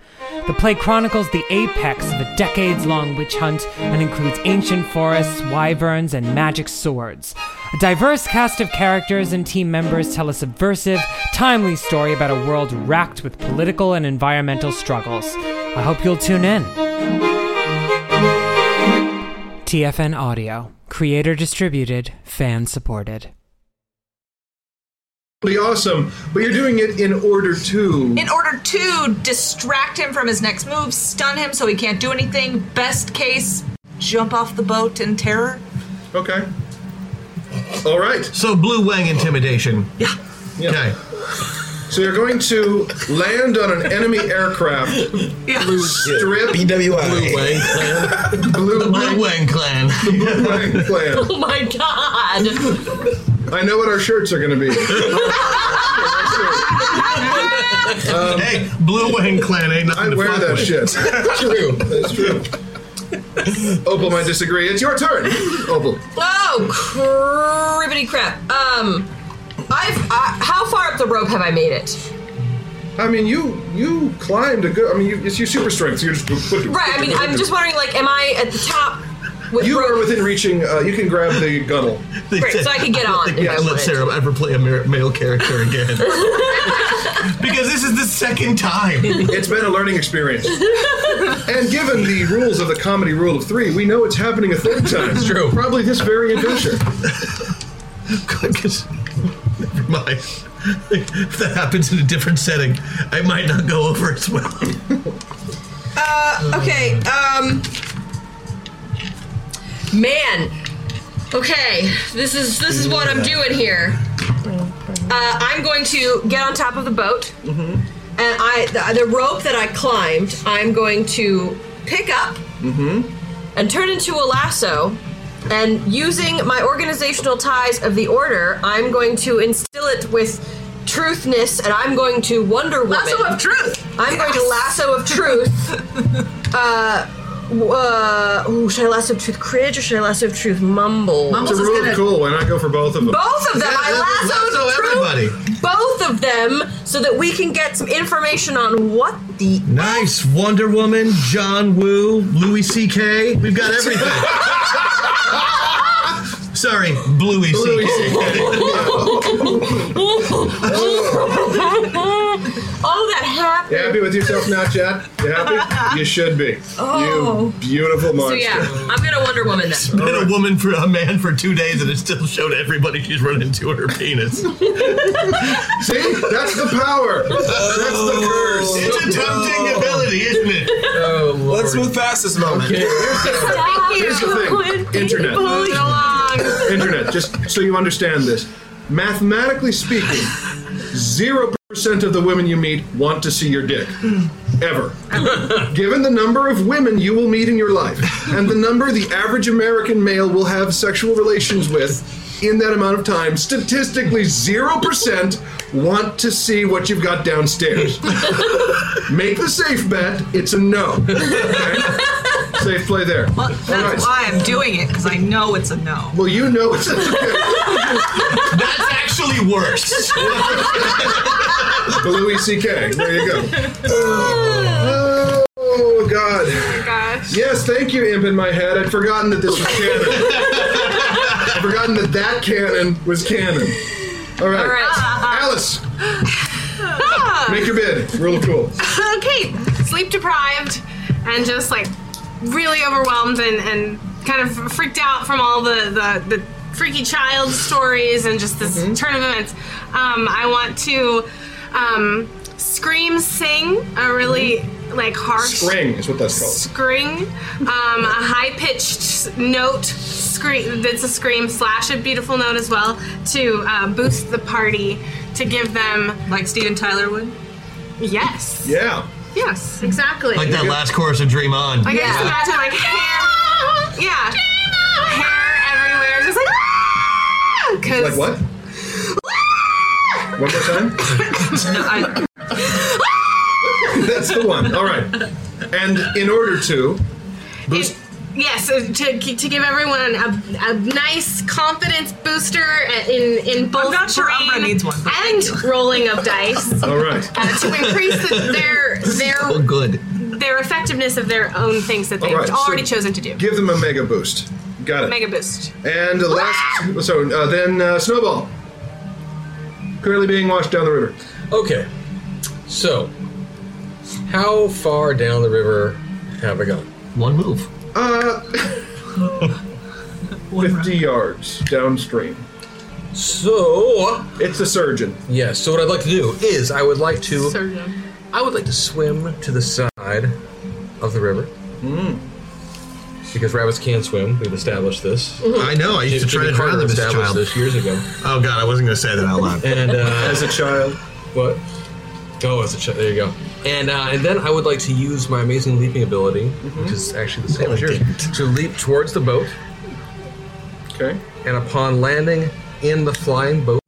Speaker 14: The play chronicles the apex of a decades long witch hunt and includes ancient forests, wyverns, and magic swords. A diverse cast of characters and team members tell a subversive, timely story about a world racked with political and environmental struggles. I hope you'll tune in. TFN Audio, creator distributed, fan supported.
Speaker 3: Be awesome, but you're doing it in order to.
Speaker 10: in order to distract him from his next move, stun him so he can't do anything. Best case, jump off the boat in terror.
Speaker 3: Okay. All right.
Speaker 5: So blue wang intimidation.
Speaker 10: Yeah.
Speaker 5: Okay.
Speaker 3: So you're going to land on an enemy aircraft. Strip. BWI. Blue Wang Clan. Blue Wang,
Speaker 5: Clan.
Speaker 3: The Blue
Speaker 6: Oh my
Speaker 3: Wang Clan.
Speaker 6: god!
Speaker 3: I know what our shirts are going to be.
Speaker 5: hey, Blue Wang Clan ain't nothing
Speaker 3: Um, I
Speaker 5: to
Speaker 3: wear
Speaker 5: fuck
Speaker 3: that
Speaker 5: with.
Speaker 3: shit. That's true. That's true. Opal might disagree. It's your turn, Opal.
Speaker 6: Oh, cribbity crap. Um, I've. I, how far up the rope have I made it?
Speaker 3: I mean, you you climbed a good. I mean, you, it's your super strength. So you're just
Speaker 6: Right. I mean, I'm just wondering. Like, am I at the top?
Speaker 3: You are within reaching. Uh, you can grab the gunnel.
Speaker 6: Great, so I can get on
Speaker 5: I don't
Speaker 6: if
Speaker 5: think
Speaker 6: I
Speaker 5: I let
Speaker 6: wanted.
Speaker 5: Sarah ever play a ma- male character again. because this is the second time.
Speaker 3: It's been a learning experience. And given the rules of the comedy rule of three, we know it's happening a third time. It's true. Probably this very adventure.
Speaker 5: Never mind. If that happens in a different setting, I might not go over as well.
Speaker 6: Uh, okay. Um, man. Okay, this is this is what I'm doing here. Uh, I'm going to get on top of the boat,
Speaker 10: Mm-hmm.
Speaker 6: and I the, the rope that I climbed, I'm going to pick up
Speaker 26: Mm-hmm.
Speaker 6: and turn into a lasso. And using my organizational ties of the order, I'm going to instill it with truthness, and I'm going to Wonder Woman.
Speaker 10: Lasso of truth.
Speaker 6: I'm going to lasso of truth. uh, w- uh, ooh, should I lasso of truth cringe or should I lasso of truth mumble?
Speaker 3: it's a rule of cool. Why not go for both of them?
Speaker 6: Both of them. I lassoed
Speaker 3: lasso everybody.
Speaker 6: Both of them, so that we can get some information on what the
Speaker 5: Nice Wonder Woman, John Woo, Louis C.K. We've got everything. Sorry, Bluey C.K.
Speaker 6: oh, that
Speaker 3: You
Speaker 6: happened.
Speaker 3: happy with yourself now, Chad? You happy? You should be.
Speaker 6: Oh.
Speaker 3: You beautiful
Speaker 6: So
Speaker 3: monster.
Speaker 6: yeah, I'm gonna Wonder Woman
Speaker 5: It's
Speaker 6: then.
Speaker 5: been a woman for a man for two days, and it still showed everybody she's run into her penis.
Speaker 3: See, that's the power. That's the curse. Oh,
Speaker 5: It's a tempting ability, isn't it?
Speaker 2: Let's move past this moment.
Speaker 3: Here's the thing. Internet. Internet. Just so you understand this, mathematically speaking, zero percent of the women you meet want to see your dick. Ever. Given the number of women you will meet in your life and the number the average American male will have sexual relations with in that amount of time, statistically 0% want to see what you've got downstairs. Make the safe bet, it's a no. Okay? Safe play there.
Speaker 10: Well, that's why I'm doing it because I know it's a no.
Speaker 3: Well, you know it's That's
Speaker 10: actually
Speaker 3: worse. the Louis C.K. E There you go. Oh, oh, God. Yes, thank you, Imp in my head. I'd forgotten that this was canon. I'd forgotten that that canon was canon. All right. Uh-huh.
Speaker 16: All right.
Speaker 3: Alice, make your bid. Real cool.
Speaker 11: okay, sleep deprived and just like really overwhelmed and, and kind of freaked out from all the, the, the freaky child stories and just this
Speaker 3: Mm-hmm.
Speaker 11: turn of events. Um, I want to um, scream, sing a really like harsh
Speaker 3: Mm-hmm. Spring is what that's called.
Speaker 11: scream, um, a high pitched note scream that's a scream slash a beautiful note as well to uh, boost the party to give them
Speaker 10: like Steven Tyler would.
Speaker 11: Yes.
Speaker 3: Yeah.
Speaker 11: Yes, exactly.
Speaker 5: Like that last chorus of Dream On.
Speaker 11: Like I just imagine like hair, yeah, hair everywhere, just like ah,
Speaker 3: Like what? One more time?
Speaker 11: because
Speaker 3: That's the one. All right. And in order to boost.
Speaker 11: yes, uh, to, to give everyone a, a nice confidence booster in in both I'm not sure needs one, and rolling of dice
Speaker 3: All right.
Speaker 11: uh, to increase the, their
Speaker 5: Oh,
Speaker 11: their
Speaker 3: good.
Speaker 11: their effectiveness of their own things that they've
Speaker 3: All right, so
Speaker 11: already chosen to do.
Speaker 3: Give them a mega boost. Got it.
Speaker 11: Mega boost.
Speaker 3: And the last, so uh, then uh, Snowball, currently being washed down the river.
Speaker 1: Okay, so how far down the river have I gone?
Speaker 5: One move.
Speaker 3: Uh, 50 yards downstream.
Speaker 1: So
Speaker 3: it's a surgeon.
Speaker 1: Yes. so what I'd like to do is I would like to I would like to swim to the side of the river. Mm. Because rabbits can swim. We've established this.
Speaker 5: Mhm. I know, I used to try
Speaker 1: Jimmy
Speaker 5: to drown
Speaker 1: Carter
Speaker 5: them as a
Speaker 1: established
Speaker 5: child.
Speaker 1: This years ago.
Speaker 5: Oh god, I wasn't gonna say that out loud.
Speaker 1: And uh, as a child, what? Oh, as a child. There you go. And uh, and then I would like to use my amazing leaping ability, which is actually the same as yours, to leap towards the boat.
Speaker 3: Okay.
Speaker 1: And upon landing in the flying boat,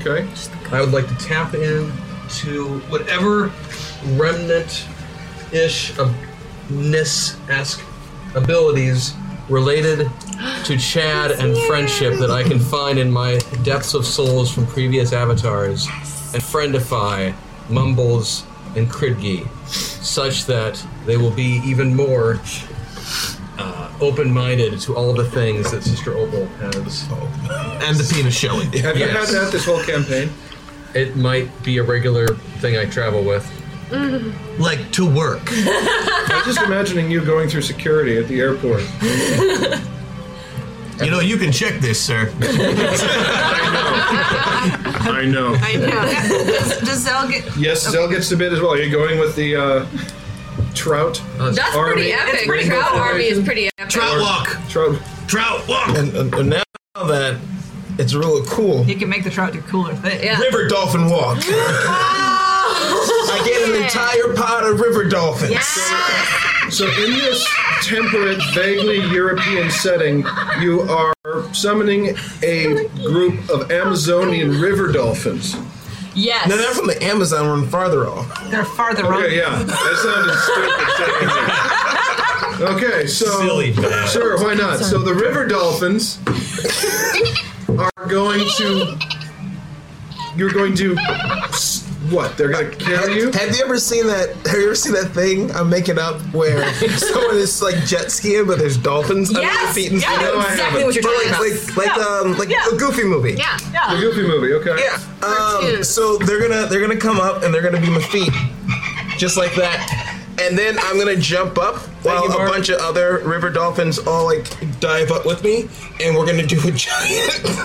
Speaker 3: okay,
Speaker 1: I would like to tap in to whatever remnant ish of ness esque abilities related to Chad and friendship that I can find in my depths of souls from previous avatars and friendify Mumbles and Kridgi such that they will be even more uh, open minded to all the things that Sister Opal has.
Speaker 5: And the penis showing.
Speaker 3: Have you had
Speaker 1: Yes.
Speaker 3: that this whole campaign?
Speaker 1: It might be a regular thing I travel with.
Speaker 5: Like to work.
Speaker 3: I'm just imagining you going through security at the airport.
Speaker 5: You know, you can check this, sir.
Speaker 3: I know.
Speaker 10: I know. does, does Zell get?
Speaker 3: Yes, Zell gets to bid as well. Are you going with the uh, trout?
Speaker 9: That's pretty epic. Trout army is pretty epic.
Speaker 3: Trout.
Speaker 5: Trout walk.
Speaker 2: And, and, and now that it's really cool,
Speaker 10: You can make the trout do cooler things.
Speaker 2: river dolphin walk. I get an entire pot of river dolphins.
Speaker 3: So in this temperate, vaguely European setting, you are summoning a group of Amazonian river dolphins.
Speaker 9: Yes.
Speaker 2: No, they're from the Amazon. We're farther off.
Speaker 10: They're farther
Speaker 3: okay, yeah. That sounded stupid. technically. okay, so
Speaker 2: Silly bad.
Speaker 3: sure, why not? So the river dolphins are going to. You're going to s- what? They're gonna carry you?
Speaker 2: Have you ever seen that? Have you ever seen that thing I'm making up where someone is like jet skiing, but there's dolphins under their
Speaker 16: Yes!
Speaker 2: feet? and
Speaker 16: Yeah, I know
Speaker 2: stuff?
Speaker 16: exactly what you're
Speaker 2: But
Speaker 16: talking
Speaker 2: like,
Speaker 16: about.
Speaker 2: Like, like,
Speaker 16: Yeah.
Speaker 2: um, like
Speaker 16: Yeah.
Speaker 2: the Goofy movie.
Speaker 16: Yeah. Yeah.
Speaker 3: The Goofy movie. Okay.
Speaker 2: Yeah. Um, so they're gonna they're gonna come up and they're gonna be my feet, just like that, and then I'm gonna jump up While a bunch of other river dolphins all like dive up with me, and we're gonna do a giant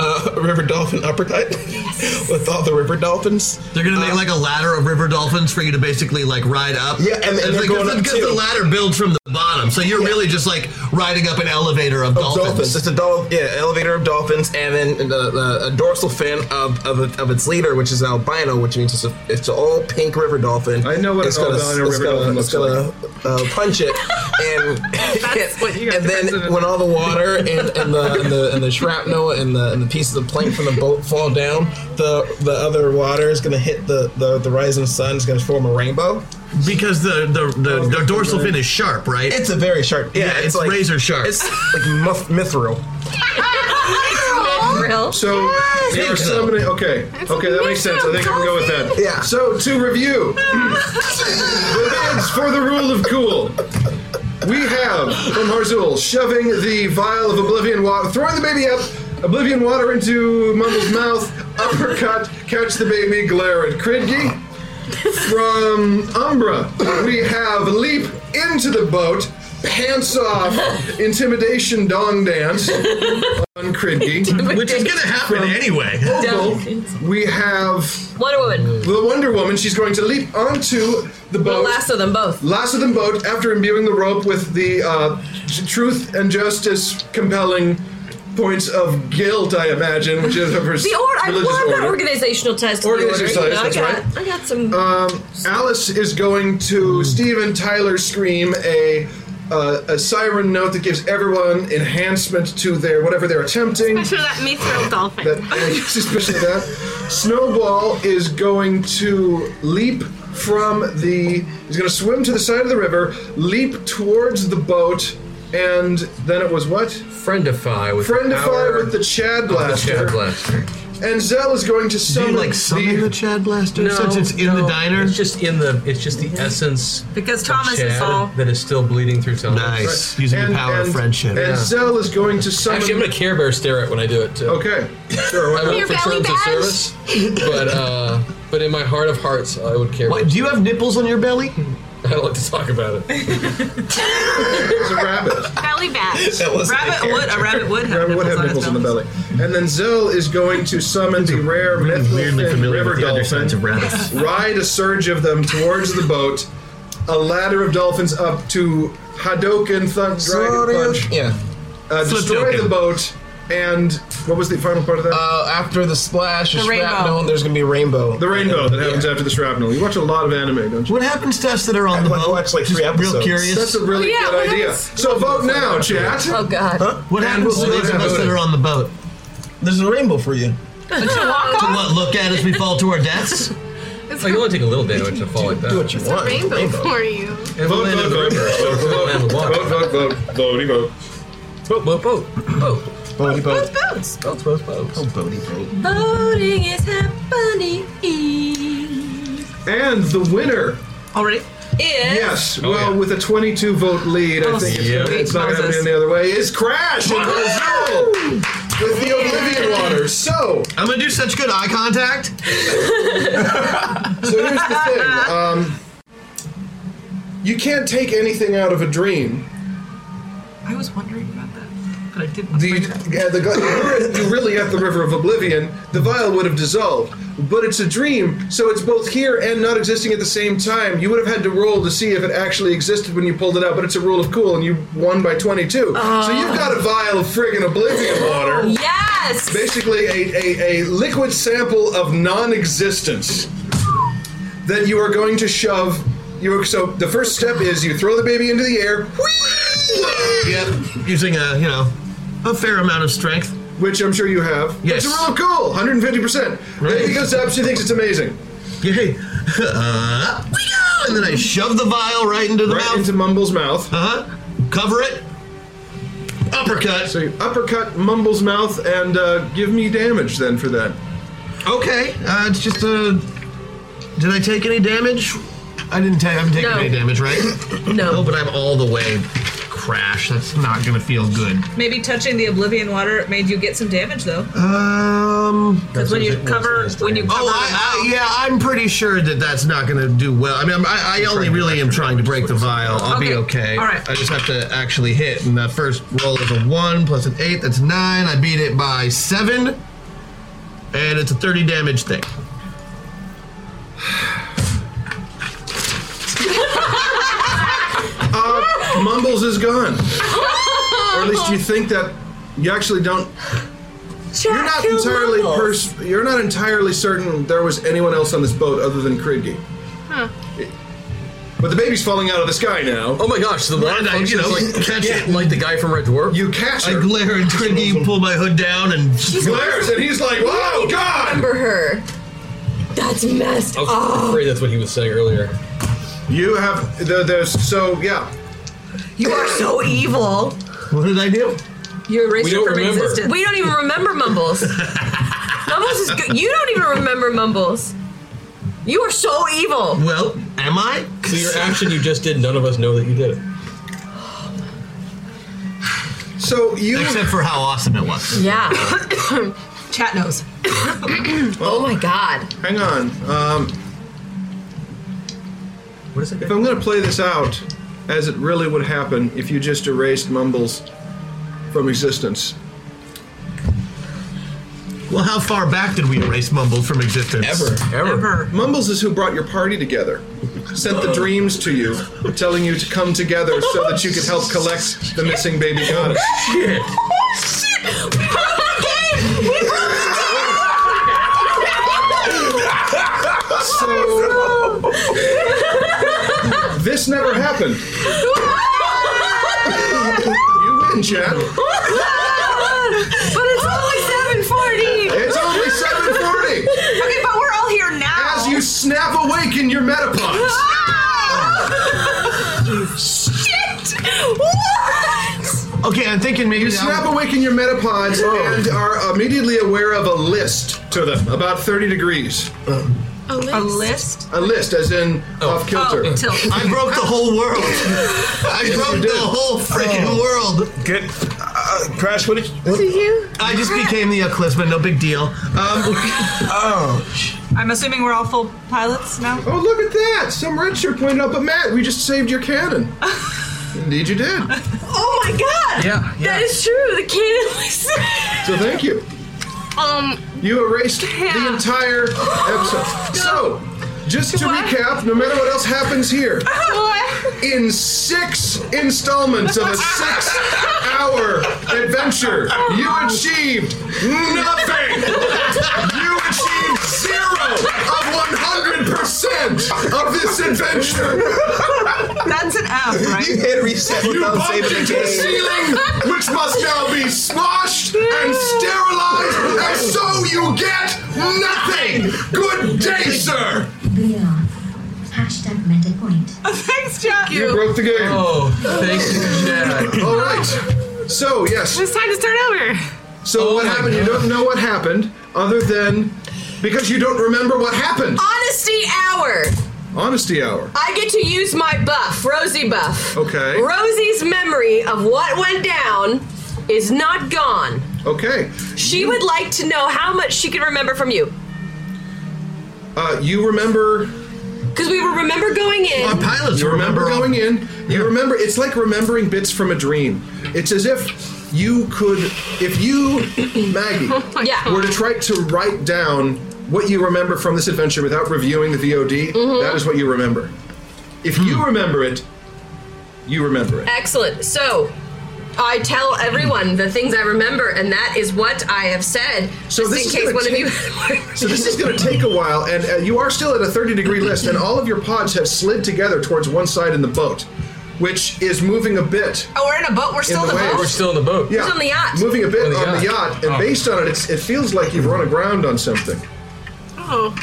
Speaker 2: uh, river dolphin uppercut with all the river dolphins.
Speaker 5: They're gonna make
Speaker 2: Uh,
Speaker 5: like a ladder of river dolphins for you to basically like ride up.
Speaker 2: Yeah, and- and
Speaker 5: It's
Speaker 2: they're
Speaker 5: like-
Speaker 2: going up
Speaker 5: because
Speaker 2: too.
Speaker 5: the ladder builds from the bottom, so you're really just like riding up an elevator of, dolphins.
Speaker 2: It's a dol- yeah, elevator of dolphins, and then the, the, a dorsal fin of, of, of its leader, which is albino, which means it's a, it's an all pink river dolphin. I know
Speaker 3: what
Speaker 2: it's
Speaker 3: an
Speaker 2: gonna,
Speaker 3: albino
Speaker 2: it's
Speaker 3: river
Speaker 2: gonna,
Speaker 3: dolphin
Speaker 2: it's
Speaker 3: looks
Speaker 2: gonna uh, punch it, and and then when all the water and, and the and the, and the shrapnel and the, and the pieces of plank from the boat fall down, the the other water is gonna hit the the, the rising sun is gonna form a rainbow.
Speaker 5: Because the the, the, the dorsal fin is sharp, right?
Speaker 2: It's a very sharp. Yeah,
Speaker 5: it's, razor sharp.
Speaker 2: It's like muff, mithril.
Speaker 3: So there are so many. Okay, okay, that makes sense. I think we can go with that. Yeah. So to review, revenge for the rule of cool. We have from Harzul shoving the vial of oblivion water, throwing the baby up, oblivion water into Mumble's mouth, uppercut, catch the baby, glare at Kridgi. From Umbra, we have leap into the boat, pants off, intimidation dong dance on Kridgi.
Speaker 5: Which is going to happen anyway.
Speaker 3: Opal, we have
Speaker 9: Wonder Woman.
Speaker 3: The Wonder Woman. She's going to leap onto the boat.
Speaker 9: lasso them both.
Speaker 3: Lasso them both after imbuing the rope with the uh, t- truth and justice compelling points of guilt, I imagine, which is of her
Speaker 9: The order. I
Speaker 3: religious
Speaker 9: love that
Speaker 3: order.
Speaker 9: organizational test. of the
Speaker 3: Organizational
Speaker 9: order, you
Speaker 3: test,
Speaker 9: know, I
Speaker 3: that's
Speaker 9: got, I got some.
Speaker 3: Um, Alice is going to Steven Tyler scream a uh, a siren note that gives everyone enhancement to their whatever they're attempting.
Speaker 11: Especially that mithril dolphin.
Speaker 3: That, especially that. Snowball is going to leap from the. He's going to swim to the side of the river, leap towards the boat, and then it was what?
Speaker 1: Friendify with the
Speaker 3: Friendify
Speaker 1: power
Speaker 3: with the Chad
Speaker 1: of the
Speaker 3: Blaster.
Speaker 1: Chad Blaster.
Speaker 3: And Zell is going to summon
Speaker 1: like,
Speaker 3: summon the,
Speaker 5: Chad Blaster
Speaker 1: since it's in the diner. It's just in the. It's just the essence.
Speaker 10: Because
Speaker 1: of
Speaker 10: Thomas is
Speaker 1: Chad
Speaker 10: all-
Speaker 1: that is still bleeding through Thomas.
Speaker 3: Right. And Zell is going to summon.
Speaker 1: Actually, I'm gonna Care Bear stare at when I do it too.
Speaker 3: Okay, sure.
Speaker 1: I work
Speaker 3: Your
Speaker 1: for
Speaker 3: belly
Speaker 1: terms of
Speaker 3: badge?
Speaker 1: service, but uh, but in my heart of hearts, I would care.
Speaker 5: What, do you have nipples on your belly?
Speaker 1: I don't like to talk about it.
Speaker 3: It's a rabbit.
Speaker 11: Belly badge.
Speaker 3: rabbit would have nipples on the belly. And then Zell is going to summon the rare
Speaker 5: weirdly
Speaker 3: mythical
Speaker 5: familiar
Speaker 3: river
Speaker 5: with the
Speaker 3: dolphin.
Speaker 5: undersides of rabbits.
Speaker 3: ride a surge of them towards the boat. A ladder of dolphins up to Hadoken Thunk Dragon Punch.
Speaker 2: Yeah.
Speaker 3: Uh,
Speaker 2: Flip
Speaker 3: destroy
Speaker 2: token.
Speaker 3: the boat. And what was the final part of that?
Speaker 2: Uh, after the splash of
Speaker 3: The rainbow.
Speaker 2: shrapnel, there's going to be a rainbow.
Speaker 3: The rainbow that happens after the shrapnel. You watch a lot of anime, don't you?
Speaker 5: What happens to us that are on the boat?
Speaker 2: watch like three
Speaker 5: episodes. Real curious.
Speaker 3: That's a really
Speaker 5: Yeah, what
Speaker 3: good idea.
Speaker 5: happens-
Speaker 3: So vote now, chat.
Speaker 9: Oh God.
Speaker 5: What happens to those of us that are on the boat?
Speaker 2: There's a rainbow for you.
Speaker 5: to what? Look at us, we fall to our deaths?
Speaker 1: It's like you only take a little damage to fall like that. Do what you
Speaker 11: It's a rainbow for you.
Speaker 1: And we'll land in the river. so it's gonna land with water.
Speaker 3: Vote, vote, vote. Vote, vote.
Speaker 1: Boat, boat, boat, boat.
Speaker 2: Boaty boat.
Speaker 9: Boats.
Speaker 1: Boats, boats, boats.
Speaker 5: Oh, boaty boat.
Speaker 9: Voting is happening.
Speaker 3: And the winner.
Speaker 10: Already?
Speaker 9: Is
Speaker 3: Yes. well, with a 22 vote lead, I think it's,
Speaker 1: yeah.
Speaker 3: gonna- it's not going to be any other way. It's Crash in Brazil with the Oblivion Water. So
Speaker 5: I'm gonna do such good eye contact.
Speaker 3: so here's the thing. Um, you can't take anything out of a dream.
Speaker 10: I was wondering about that, but I didn't.
Speaker 3: The, yeah, the, you were really at the River of Oblivion. The vial would have dissolved, but it's a dream, so it's both here and not existing at the same time. You would have had to roll to see if it actually existed when you pulled it out, but it's a rule of cool, and you won by 22. So you've got a vial of friggin' Oblivion water.
Speaker 9: Yes!
Speaker 3: Basically, a, a, a liquid sample of non existence that you are going to shove. You are, so the first step is you throw the baby into the air.
Speaker 5: Yep, using a you know a fair amount of strength,
Speaker 3: which I'm sure you have.
Speaker 5: Yes,
Speaker 3: It's real cool, 150%. Baby goes up, she thinks it's amazing.
Speaker 5: Yay. Uh, we go! And then I shove the vial right into the mouth.
Speaker 3: into Mumble's mouth.
Speaker 5: Uh huh. Cover it. Uppercut.
Speaker 3: So you uppercut Mumble's mouth and uh, give me damage then for that.
Speaker 5: Okay, uh, it's just a. Did I take any damage? I didn't take. I haven't taken
Speaker 9: No.
Speaker 5: any damage, right?
Speaker 9: no.
Speaker 5: Oh, but I'm all the way crash. That's not gonna feel good.
Speaker 2: Maybe touching the oblivion water made you get some damage though.
Speaker 5: Um,
Speaker 2: 'Cause when you cover when you cover
Speaker 5: Oh, I, I, yeah, I'm pretty sure that that's not going to do well. I mean, I'm, I, I only really am trying to break the vial. I'll be okay.
Speaker 2: all right.
Speaker 5: I just have to actually hit, and that first roll is a one plus an eight. That's nine. I beat it by seven, and it's a thirty damage thing.
Speaker 3: Uh, Mumbles is gone. or at least you think that you actually don't. you're not entirely pers- You're not entirely certain there was anyone else on this boat other than Krigi.
Speaker 11: Huh.
Speaker 3: But the baby's falling out of the sky now.
Speaker 1: Oh my gosh! The
Speaker 3: one
Speaker 1: wand functions like- catch it like the guy from Red Dwarf.
Speaker 3: You catch
Speaker 5: I
Speaker 3: her.
Speaker 5: glare and Twiggy pull my hood down and
Speaker 3: She's glares and he's like, "Whoa, Oh, God!"
Speaker 6: Remember her. That's messed
Speaker 1: I was
Speaker 6: up.
Speaker 1: afraid that's what he was saying earlier.
Speaker 3: You have the, there's so yeah.
Speaker 6: You are so evil.
Speaker 5: What did I do?
Speaker 6: You erased
Speaker 3: We
Speaker 6: her
Speaker 3: don't
Speaker 6: from
Speaker 3: remember.
Speaker 6: existence. We don't even remember Mumbles. Mumbles is good. You don't even remember Mumbles. You are so evil.
Speaker 5: Well, am I?
Speaker 1: So your action you just did, none of us know that you did it.
Speaker 3: So you
Speaker 5: except for how awesome it was.
Speaker 6: Yeah.
Speaker 2: Chat knows.
Speaker 6: oh my god.
Speaker 3: Hang on. Um,
Speaker 1: what is it?
Speaker 3: If I'm going to play this out as it really would happen if you just erased Mumbles from existence.
Speaker 5: Well, how far back did we erase Mumbles from existence?
Speaker 1: ever.
Speaker 2: ever.
Speaker 3: Mumbles is who brought your party together, sent the dreams to you, telling you to come together so that you could help collect the missing baby goddess.
Speaker 1: Shit.
Speaker 3: This never happened. you win, Chad.
Speaker 2: but it's only 740!
Speaker 3: It's only 7:40.
Speaker 2: okay, but we're all here now!
Speaker 3: As you snap awaken your metapods.
Speaker 2: Shit! What?
Speaker 5: Okay, I'm thinking maybe
Speaker 3: you
Speaker 5: now- Oh.
Speaker 3: snap awaken your metapods and are immediately aware of a list to them, about 30 degrees.
Speaker 2: A list? A Um, list?
Speaker 3: A list, as in off kilter.
Speaker 2: Oh, tilt.
Speaker 5: I broke the whole world. I
Speaker 3: Yes, you
Speaker 5: broke
Speaker 3: did. Oh.
Speaker 5: the whole freaking world. Good. Uh, Crash, what did you? I just became the Eclipseman. No big deal. Um, oh.
Speaker 2: I'm assuming we're all full pilots now?
Speaker 3: Oh, look at that! Some redshirt pointed out, but Matt, we just saved your cannon. Indeed, you did.
Speaker 6: Oh my god.
Speaker 3: Yeah, yeah.
Speaker 6: That is true. The cannon was.
Speaker 3: So thank you.
Speaker 11: Um.
Speaker 3: You erased the entire episode. So, just to recap, no matter what else happens here,
Speaker 6: Uh-huh.
Speaker 3: in six installments of a six-hour adventure, you achieved nothing. You achieved zero of one hundred percent of this adventure.
Speaker 2: That's an F, right?
Speaker 3: You hit reset
Speaker 2: You
Speaker 3: without
Speaker 2: bumped
Speaker 3: saving
Speaker 2: into
Speaker 3: the
Speaker 2: the
Speaker 3: game.
Speaker 2: ceiling,
Speaker 3: which must now be smashed and sterilized, and so you get nothing. Good day, sir.
Speaker 14: Leon. Hashtag meta point.
Speaker 2: Thanks, Jack.
Speaker 3: You broke the game.
Speaker 1: Oh, thanks, Chad.
Speaker 3: All right. So yes.
Speaker 11: It's time to start over.
Speaker 3: So what happened? You don't know what happened, other than because you don't remember what happened.
Speaker 6: Honesty hour.
Speaker 3: Honesty hour.
Speaker 6: I get to use my buff, Rosie buff.
Speaker 3: Okay.
Speaker 6: Rosie's memory of what went down is not gone.
Speaker 3: Okay.
Speaker 6: She would like to know how much she can remember from you.
Speaker 3: Uh, you remember
Speaker 6: Because we will remember going in.
Speaker 3: Our pilots you remember, going in. You remember. It's like remembering bits from a dream. It's as if you could, if you, Maggie,
Speaker 6: Yeah.
Speaker 3: were to try to write down what you remember from this adventure without reviewing the VOD. that
Speaker 6: Mm-hmm.
Speaker 3: is what you remember. If you remember it, you remember it.
Speaker 6: Excellent. So I tell everyone the things I remember, and that is what I have said.
Speaker 3: So
Speaker 6: just
Speaker 3: this
Speaker 6: in
Speaker 3: is
Speaker 6: case
Speaker 3: gonna
Speaker 6: one of
Speaker 3: take-
Speaker 6: you.
Speaker 3: So this is going to take a while, and uh, you are still at a 30 degree list, and all of your pods have slid together towards one side in the boat, which is moving a bit.
Speaker 2: Oh, we're in a boat. We're still in the, boat.
Speaker 1: We're still in the boat.
Speaker 3: Yeah,
Speaker 2: Who's on the yacht?
Speaker 3: Moving a bit on the yacht, and
Speaker 1: Oh.
Speaker 3: based on it, it's, it feels like you've run aground on something.
Speaker 11: Oh.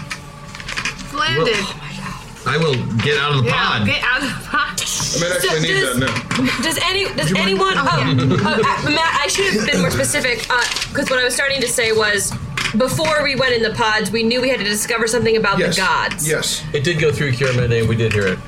Speaker 11: It's landed.
Speaker 5: I will get out of the
Speaker 11: yeah,
Speaker 5: pod.
Speaker 11: get out of the pod.
Speaker 3: I might actually need
Speaker 6: does-
Speaker 3: that now.
Speaker 6: Does any does anyone? Oh, uh, uh, Matt, I should have been more specific because what I was starting to say was before we went in the pods, we knew we had to discover something about the gods.
Speaker 3: Yes.
Speaker 1: It did go through Kiramene, and we did hear it.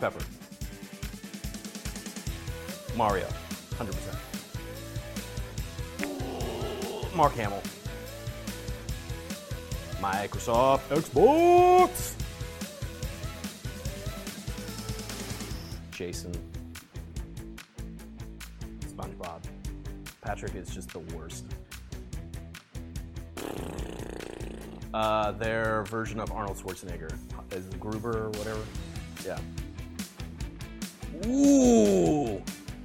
Speaker 2: Pepper. Mario, 100%. Mark Hamill. Microsoft Xbox. Jason. SpongeBob. Patrick is just the worst. Uh, their version of Arnold Schwarzenegger is it Gruber or whatever. Yeah. Ooh.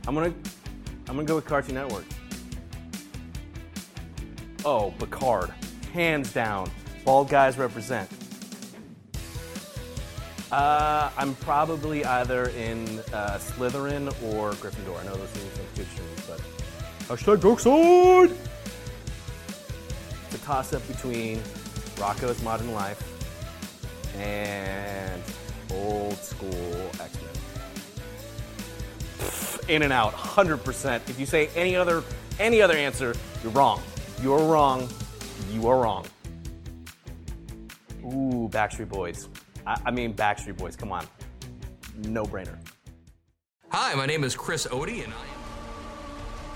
Speaker 2: I'm gonna I'm gonna go with Cartoon Network. Oh, Picard. Hands down. Bald guys represent. Uh, I'm probably either in uh, Slytherin or Gryffindor. I know those things are fictions, but hashtag dark side. It's a toss-up between Rocco's Modern Life and old school X-Men. In and out, 100%. If you say any other any other answer, you're wrong. You're wrong. You are wrong. Ooh, Backstreet Boys. I, I mean Backstreet Boys. Come on, no brainer.
Speaker 1: Hi, my name is Chris Odie, and I am.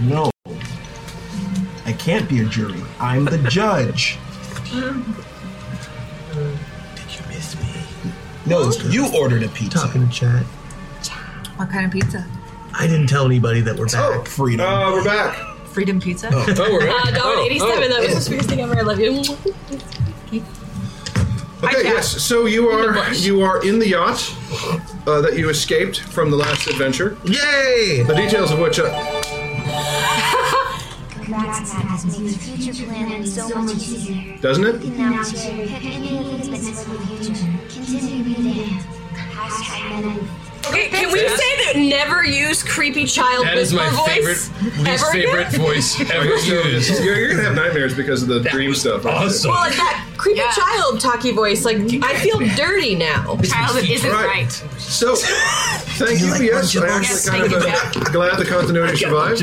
Speaker 5: No. I can't be a jury. I'm the judge.
Speaker 11: Oh
Speaker 27: Did you miss me?
Speaker 5: No, you ordered a pizza. Talking to chat.
Speaker 10: What kind of pizza?
Speaker 5: I didn't tell anybody that we're back. freedom.
Speaker 3: Oh, we're back.
Speaker 10: Freedom pizza.
Speaker 5: Oh. Oh, we're back.
Speaker 6: Uh, dollar
Speaker 5: Oh,
Speaker 6: eighty-seven.
Speaker 5: oh.
Speaker 6: that was the sweetest thing ever. I love you.
Speaker 3: Okay, yes. So you are you are in the yacht uh, that you escaped from the last adventure. Yay! The details of which, uh,
Speaker 11: Congrats, Matt. Makes future planning so much easier.
Speaker 3: doesn't it?
Speaker 11: Now to pick any of these bits for the future. Continue reading. Hashtag meta.
Speaker 6: Okay, can we
Speaker 1: That's-
Speaker 6: say that never use creepy child
Speaker 1: That is
Speaker 6: whisper
Speaker 1: my
Speaker 6: voice?
Speaker 1: favorite, least
Speaker 6: ever again?
Speaker 1: favorite voice ever used.
Speaker 3: You're, you're gonna have nightmares because of the dream stuff. Awesome.
Speaker 6: Well, like that creepy child talky voice. Like I feel dirty now.
Speaker 3: Child that isn't Right. right. So, thank you. yes, I
Speaker 6: Yes,
Speaker 3: actually kind
Speaker 6: thank
Speaker 3: of
Speaker 6: you,
Speaker 3: uh, glad the continuity survived.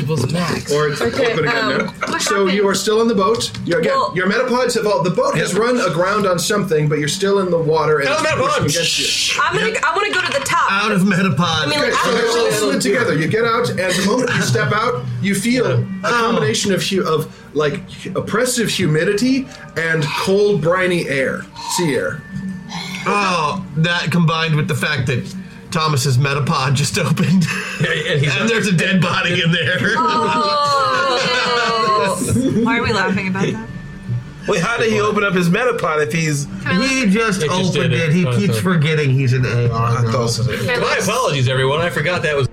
Speaker 3: Or it's
Speaker 6: Okay,
Speaker 3: open again
Speaker 6: um,
Speaker 3: now. So you are still on the boat. You again, your metapods have all. The boat has run aground on something, but you're still in the water. And
Speaker 5: Hello,
Speaker 3: it's pushing
Speaker 5: metapod!
Speaker 3: Against you.
Speaker 6: I'm gonna. I want to go to the top.
Speaker 1: Uh,
Speaker 5: Out of Metapod.
Speaker 6: I mean, like,
Speaker 3: Okay, so
Speaker 6: out
Speaker 3: they're
Speaker 6: of
Speaker 3: all slid together. You get out, and the moment you step out, you feel a combination of hu- of like oppressive humidity and cold, briny air, sea air.
Speaker 5: Oh, that combined with the fact that Thomas's Metapod just opened. and there's a dead body in there.
Speaker 10: Oh.
Speaker 9: Oh.
Speaker 10: Why are we laughing about that?
Speaker 27: Wait, how did he open up his metapod if he's?
Speaker 5: He just
Speaker 27: It just
Speaker 5: opened
Speaker 27: did
Speaker 5: it.
Speaker 27: it.
Speaker 5: He
Speaker 27: Oh,
Speaker 5: keeps
Speaker 27: sorry.
Speaker 5: forgetting he's an AR.
Speaker 27: I thought so.
Speaker 1: My apologies, everyone. I forgot that was.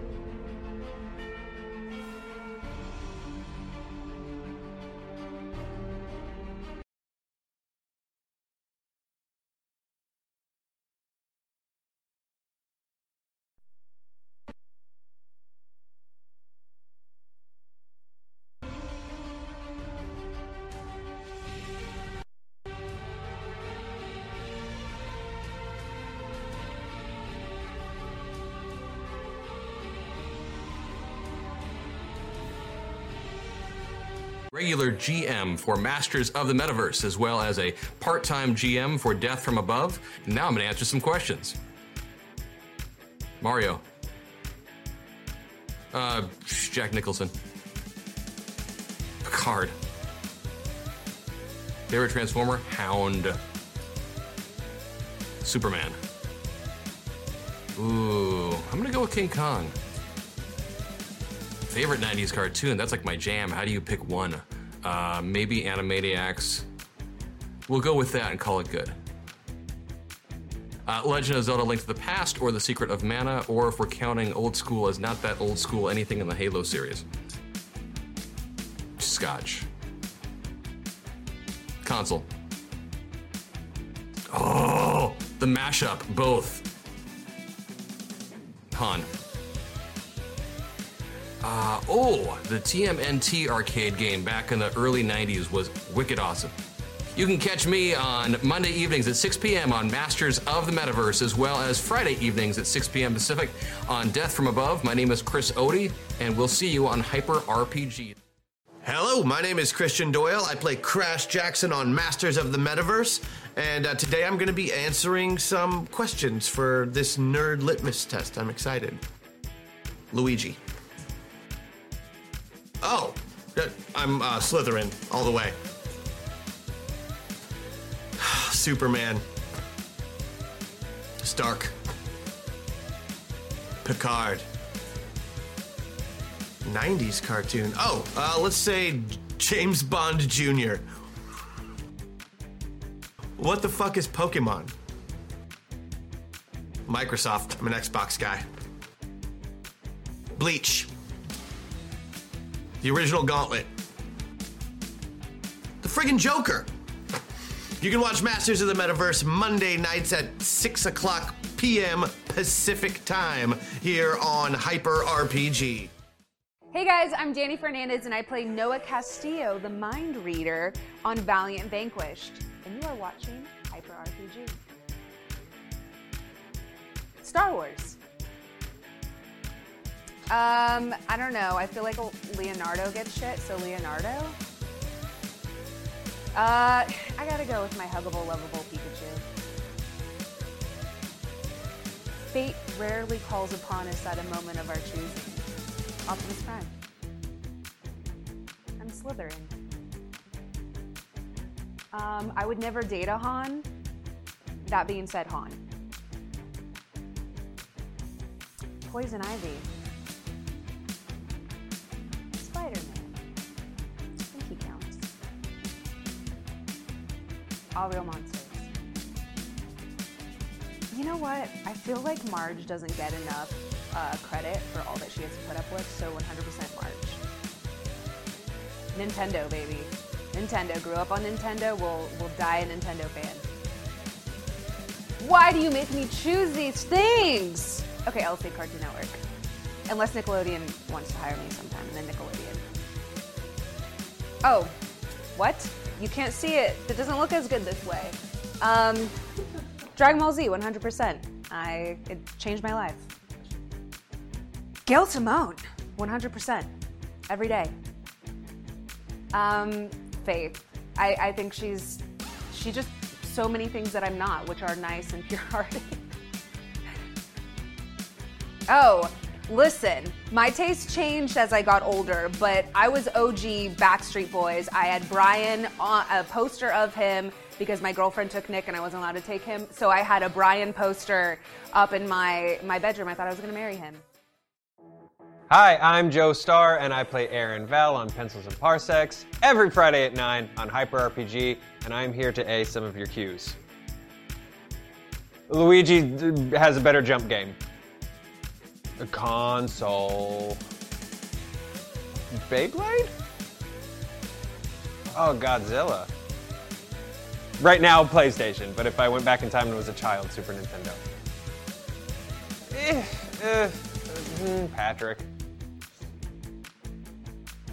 Speaker 1: regular GM for Masters of the Metaverse, as well as a part time GM for Death from Above. Now I'm going to answer some questions. Mario. Uh, Jack Nicholson. Picard. Favorite Transformer? Hound. Superman. Ooh, I'm gonna go with King Kong. Favorite 90s cartoon? That's like my jam. How do you pick one? Uh, maybe Animaniacs. We'll go with that and call it good. Uh, Legend of Zelda Link to the Past or The Secret of Mana, or if we're counting old school as not that old school, anything in the Halo series. Scotch. Console. Oh, the mashup, both. Han. Uh, oh, the TMNT arcade game back in the early 90s was wicked awesome. You can catch me on Monday evenings at 6 p.m. on Masters of the Metaverse, as well as Friday evenings at 6 p.m. Pacific on Death from Above. My name is Chris Odie, and we'll see you on Hyper RPG.
Speaker 5: Hello, my name is Christian Doyle. I play Crash Jackson on Masters of the Metaverse, and uh, today I'm going to be answering some questions for this nerd litmus test. I'm excited. Luigi. Oh, uh, I'm uh, Slytherin all the way. Superman. Stark. Picard. 90s cartoon. Oh, uh, let's say James Bond Jr. What the fuck is Pokemon? Microsoft. I'm an Xbox guy. Bleach. The original Gauntlet. The friggin' Joker. You can watch Masters of the Metaverse Monday nights at 6 o'clock p.m. Pacific time here on Hyper RPG.
Speaker 8: Hey guys, I'm Danny Fernandez and I play Noah Castillo, the mind reader, on Valiant Vanquished. And you are watching Hyper RPG. Star Wars. Um, I don't know. I feel like Leonardo gets shit, so Leonardo. Uh, I gotta go with my huggable, lovable Pikachu. Fate rarely calls upon us at a moment of our choosing. Optimus Prime. I'm Slytherin. Um, I would never date a Han. That being said, Han. Poison Ivy. Spider Man. I think he counts. All real monsters. You know what? I feel like Marge doesn't get enough uh, credit for all that she has to put up with, so 100% Marge. Nintendo, baby. Nintendo. Grew up on Nintendo, will will die a Nintendo fan. Why do you make me choose these things? Okay, I'll say Cartoon Network. Unless Nickelodeon wants to hire me sometime, then Nickelodeon. Oh, what? You can't see it. It doesn't look as good this way. Um, Dragon Ball Z, 100%. I it changed my life. Gail Simone, 100%. Every day. Um, Faith. I, I think she's, she just, so many things that I'm not, which are nice and pure hearted. oh, listen, my taste changed as I got older, but I was OG Backstreet Boys. I had Brian, on, a poster of him because my girlfriend took Nick and I wasn't allowed to take him. So I had a Brian poster up in my, my bedroom. I thought I was going to marry him.
Speaker 28: Hi, I'm Joe Starr, and I play Aaron Vell on Pencils and Parsecs every Friday at 9 on Hyper RPG, and I'm here to A some of your cues. Luigi d- has a better jump game. A console. Beyblade? Oh, Godzilla. Right now, PlayStation, but if I went back in time and was a child, Super Nintendo. Eh, eh, mm, Patrick.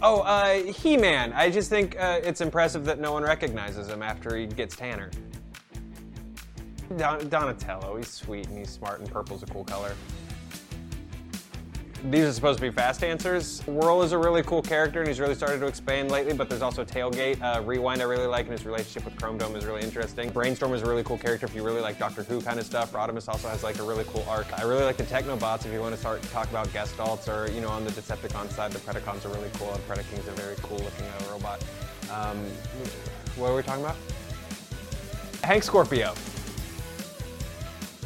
Speaker 28: Oh, uh, He Man. I just think uh, it's impressive that no one recognizes him after he gets Tanner. Don- Donatello. He's sweet and he's smart, and purple's a cool color. these are supposed to be fast answers. Whirl is a really cool character, and he's really started to expand lately. But there's also Tailgate, uh, Rewind. I really like, and his relationship with Chrome Dome is really interesting. Brainstorm is a really cool character if you really like Doctor Who kind of stuff. Rodimus also has like a really cool arc. I really like the Technobots if you want to start to talk about Gestalts, or you know, on the Decepticon side, the Predacons are really cool, and Predaking's a very cool looking uh, robot. Um, what were we talking about? Hank Scorpio.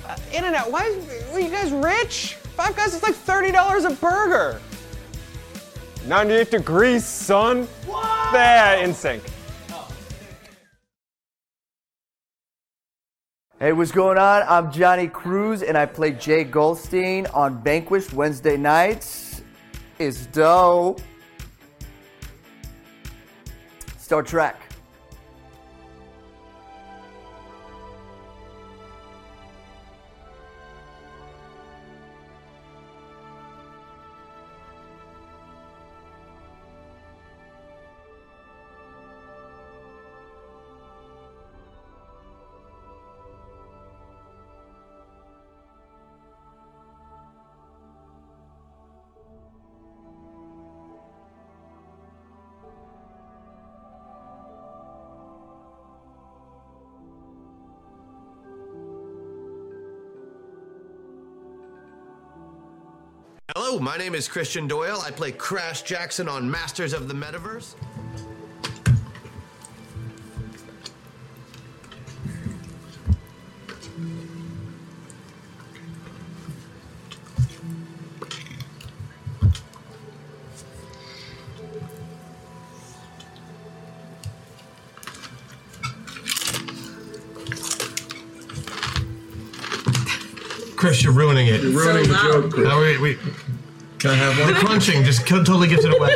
Speaker 28: Uh, In and Out. Why is, were you guys rich? Five guys is like thirty dollars a burger. Ninety-eight degrees, son. What? There, in sync.
Speaker 17: Hey, what's going on? I'm Johnny Cruz, and I play Jay Goldstein on Vanquished Wednesday nights. It's dope. Star Trek.
Speaker 18: Hello, my name is Christian Doyle. I play Crash Jackson on Masters of the Metaverse.
Speaker 5: Chris, you're ruining it.
Speaker 3: You're ruining So the loud. joke, Chris.
Speaker 5: No, wait, wait. Can I have one? The crunching just co- totally gives it away.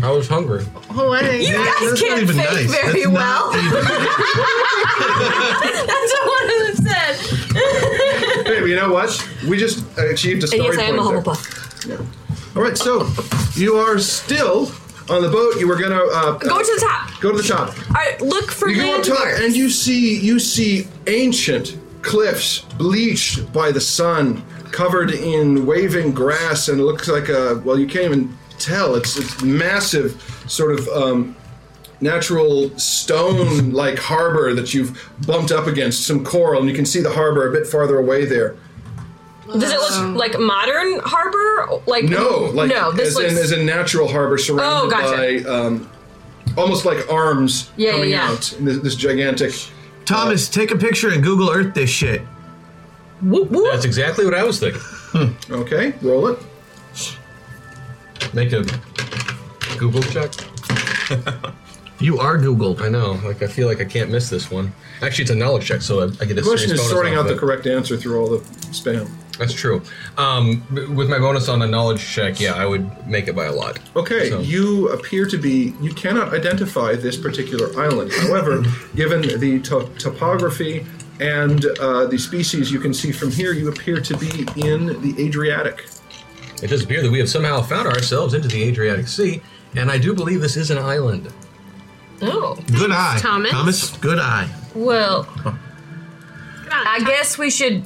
Speaker 5: I was hungry.
Speaker 3: Oh, I didn't-
Speaker 9: You
Speaker 3: that-
Speaker 9: guys
Speaker 3: that's not
Speaker 9: can't
Speaker 3: even
Speaker 9: fake
Speaker 3: nice.
Speaker 9: very
Speaker 3: That's not
Speaker 9: well. That's what one of them said.
Speaker 3: hey, you know what? We just achieved a
Speaker 9: And
Speaker 3: story
Speaker 9: yes, I am a
Speaker 3: point there. All right, so you are still on the boat. You were gonna uh,
Speaker 9: Go to the top.
Speaker 3: Go to the top.
Speaker 9: All right, look for
Speaker 3: you go up top
Speaker 9: landmarks.
Speaker 3: and you see you see ancient cliffs bleached by the sun, covered in waving grass, and it looks like a well, you can't even tell. It's it's massive, sort of. Um, Natural stone like harbor that you've bumped up against, some coral, and you can see the harbor a bit farther away there.
Speaker 9: Does it look like modern harbor? Like
Speaker 3: No, like
Speaker 9: no. This
Speaker 3: as,
Speaker 9: looks
Speaker 3: in, as in natural harbor surrounded
Speaker 9: Oh, gotcha.
Speaker 3: by um, almost like arms
Speaker 9: Yeah,
Speaker 3: coming
Speaker 9: yeah, yeah.
Speaker 3: out. in This, this gigantic.
Speaker 5: Thomas, take a picture and Google Earth this shit.
Speaker 1: That's exactly what I was thinking.
Speaker 5: Hmm.
Speaker 3: Okay, roll it.
Speaker 1: Make a Google check. you are Googled. I know. Like I feel like I can't miss this one. Actually, it's a knowledge check, so I, I get a
Speaker 3: The question
Speaker 1: serious
Speaker 3: is
Speaker 1: bonus
Speaker 3: sorting
Speaker 1: off of
Speaker 3: out the
Speaker 1: it.
Speaker 3: correct answer through all the spam.
Speaker 1: That's true. Um, b- with my bonus on the knowledge check, yeah, I would make it by a lot.
Speaker 3: Okay,
Speaker 1: So-
Speaker 3: you appear to be. You cannot identify this particular island. However, given the to- topography and uh, the species you can see from here, you appear to be in the Adriatic.
Speaker 1: It does appear that we have somehow found ourselves into the Adriatic Sea, and I do believe this is an island.
Speaker 9: oh.
Speaker 1: Good
Speaker 9: eye. Thomas? Thomas,
Speaker 1: good eye.
Speaker 9: Well, I guess we should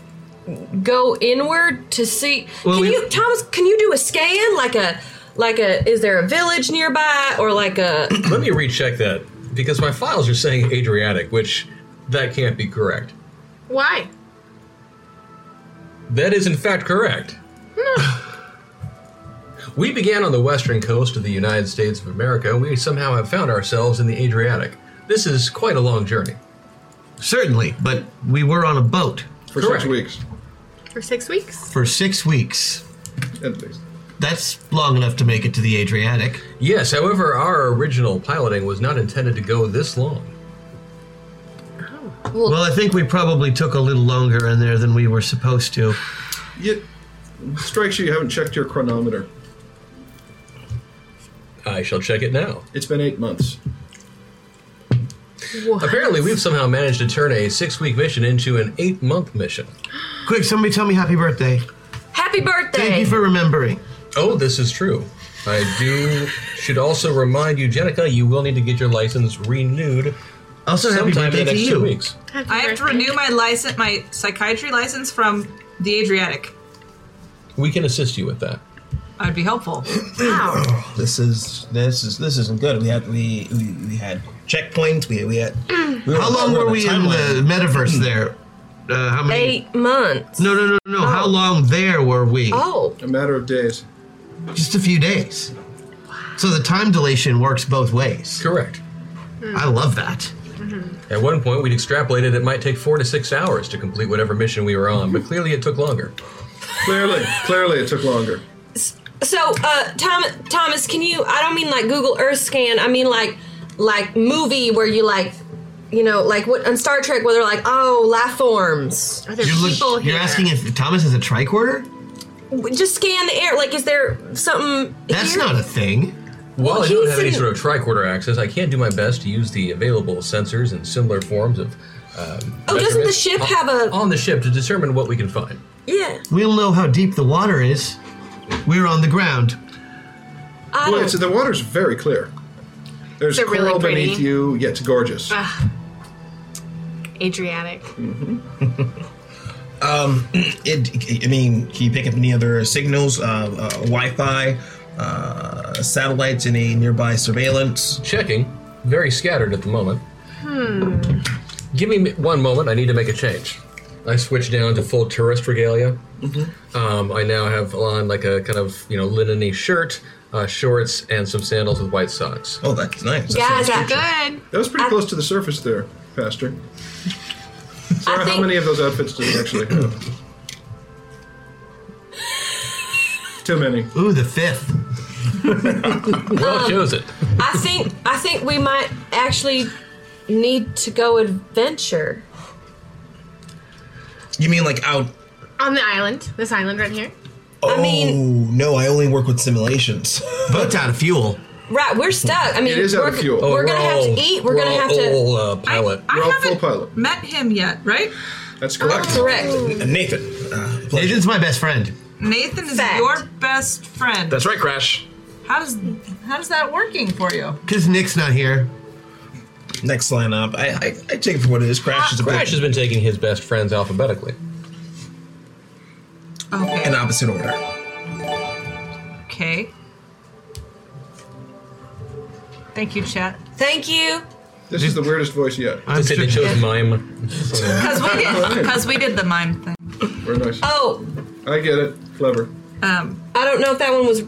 Speaker 9: go inward to see. can you, Thomas? Can you do a scan, like a, like a? Is there a village nearby, or like a?
Speaker 1: Let me recheck that because my files are saying Adriatic, which that can't be correct.
Speaker 11: Why?
Speaker 1: That is in fact correct. we began on the western coast of the United States of America, and we somehow have found ourselves in the Adriatic. This is quite a long journey.
Speaker 5: Certainly, but we were on a boat
Speaker 3: for
Speaker 5: Correct.
Speaker 3: weeks.
Speaker 11: For six weeks?
Speaker 5: For six weeks.
Speaker 3: At least.
Speaker 5: That's long enough to make it to the Adriatic.
Speaker 1: Yes, however, our original piloting was not intended to go this long.
Speaker 5: Well, I think we probably took a little longer in there than we were supposed to.
Speaker 3: Yet, strikes you you haven't checked your chronometer.
Speaker 1: I shall check it now.
Speaker 3: It's been eight months.
Speaker 1: Apparently, we've somehow managed to turn a six week mission into an eight month mission.
Speaker 5: Quick, somebody tell me happy birthday.
Speaker 9: Happy birthday!
Speaker 5: Thank you for remembering.
Speaker 1: Oh, this is true. I do should also remind you, Jenica, you will need to get your license renewed.
Speaker 5: Also, happy
Speaker 1: sometime in the
Speaker 5: birthday to
Speaker 1: next two
Speaker 5: you.
Speaker 1: weeks.
Speaker 10: I have to renew my license, my psychiatry license from the Adriatic.
Speaker 1: We can assist you with that.
Speaker 10: I'd be helpful.
Speaker 2: Oh, This is this is this isn't good. We had we we, we had checkpoints. We we had. We
Speaker 5: How long were we in the metaverse there? Uh, how many?
Speaker 6: Eight months.
Speaker 5: No, no, no, no. How long there were we?
Speaker 6: Oh.
Speaker 5: A matter of days. Just a few days. So the time dilation works both ways.
Speaker 1: Correct.
Speaker 5: I love that.
Speaker 1: Mm-hmm. At one point, we'd extrapolated it might take four to six hours to complete whatever mission we were on, but clearly it took longer.
Speaker 3: Clearly, clearly it took longer.
Speaker 6: So, uh, Tom, Thomas, can you? I don't mean like Google Earth scan. I mean like, like movie where you like, you know, like what on Star Trek where they're like, oh, life forms. Are there
Speaker 5: You look- you're asking if Thomas has a tricorder?
Speaker 6: Just scan the air. Like, is there something?
Speaker 5: That's not a thing.
Speaker 1: While I don't have any
Speaker 6: Jason-
Speaker 1: sort of tricorder access, I can do my best to use the available sensors and similar forms of. Um,
Speaker 6: Oh, doesn't the ship have a.
Speaker 1: On the ship to determine what we can find.
Speaker 6: Yeah.
Speaker 5: We'll know how deep the water is. We're on the ground.
Speaker 6: I
Speaker 3: well,
Speaker 6: don't-
Speaker 3: it's, the water's very clear. There's
Speaker 11: Is it Ah. really
Speaker 3: coral
Speaker 11: pretty?
Speaker 3: beneath you. Yeah, it's gorgeous.
Speaker 11: Ugh. Adriatic.
Speaker 3: Mm-hmm.
Speaker 2: Um, it, I mean, can you pick up any other signals, uh, uh, Wi-Fi, uh, satellites, any nearby surveillance?
Speaker 1: Checking. Very scattered at the moment.
Speaker 11: Hmm.
Speaker 1: Give me mi- one moment. I need to make a change. I switch down to full tourist regalia.
Speaker 2: Mm-hmm.
Speaker 1: Um, I now have on like a kind of you know linen shirt, uh, shorts, and some sandals with white socks.
Speaker 2: Oh, that's nice.
Speaker 3: That sounds
Speaker 11: good.
Speaker 3: That was pretty close to the surface there, Pastor. Sarah, how many of those outfits do you actually have? Too many.
Speaker 5: Ooh, the fifth.
Speaker 1: well
Speaker 6: Um,
Speaker 1: chosen.
Speaker 6: I think I think we might actually need to go adventure.
Speaker 2: You mean like out?
Speaker 11: On the island, this island right here.
Speaker 2: Oh no, I only work with simulations.
Speaker 5: Boat's out of fuel.
Speaker 6: Right, we're stuck. I mean, we're,
Speaker 2: Oh,
Speaker 6: We're, gonna have
Speaker 2: all-
Speaker 6: to eat. We're, gonna have to.
Speaker 2: all,
Speaker 1: uh, pilot.
Speaker 10: I
Speaker 3: Roll
Speaker 10: haven't
Speaker 3: pilot.
Speaker 10: met him yet, right?
Speaker 3: That's
Speaker 10: correct. Oh. Correct.
Speaker 2: Nathan. Uh,
Speaker 5: Nathan's my best friend.
Speaker 10: Nathan is your best friend.
Speaker 5: right, Crash.
Speaker 10: How does how does that working for you?
Speaker 5: Because Nick's not here.
Speaker 2: Next line up. I, I, I take it for what it is. Crash is a
Speaker 1: Ah, Crash has been taking his best friends alphabetically.
Speaker 2: in opposite order.
Speaker 10: Okay. Thank you, chat.
Speaker 6: Thank you.
Speaker 3: This is the weirdest voice yet.
Speaker 1: I said they chose mime.
Speaker 10: Because we did because we did the mime thing.
Speaker 3: Very nice.
Speaker 6: Oh,
Speaker 3: I get it. Clever.
Speaker 10: Um,
Speaker 6: I don't know if that one was.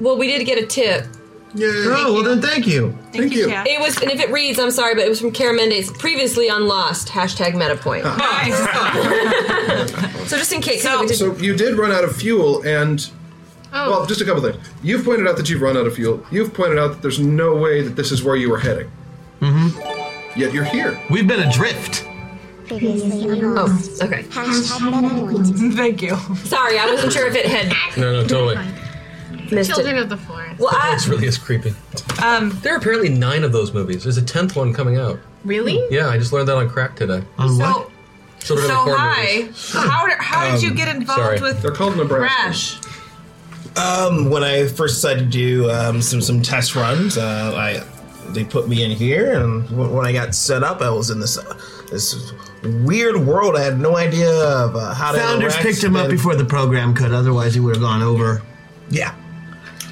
Speaker 6: Well, we did get a tip.
Speaker 5: Yeah. Oh, well then thank you.
Speaker 10: Thank you. Chad.
Speaker 6: It was, and if it reads, I'm sorry, but it was from Kara Mendes, previously on Lost. Hashtag MetaPoint. so just in case, 'cause Oh, we did-
Speaker 3: So you did run out of fuel, and
Speaker 6: Oh.
Speaker 3: well, just a couple things. You've pointed out that you've run out of fuel. You've pointed out that there's no way that this is where you were heading. Mm-hmm. Yet you're here.
Speaker 5: We've been adrift.
Speaker 13: Previously on Lost.
Speaker 6: Oh, okay.
Speaker 13: Hashtag MetaPoint.
Speaker 10: Thank you.
Speaker 6: Sorry, I wasn't sure if it had
Speaker 1: No, no, totally.
Speaker 6: missed
Speaker 11: Children
Speaker 6: it.
Speaker 11: of the forest.
Speaker 6: Well, I,
Speaker 1: This really is creepy.
Speaker 10: Um,
Speaker 1: there are apparently nine of those movies. There's a tenth one coming out.
Speaker 11: really?
Speaker 1: Yeah, I just learned that on crack today.
Speaker 5: On
Speaker 10: what? so
Speaker 1: Children of the Corn movies.
Speaker 10: hi. How did, how did you
Speaker 2: Um,
Speaker 10: get involved
Speaker 2: sorry.
Speaker 10: with
Speaker 3: They're called
Speaker 10: Crash?
Speaker 2: Um, when I first decided to do um, some some test runs, uh, I they put me in here, and w- when I got set up, I was in this uh, this weird world. I had no idea of uh, how
Speaker 5: Founders
Speaker 2: to.
Speaker 5: picked him up before the program could, otherwise he would have gone over.
Speaker 2: Yeah.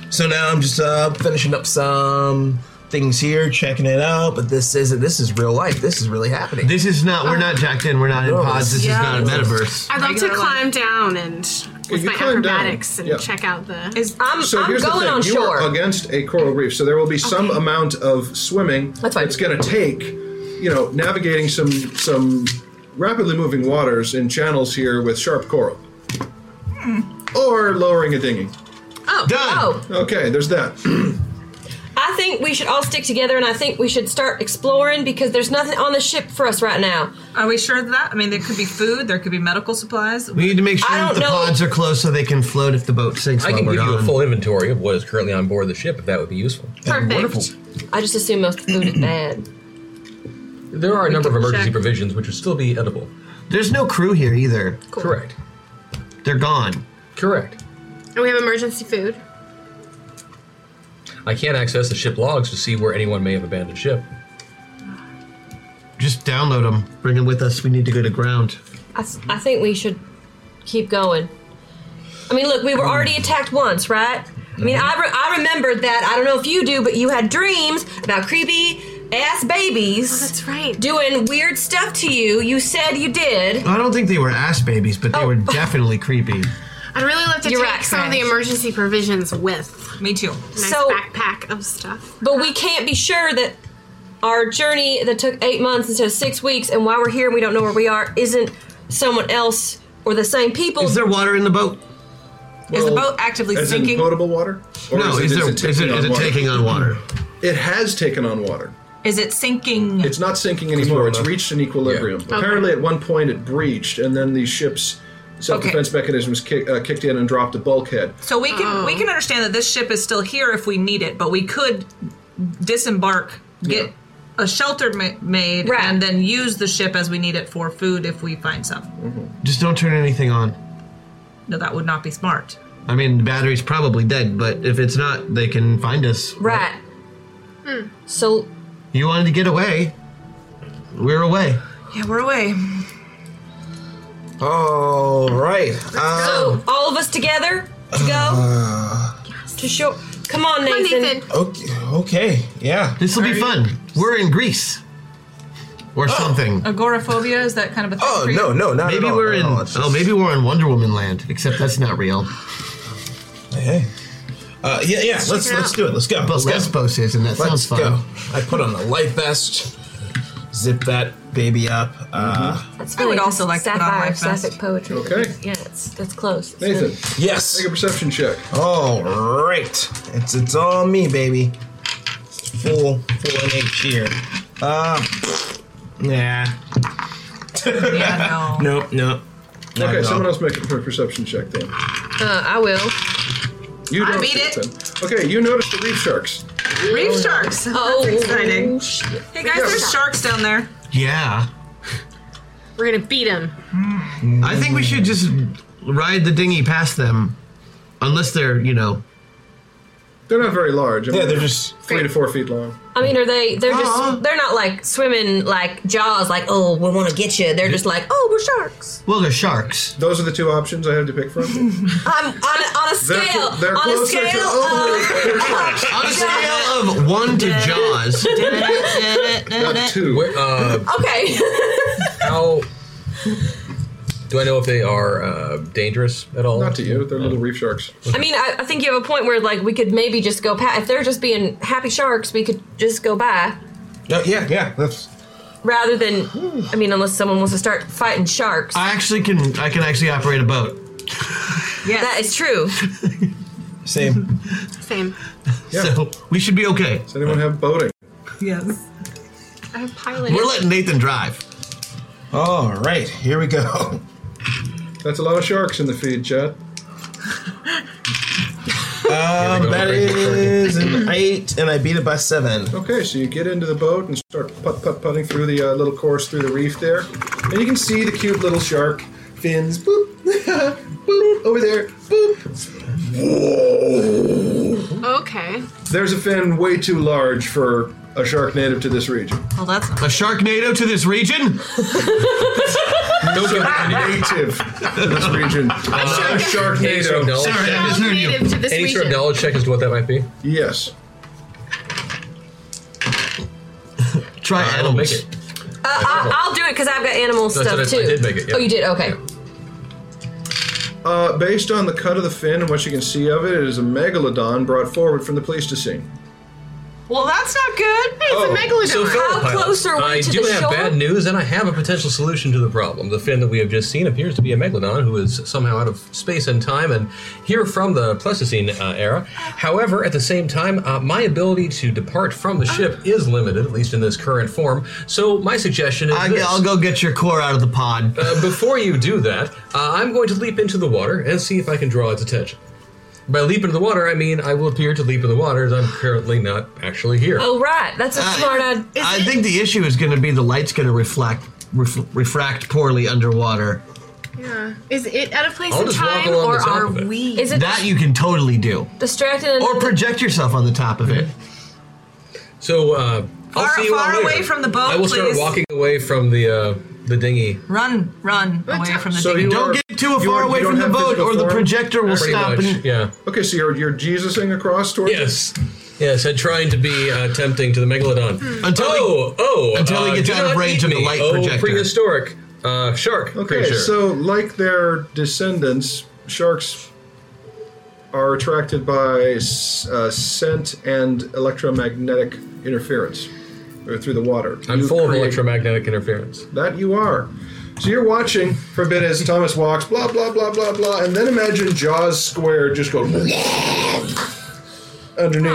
Speaker 2: So now I'm just uh, finishing up some things here, checking it out. But this isn't. This is real life. This is really happening.
Speaker 5: This is not. We're not jacked in. We're not in
Speaker 2: No,
Speaker 5: pods. This
Speaker 2: yeah.
Speaker 5: is not a metaverse.
Speaker 11: I'd love to
Speaker 2: Regular
Speaker 11: climb down and with
Speaker 3: you
Speaker 11: my
Speaker 3: climb down,
Speaker 11: acrobatics and
Speaker 3: yeah.
Speaker 11: check out the.
Speaker 6: I'm,
Speaker 3: So here's the thing: you are against a coral reef, so there will be some amount of swimming that's going to take, you know, navigating some some rapidly moving waters in channels here with sharp coral, or lowering a dinghy.
Speaker 6: Hmm. oh, oh,
Speaker 3: Okay, there's that.
Speaker 6: I think we should all stick together, and I think we should start exploring because there's nothing on the ship for us right now.
Speaker 10: Are we sure of that? I mean, there could be food. There could be medical supplies.
Speaker 5: We need to make sure
Speaker 10: I
Speaker 5: that
Speaker 10: don't
Speaker 5: the
Speaker 10: know.
Speaker 5: pods are closed so they can float if the boat sinks.
Speaker 1: I can
Speaker 5: while
Speaker 1: give
Speaker 5: we're
Speaker 1: you a
Speaker 5: gone.
Speaker 1: full inventory of what is currently on board the ship if that would be useful.
Speaker 6: Perfect. I just assume most of the food is bad.
Speaker 1: There are a number of
Speaker 6: can
Speaker 1: emergency
Speaker 6: check.
Speaker 1: provisions which would still be edible.
Speaker 5: There's no crew here either.
Speaker 1: Correct.
Speaker 5: They're gone.
Speaker 1: Correct.
Speaker 11: And we have emergency food.
Speaker 1: I can't access the ship logs to see where anyone may have abandoned ship.
Speaker 5: Just download them. Bring them with us. We need to go to ground.
Speaker 6: I, I think we should keep going. I mean, look, we were
Speaker 1: Mm.
Speaker 6: already attacked once, right? I mean,
Speaker 1: Mm-hmm.
Speaker 6: I, re- I remembered that. I don't know if you do, but you had dreams about creepy ass babies. Oh, that's right. Doing weird stuff to you. You said you did.
Speaker 5: I don't think they were ass babies, but they
Speaker 10: Oh.
Speaker 5: were definitely creepy.
Speaker 11: I'd really love to
Speaker 6: You're
Speaker 11: take
Speaker 6: right,
Speaker 11: some of the
Speaker 6: Crash.
Speaker 11: emergency provisions with.
Speaker 10: Me too.
Speaker 11: Nice
Speaker 6: So-
Speaker 11: backpack of stuff.
Speaker 6: But we can't be sure that our journey that took eight months instead of six weeks, and why we're here and we don't know where we are, isn't someone else or the same people.
Speaker 5: Is there water in the boat?
Speaker 6: Is the boat actively
Speaker 3: As in
Speaker 6: sinking?
Speaker 3: potable water?
Speaker 5: No, is there- is it- is it taking on water?
Speaker 3: It has taken on water.
Speaker 10: Is it sinking?
Speaker 3: It's not sinking anymore. It's
Speaker 10: enough.
Speaker 3: reached an equilibrium.
Speaker 10: Yeah. Okay.
Speaker 3: Apparently, at one point, it breached, and then the ship's self-defense mechanisms kick, uh, kicked in and dropped a bulkhead.
Speaker 10: So we can we can understand that this ship is still here if we need it, but we could disembark, get a shelter ma- made, and then use the ship as we need it for food if we find some.
Speaker 5: Just don't turn anything on.
Speaker 10: No, that would not be smart.
Speaker 5: I mean, the battery's probably dead, but if it's not, they can find us.
Speaker 6: Right.
Speaker 11: Hmm.
Speaker 6: So
Speaker 5: You wanted to get away. We're away.
Speaker 10: yeah, we're away.
Speaker 2: All right. Um,
Speaker 6: So all of us together to go
Speaker 5: Um,
Speaker 2: uh,
Speaker 6: to shore. Come on, Nathan.
Speaker 2: okay, okay. Yeah.
Speaker 5: This will be fun. We're in Greece.
Speaker 2: Oh.
Speaker 5: Or something.
Speaker 10: Agoraphobia is that kind of a
Speaker 5: Oh,
Speaker 10: thing? for you?
Speaker 5: maybe we're in. Oh, maybe we're in Wonder Woman land. Except that's not real.
Speaker 2: Hey. Uh, yeah, yeah. Let's let's,
Speaker 5: Check it out.
Speaker 2: do it. Let's go.
Speaker 5: But
Speaker 2: let's go.
Speaker 5: Lesbos is, and that
Speaker 2: let's
Speaker 5: sounds fun.
Speaker 2: go. I put on a life vest, zip that baby up. Uh,
Speaker 3: Mm-hmm.
Speaker 6: That's
Speaker 10: I would
Speaker 6: funny,
Speaker 10: also like to put on
Speaker 6: sapphire,
Speaker 10: my vest.
Speaker 6: sapphic poetry.
Speaker 2: Okay.
Speaker 6: Yeah, it's, that's close. It's good.
Speaker 2: Yes. Make
Speaker 3: a perception check.
Speaker 2: All right. It's it's all me, baby. Full full NH here. Uh, yeah.
Speaker 10: yeah.
Speaker 2: No. Nope. Nope. Not
Speaker 3: okay,
Speaker 2: at all.
Speaker 3: someone else make a per- perception check then.
Speaker 6: Uh, I will.
Speaker 3: You
Speaker 6: I
Speaker 3: don't
Speaker 6: beat
Speaker 3: see them. Okay, you notice the reef sharks.
Speaker 10: Reef sharks.
Speaker 6: Oh,
Speaker 10: That's exciting. Hey guys,
Speaker 11: Yeah.
Speaker 10: there's sharks down there.
Speaker 5: Yeah.
Speaker 11: We're gonna beat him.
Speaker 5: I think we should just ride the dinghy past them, unless they're you know.
Speaker 3: They're not very large. I
Speaker 5: Yeah,
Speaker 3: mean,
Speaker 5: they're just
Speaker 3: three to four feet long.
Speaker 6: I mean, are they? They're just. They're not like swimming like jaws. Like, oh, we want to get you. They're just like, oh, we're sharks.
Speaker 5: Well, they're sharks.
Speaker 3: Those are the two options I have to pick from.
Speaker 6: I'm on, a- on a
Speaker 3: They're clo-
Speaker 6: scale.
Speaker 3: they're
Speaker 6: on a
Speaker 3: closer
Speaker 6: scale
Speaker 3: to-
Speaker 6: of.
Speaker 3: oh, they're- they're sharks.
Speaker 5: On a scale of one to Jaws.
Speaker 6: uh,
Speaker 1: Not two. uh,
Speaker 6: okay.
Speaker 1: how do I know if they are uh, dangerous at all? Not
Speaker 3: to you. They're little reef sharks.
Speaker 6: I mean, I, I think you have a point where like we could maybe just go past. If they're just being happy sharks, we could just go by
Speaker 2: No, yeah, yeah. That's
Speaker 6: rather than. I mean, unless someone wants to start fighting sharks.
Speaker 5: I actually can. I can actually operate a boat.
Speaker 6: Yeah, that is true.
Speaker 2: Same.
Speaker 11: Same.
Speaker 5: So we should be okay. Does
Speaker 3: anyone have boating?
Speaker 10: Yes.
Speaker 11: I have pilot.
Speaker 5: We're letting Nathan drive.
Speaker 2: All right, here we go.
Speaker 3: That's a lot of sharks in the feed, Chad.
Speaker 2: Um, that is an eight, and I beat it by seven.
Speaker 3: Okay, so you get into the boat and start putt putt putting through the uh, little course through the reef there, and you can see the cute little shark fins. Boop, boop over there. Boop.
Speaker 11: Okay.
Speaker 3: There's a fin way too large for a shark native to this region.
Speaker 10: Well, that's
Speaker 5: A shark native to this region?
Speaker 3: No shark native to this region.
Speaker 1: Uh,
Speaker 3: Not a shark
Speaker 1: any sort of
Speaker 3: native.
Speaker 1: knowledge check? Any sort of knowledge check as to what that might be?
Speaker 3: Yes.
Speaker 5: Try
Speaker 1: I don't make it.
Speaker 6: Uh, I, I'll do it because I've got animal
Speaker 3: That's
Speaker 6: stuff
Speaker 3: what I- I
Speaker 6: too.
Speaker 3: did make it, yeah.
Speaker 6: Oh, you did. Okay.
Speaker 3: Uh, based on the cut of the fin and what you can see of it, it is a megalodon brought forward from the Pleistocene.
Speaker 10: Well, that's not good.
Speaker 1: So, fellow pilots, I do have bad news, and I have a potential solution to the problem. The fin that we have just seen appears to be a megalodon who is somehow out of space and time and here from the Pleistocene uh, era. However, at the same time, uh, my ability to depart from the
Speaker 6: Ah.
Speaker 1: ship is limited, at least in this current form. So, my suggestion is
Speaker 5: I,
Speaker 1: this.
Speaker 5: will go get your core out of the pod.
Speaker 1: Uh, before you do that, uh, I'm going to leap into the water and see if I can draw its attention. By leap into the water, I mean I will appear to leap in the water, as I'm currently not actually here.
Speaker 6: Oh, right. That's a
Speaker 10: Ah.
Speaker 6: smart idea.
Speaker 5: I think the issue is going to be the light's going to reflect ref, refract poorly underwater.
Speaker 11: Yeah. Is it at a place
Speaker 5: I'll
Speaker 11: and
Speaker 5: just walk
Speaker 11: time,
Speaker 5: along
Speaker 11: or
Speaker 5: the top
Speaker 11: are
Speaker 5: of it.
Speaker 11: we? Is
Speaker 5: that you can totally do,
Speaker 6: distracted?
Speaker 5: or project yourself on the top of it.
Speaker 1: So uh, I'll
Speaker 10: Far-
Speaker 1: see you all
Speaker 10: far
Speaker 1: later.
Speaker 10: away from the boat,
Speaker 1: I will start
Speaker 10: please.
Speaker 1: walking away from the uh, the dinghy.
Speaker 10: Run, run away from the dinghy.
Speaker 1: Pretty much, yeah.
Speaker 3: Okay, so you're you're Jesusing across towards.
Speaker 1: Yes. Yes, and trying to be uh, tempting to the megalodon. Until oh, oh,
Speaker 3: until he
Speaker 1: uh,
Speaker 3: gets
Speaker 1: do
Speaker 3: out of
Speaker 1: not
Speaker 3: range
Speaker 1: eat
Speaker 3: of the
Speaker 1: me,
Speaker 3: light
Speaker 1: oh,
Speaker 3: projector.
Speaker 1: prehistoric uh, shark.
Speaker 3: Okay,
Speaker 1: creature.
Speaker 3: so like their descendants, sharks are attracted by s- uh, scent and electromagnetic interference or through the water.
Speaker 1: I'm
Speaker 3: You
Speaker 1: full of
Speaker 3: create-
Speaker 1: electromagnetic interference.
Speaker 3: That you are. So you're watching for a bit as Thomas walks, blah blah blah blah blah, and then imagine Jaws Square just go underneath.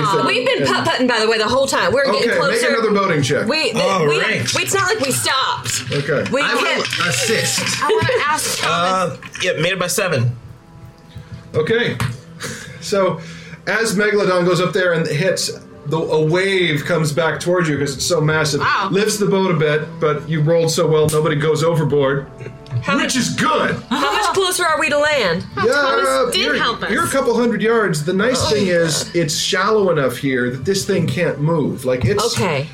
Speaker 6: Aw,
Speaker 3: it.
Speaker 6: We've been
Speaker 3: And-
Speaker 6: putt putting, by the way, the whole time. We're
Speaker 3: Okay,
Speaker 6: getting
Speaker 3: make
Speaker 6: closer.
Speaker 3: another boating check.
Speaker 6: We, th-
Speaker 5: Oh,
Speaker 3: All
Speaker 6: we,
Speaker 3: right.
Speaker 6: we- it's not like we stopped.
Speaker 3: Okay.
Speaker 6: We
Speaker 2: I will
Speaker 6: kept-
Speaker 2: assist.
Speaker 11: I want to ask
Speaker 2: Uh, yeah, made it by seven.
Speaker 3: Okay. So, as Megalodon goes up there and hits, the, a wave comes back towards you because it's so massive.
Speaker 11: Wow.
Speaker 3: Lifts the boat a bit, but you rolled so well, nobody goes overboard, which is good.
Speaker 6: How much closer are we to land?
Speaker 3: uh, you're, You're a couple hundred yards. The
Speaker 6: Oh.
Speaker 3: nice thing is, it's shallow enough here that this thing can't move. Like it's
Speaker 6: Okay.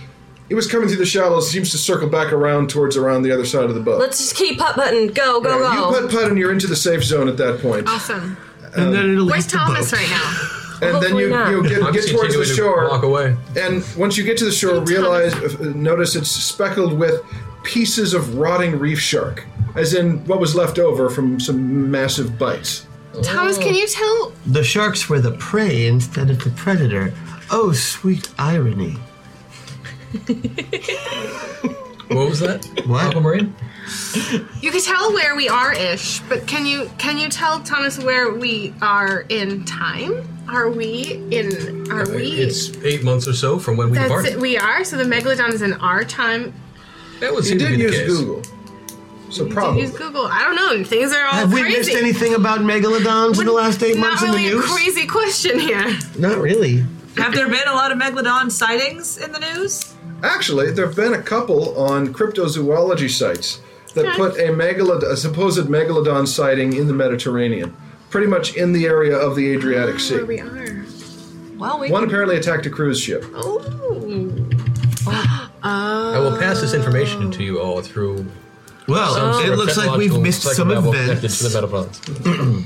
Speaker 3: It was coming through the shallows. Seems to circle back around towards around the other side of the boat.
Speaker 6: Let's just keep putt putting. Go, go, Oh.
Speaker 3: Yeah,
Speaker 6: go.
Speaker 3: You put putt and you're into the safe zone at that point.
Speaker 11: Awesome.
Speaker 3: And then it'll
Speaker 11: Where's Thomas right now?
Speaker 3: and then you,
Speaker 11: Hopefully
Speaker 3: you
Speaker 11: not.
Speaker 3: get,
Speaker 11: I'm
Speaker 3: get
Speaker 11: just
Speaker 3: towards the
Speaker 1: continuing to
Speaker 3: shore.
Speaker 1: walk away.
Speaker 3: And once you get to the shore, realize, uh, notice it's speckled with pieces of rotting reef shark, as in what was left over from some massive bites.
Speaker 11: Thomas, can you tell?
Speaker 5: The sharks were the prey instead of the predator. Oh, sweet irony.
Speaker 1: what was that?
Speaker 5: What?
Speaker 11: You can tell where we are ish, but can you can you tell Thomas where we are in time? Are we in? Are we?
Speaker 1: It's eight months or so from when we
Speaker 11: That's
Speaker 1: departed.
Speaker 11: it. We are. So the megalodon is in our time.
Speaker 1: That would seem to be the case.
Speaker 3: So
Speaker 11: You did Use Google. I don't know. Things are all
Speaker 5: Have we
Speaker 11: crazy.
Speaker 5: missed anything about megalodons in the last eight
Speaker 11: Not
Speaker 5: months in the
Speaker 11: really a
Speaker 5: news?
Speaker 11: crazy question here.
Speaker 5: Not really.
Speaker 10: Have there been a lot of megalodon sightings in the news?
Speaker 3: Actually, there have been a couple on cryptozoology sites that
Speaker 10: Okay.
Speaker 3: put a, megalod- a supposed megalodon sighting in the Mediterranean, pretty much in the area of the Adriatic Sea.
Speaker 11: We Ah, are.
Speaker 10: Well, we
Speaker 3: One apparently attacked a cruise ship.
Speaker 11: Oh.
Speaker 1: I will pass this information to you all through.
Speaker 5: Well,
Speaker 1: some sort
Speaker 5: it
Speaker 1: of
Speaker 5: looks like we've
Speaker 1: technological
Speaker 5: missed some
Speaker 1: psychobabble
Speaker 5: events.
Speaker 1: connected to the megalodons.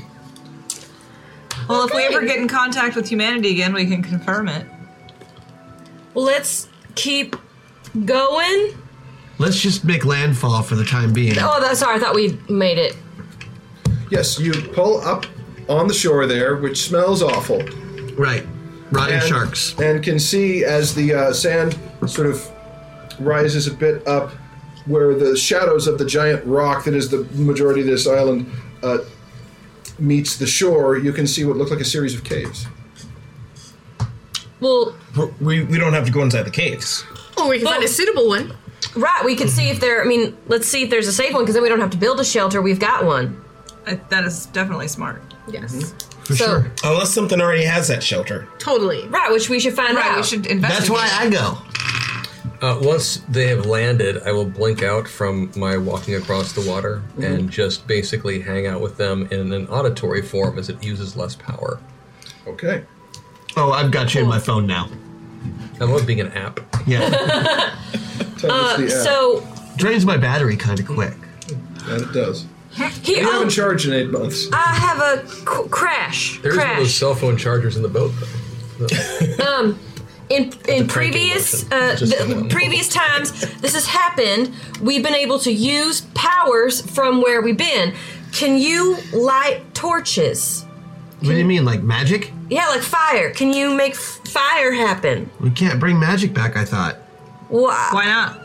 Speaker 10: Well, if we ever get in contact with humanity again, we can confirm it.
Speaker 6: Let's keep going.
Speaker 5: Let's just make landfall for the time being.
Speaker 6: Oh, that's sorry. I thought we made it.
Speaker 3: Yes, you pull up on the shore there, which smells awful.
Speaker 5: Right. Rotting
Speaker 3: and,
Speaker 5: sharks.
Speaker 3: And can see as the uh, sand sort of rises a bit up where the shadows of the giant rock that is the majority of this island uh, meets the shore, you can see what look like a series of caves.
Speaker 6: Well,
Speaker 2: We, we don't have to go inside the caves.
Speaker 11: Oh, we can find a suitable one.
Speaker 6: Right, we could see if there. I mean, let's see if there's a safe one because then we don't have to build a shelter. We've got one.
Speaker 10: Uh, that is definitely smart.
Speaker 6: Yes,
Speaker 2: For sure. Unless something already has that shelter.
Speaker 6: totally. Right, which we should find out. We should
Speaker 2: That's why I go.
Speaker 1: Uh, once they have landed, I will blink out from my walking across the water
Speaker 6: Mm-hmm.
Speaker 3: Mhm.
Speaker 1: and just basically hang out with them in an auditory form as it uses less power.
Speaker 3: Okay.
Speaker 5: Oh, I've got you in my phone now.
Speaker 1: I love being an app.
Speaker 5: Yeah.
Speaker 6: Uh, so
Speaker 5: drains my battery kind of quick.
Speaker 3: And it does.
Speaker 6: He
Speaker 3: you haven't
Speaker 6: owned-
Speaker 3: charged in eight months.
Speaker 6: oh, I have a c- crash.
Speaker 1: There is one of
Speaker 6: crash.
Speaker 1: those cell phone chargers in the boat. though.
Speaker 6: um, in in previous
Speaker 1: motion.
Speaker 6: uh,
Speaker 1: Just
Speaker 6: the-
Speaker 1: the one.
Speaker 6: previous times this has happened, we've been able to use powers from where we've been. Can you light torches?
Speaker 5: What do you mean, like magic?
Speaker 6: Yeah, like fire. Can you make f- fire happen?
Speaker 5: We can't bring magic back, I thought.
Speaker 6: Why?
Speaker 10: Why not?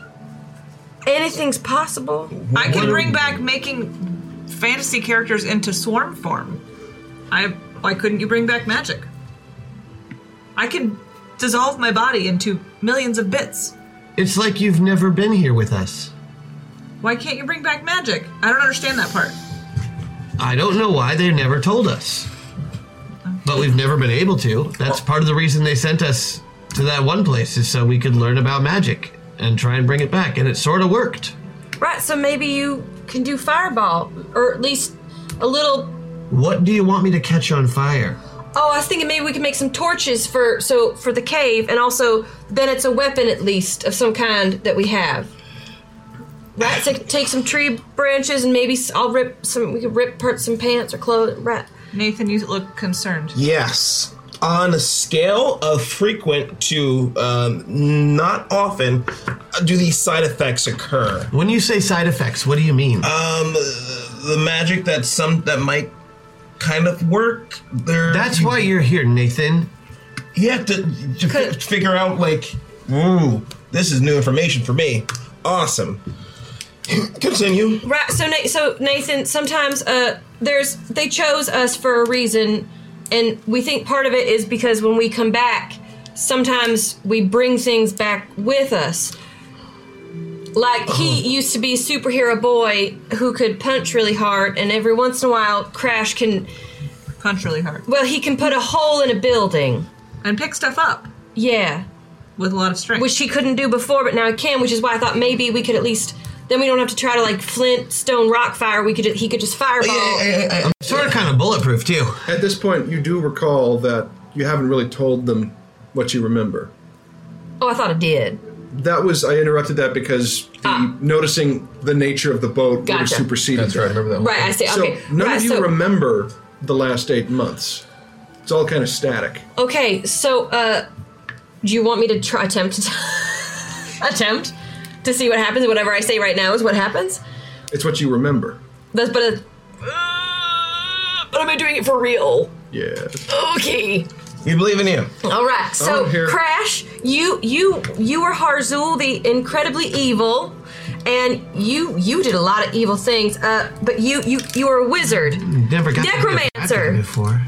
Speaker 6: Anything's possible.
Speaker 10: I
Speaker 5: What
Speaker 10: can
Speaker 5: do
Speaker 10: bring
Speaker 5: we-
Speaker 10: back making fantasy characters into swarm form. I why couldn't you bring back magic? I can dissolve my body into millions of bits.
Speaker 5: It's like you've never been here with us.
Speaker 10: Why can't you bring back magic? I don't understand that part.
Speaker 5: I don't know why they never told us. But we've never been able to. That's part of the reason they sent us to that one place is so we could learn about magic and try and bring it back. And it sort of worked.
Speaker 6: Right, so maybe you can do fireball, or at least a little.
Speaker 5: What do you want me to catch on fire?
Speaker 6: Oh, I was thinking maybe we can make some torches for so for the cave, and also then it's a weapon at least of some kind that we have. Right, so take some tree branches and maybe s- I'll rip some. We could rip part some pants or clothes. Right.
Speaker 10: Nathan, you look concerned.
Speaker 2: Yes. On a scale of frequent to um, not often, uh, do these side effects occur? When you say side effects, what do you mean? Um, the magic that some that might kind of work. There.
Speaker 5: That's why you're here, Nathan.
Speaker 2: You have to, to fi- figure out like, ooh, this is new information for me. Awesome. Continue.
Speaker 6: Right. So, Na- so Nathan, sometimes uh, there's they chose us for a reason, and we think part of it is because when we come back, sometimes we bring things back with us. Like he
Speaker 10: Uh-huh.
Speaker 6: used to be a superhero boy who could punch really hard, and every once in a while, Crash can
Speaker 10: punch really hard.
Speaker 6: Well, he can put a hole in a building
Speaker 10: and pick stuff up.
Speaker 6: Yeah,
Speaker 10: with a lot of strength,
Speaker 6: which he couldn't do before, but now he can. Which is why I thought maybe we could at least then we don't have to try to like flint, stone, rock fire. We could ju- he could just fireball.
Speaker 10: Oh,
Speaker 5: I'm sort of kind of bulletproof too.
Speaker 3: At this point, you do recall that you haven't really told them what you remember.
Speaker 6: Oh, I thought it did.
Speaker 3: That was I interrupted that because the, noticing the nature of the boat would have
Speaker 6: Ah. Gotcha.
Speaker 3: superseded. That's right. I remember
Speaker 6: that Right, one. I see.
Speaker 3: So
Speaker 6: Okay.
Speaker 3: none
Speaker 6: Right,
Speaker 3: of you
Speaker 6: so-
Speaker 3: remember the last eight months. It's all kind of static.
Speaker 6: Okay, so uh, do you want me to try attempt attempt to see what happens? Whatever I say right now is what happens.
Speaker 3: It's what you remember.
Speaker 6: That's but uh, but am I doing it for real?
Speaker 3: Yeah.
Speaker 6: Okay.
Speaker 2: We believe in you.
Speaker 6: All right. So
Speaker 2: Oh, here-
Speaker 6: Crash, you you you were Harzul the incredibly evil, and you you did a lot of evil things. Uh, but you you you were a wizard.
Speaker 5: Never got to be a bad
Speaker 6: Necromancer.
Speaker 5: guy before.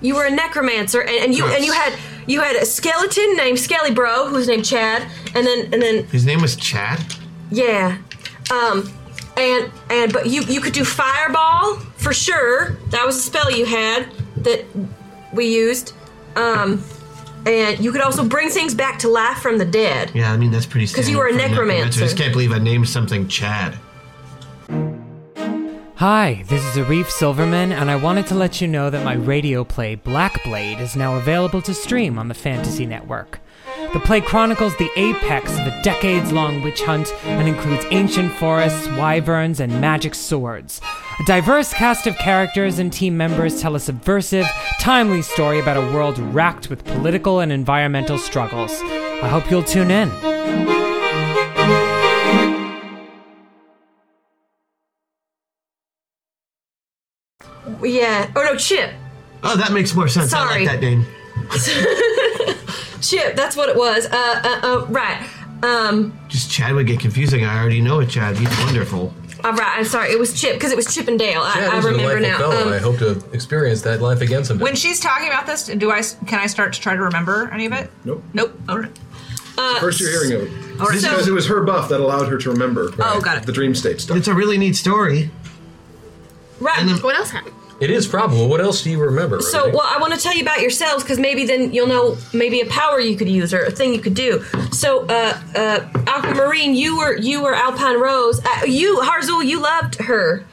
Speaker 6: You were a necromancer, and, and you and you had you had a skeleton named Skelly Bro, who's named Chad, and then and then
Speaker 5: His name was Chad.
Speaker 6: yeah, um, and and but you you could do fireball for sure. That was a spell you had that we used, um, and you could also bring things back to life from the dead.
Speaker 5: Yeah, I mean that's pretty.
Speaker 6: 'Cause
Speaker 5: standard
Speaker 6: you were a
Speaker 5: for
Speaker 6: necromancer.
Speaker 5: I just can't believe I named something Chad.
Speaker 14: Hi, this is Arif Silverman, and I wanted to let you know that my radio play Blackblade is now available to stream on the Fantasy Network. The play chronicles the apex of a decades long witch hunt and includes ancient forests, wyverns, and magic swords. A diverse cast of characters and team members tell a subversive, timely story about a world racked with political and environmental struggles. I hope you'll tune in.
Speaker 6: Yeah. Oh no, Chip.
Speaker 5: Oh, that makes more sense. I
Speaker 6: Sorry.
Speaker 5: like that name.
Speaker 6: Chip. That's what it was. Uh. Uh. uh right. Um.
Speaker 5: Just Chad would get confusing. I already know it, Chad. He's wonderful.
Speaker 6: All uh, right. I'm sorry. It was Chip because it was Chip and Dale. I,
Speaker 1: Chad
Speaker 6: I
Speaker 1: is a
Speaker 6: remember now.
Speaker 1: delightful fellow,
Speaker 6: Um,
Speaker 1: and I hope to experience that life again someday.
Speaker 10: When she's talking about this, do I can I start to try to remember any of it?
Speaker 3: Nope.
Speaker 10: Nope. All right.
Speaker 6: Uh,
Speaker 3: First, you're hearing of
Speaker 10: All
Speaker 3: it.
Speaker 10: right.
Speaker 3: This
Speaker 10: So-
Speaker 3: because it was her buff that allowed her to remember.
Speaker 10: Oh, got it.
Speaker 3: The dream state stuff.
Speaker 5: It's a really neat story.
Speaker 6: Right.
Speaker 11: what else happened?
Speaker 1: It is probable. What else do you remember?
Speaker 6: So, well, I want to tell you about yourselves because maybe then you'll know maybe a power you could use or a thing you could do. So, uh, uh, Aquamarine, you were you were Alpine Rose. Uh, you Harzul, you loved her.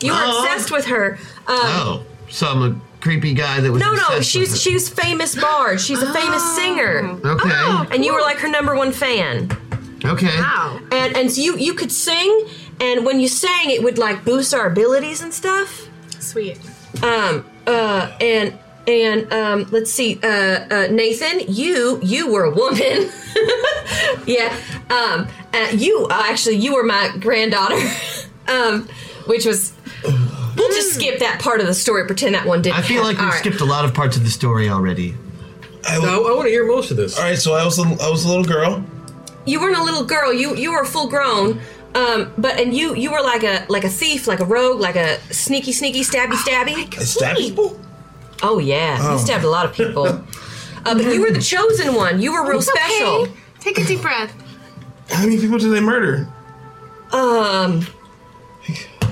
Speaker 6: You were
Speaker 5: Oh.
Speaker 6: obsessed with her. Um,
Speaker 5: Oh, some creepy guy that was.
Speaker 6: no, no,
Speaker 5: obsessed with
Speaker 6: she's
Speaker 5: her.
Speaker 6: she's famous bard. She's a famous singer.
Speaker 5: Okay. Oh,
Speaker 6: and you were like her number one fan.
Speaker 5: Okay.
Speaker 11: Ah,
Speaker 6: And and so you you could sing, and when you sang, it would like boost our abilities and stuff.
Speaker 11: Sweet.
Speaker 6: Um. Uh. And and um. Let's see. Uh. uh Nathan, you you were a woman. yeah. Um. Uh, you uh, actually you were my granddaughter. um. Which was. We'll just skip that part of the story. Pretend that one didn't.
Speaker 5: I feel like we've skipped a lot of parts of the story already.
Speaker 2: I,
Speaker 1: want to hear most of this.
Speaker 2: All right, so I was a, I was a little girl.
Speaker 6: you weren't a little girl you you were full grown um but and you you were like a like a thief like a rogue like a sneaky sneaky stabby
Speaker 2: Oh
Speaker 6: stabby
Speaker 2: I stabbed people.
Speaker 6: oh yeah
Speaker 2: Oh.
Speaker 6: you stabbed a lot of people uh, but you were the chosen one you were real
Speaker 11: It's okay.
Speaker 6: special
Speaker 11: Take a deep breath.
Speaker 2: How many people did they murder?
Speaker 6: um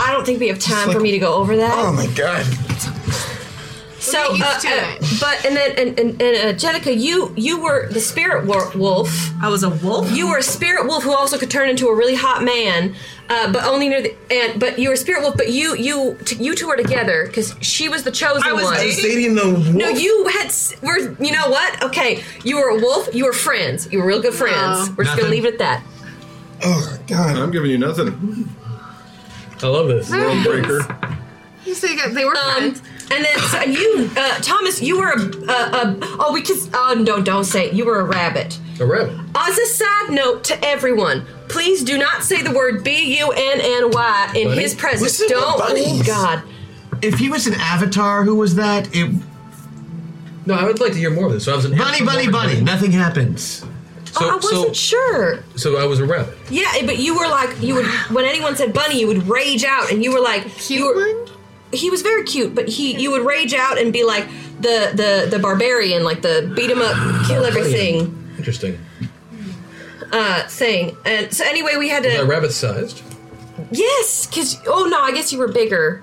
Speaker 6: i don't think we have time for me to go over that
Speaker 2: Oh my god.
Speaker 6: So, uh, uh, but and then and and, and uh, Jenica, you you were the spirit wor- wolf.
Speaker 10: I was a wolf.
Speaker 6: You were a spirit wolf who also could turn into a really hot man, uh, but only near the and but you were a spirit wolf. But you you t- you two were together because she was the chosen
Speaker 2: I was
Speaker 6: one.
Speaker 2: dating- I was dating the wolf.
Speaker 6: No, you had s- were you know what? Okay, you were a wolf. You were friends. You were real good friends.
Speaker 5: No.
Speaker 6: We're just gonna
Speaker 5: Nothing.
Speaker 6: leave it at that.
Speaker 3: Oh God! I'm giving you nothing.
Speaker 1: I love this.
Speaker 3: World breaker.
Speaker 9: You say they were um,
Speaker 6: And then so you, uh, Thomas, you were a, a, a oh, we just oh no, don't say it. you were a rabbit.
Speaker 1: A rabbit.
Speaker 6: As a side note to everyone, please do not say the word B U N N Y in
Speaker 5: Bunny?
Speaker 6: his presence.
Speaker 5: Listen to
Speaker 6: Don't. Oh
Speaker 5: bunnies.
Speaker 6: God.
Speaker 5: If he was an avatar who was that, it.
Speaker 1: No, I would like to hear more of this. So I was an
Speaker 5: bunny, bunny, bunny, Nothing happens.
Speaker 6: oh, I wasn't sure.
Speaker 1: So I was a rabbit.
Speaker 6: Yeah, but you were like you would when anyone said bunny, you would rage out, and you were like cute He was very cute, but he you would rage out and be like the the the barbarian, like the beat 'em up,
Speaker 5: Oh,
Speaker 6: kill everything
Speaker 1: Interesting.
Speaker 6: uh, thing. And so anyway, we had
Speaker 1: Was I
Speaker 6: to
Speaker 1: rabbit sized?
Speaker 6: yes, because oh no, I guess you were bigger,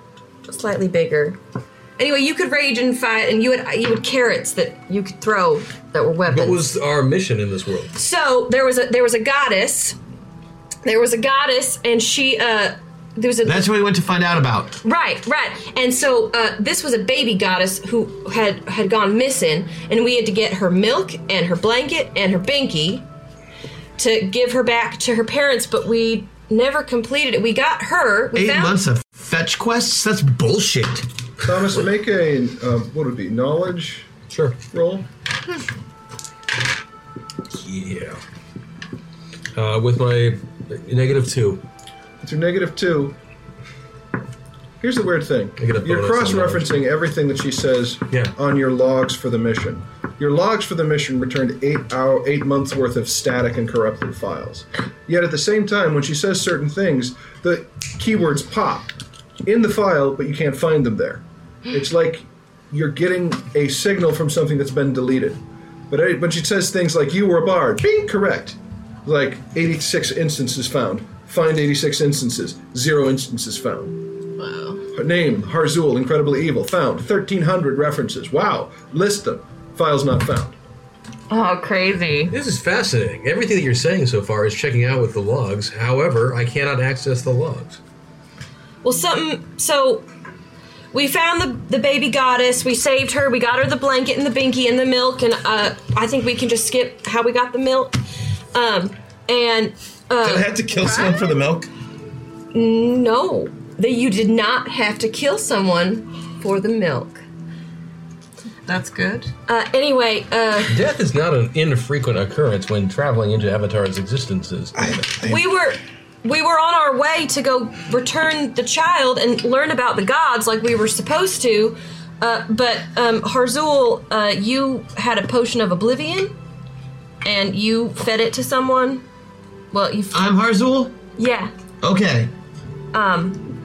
Speaker 6: slightly bigger. Anyway, you could rage and fight, and you had you had carrots that you could throw that were weapons.
Speaker 1: What was our mission in this world?
Speaker 6: So there was a there was a goddess. There was a goddess, and she uh there was a
Speaker 5: That's what we went to find out about.
Speaker 6: right right. And so uh, this was a baby goddess who had had gone missing, and we had to get her milk and her blanket and her binky to give her back to her parents. But we never completed it. We got her. We
Speaker 5: Eight
Speaker 6: found
Speaker 5: months of fetch quests? That's bullshit.
Speaker 3: Thomas, make a um, what would it be knowledge?
Speaker 1: Sure.
Speaker 3: Roll.
Speaker 1: Yeah. Uh, with my negative two.
Speaker 3: It's your negative two. Here's the weird thing.
Speaker 1: I get a
Speaker 3: You're
Speaker 1: bonus
Speaker 3: cross
Speaker 1: on
Speaker 3: referencing everything that she says on your logs for the mission. Your logs for the mission returned eight hour, eight months worth of static and corrupted files. Yet at the same time, when she says certain things, the keywords pop in the file, but you can't find them there. It's like you're getting a signal from something that's been deleted. But I- when she says things like "you were a bard," being correct, like 86 instances found. Find 86 instances. Zero instances found. Wow. Her name Harzul, incredibly evil. Found 1,300 references. Wow. List them. Files not found.
Speaker 9: Oh, crazy.
Speaker 1: This is fascinating. Everything that you're saying so far is checking out with the logs. However, I cannot access the logs.
Speaker 6: Well, something. So we found the the baby goddess. We saved her. We got her the blanket and the binky and the milk. And uh, I think we can just skip how we got the milk. Um, and uh,
Speaker 2: Did I have to kill someone for the milk?
Speaker 6: No, that you did not have to kill someone for the milk.
Speaker 9: That's good.
Speaker 6: Uh, anyway, uh,
Speaker 1: Death is not an infrequent occurrence when traveling into Avatar's existences.
Speaker 6: we were we were on our way to go return the child and learn about the gods like we were supposed to uh, but um, harzul uh, you had a potion of oblivion and you fed it to someone well you
Speaker 5: I'm Harzul?
Speaker 6: yeah
Speaker 5: Okay.
Speaker 6: um,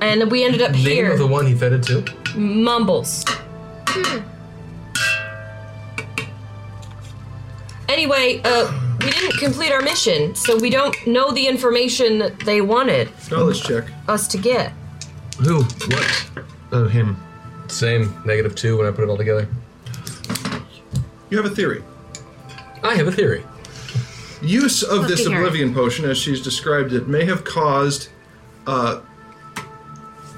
Speaker 6: and we ended up
Speaker 1: Name
Speaker 6: here
Speaker 1: of the one he fed it to?
Speaker 6: mumbles anyway uh, we didn't complete our mission so we don't know the information that they wanted
Speaker 3: Knowledge check.
Speaker 6: us to get
Speaker 1: Who? What?
Speaker 5: Oh, him.
Speaker 1: Same. Negative two when I put it all together.
Speaker 3: You have a theory.
Speaker 1: I have a theory.
Speaker 3: Use of
Speaker 1: Let's
Speaker 3: this
Speaker 1: hear it.
Speaker 3: oblivion potion, as she's described it, may have caused uh,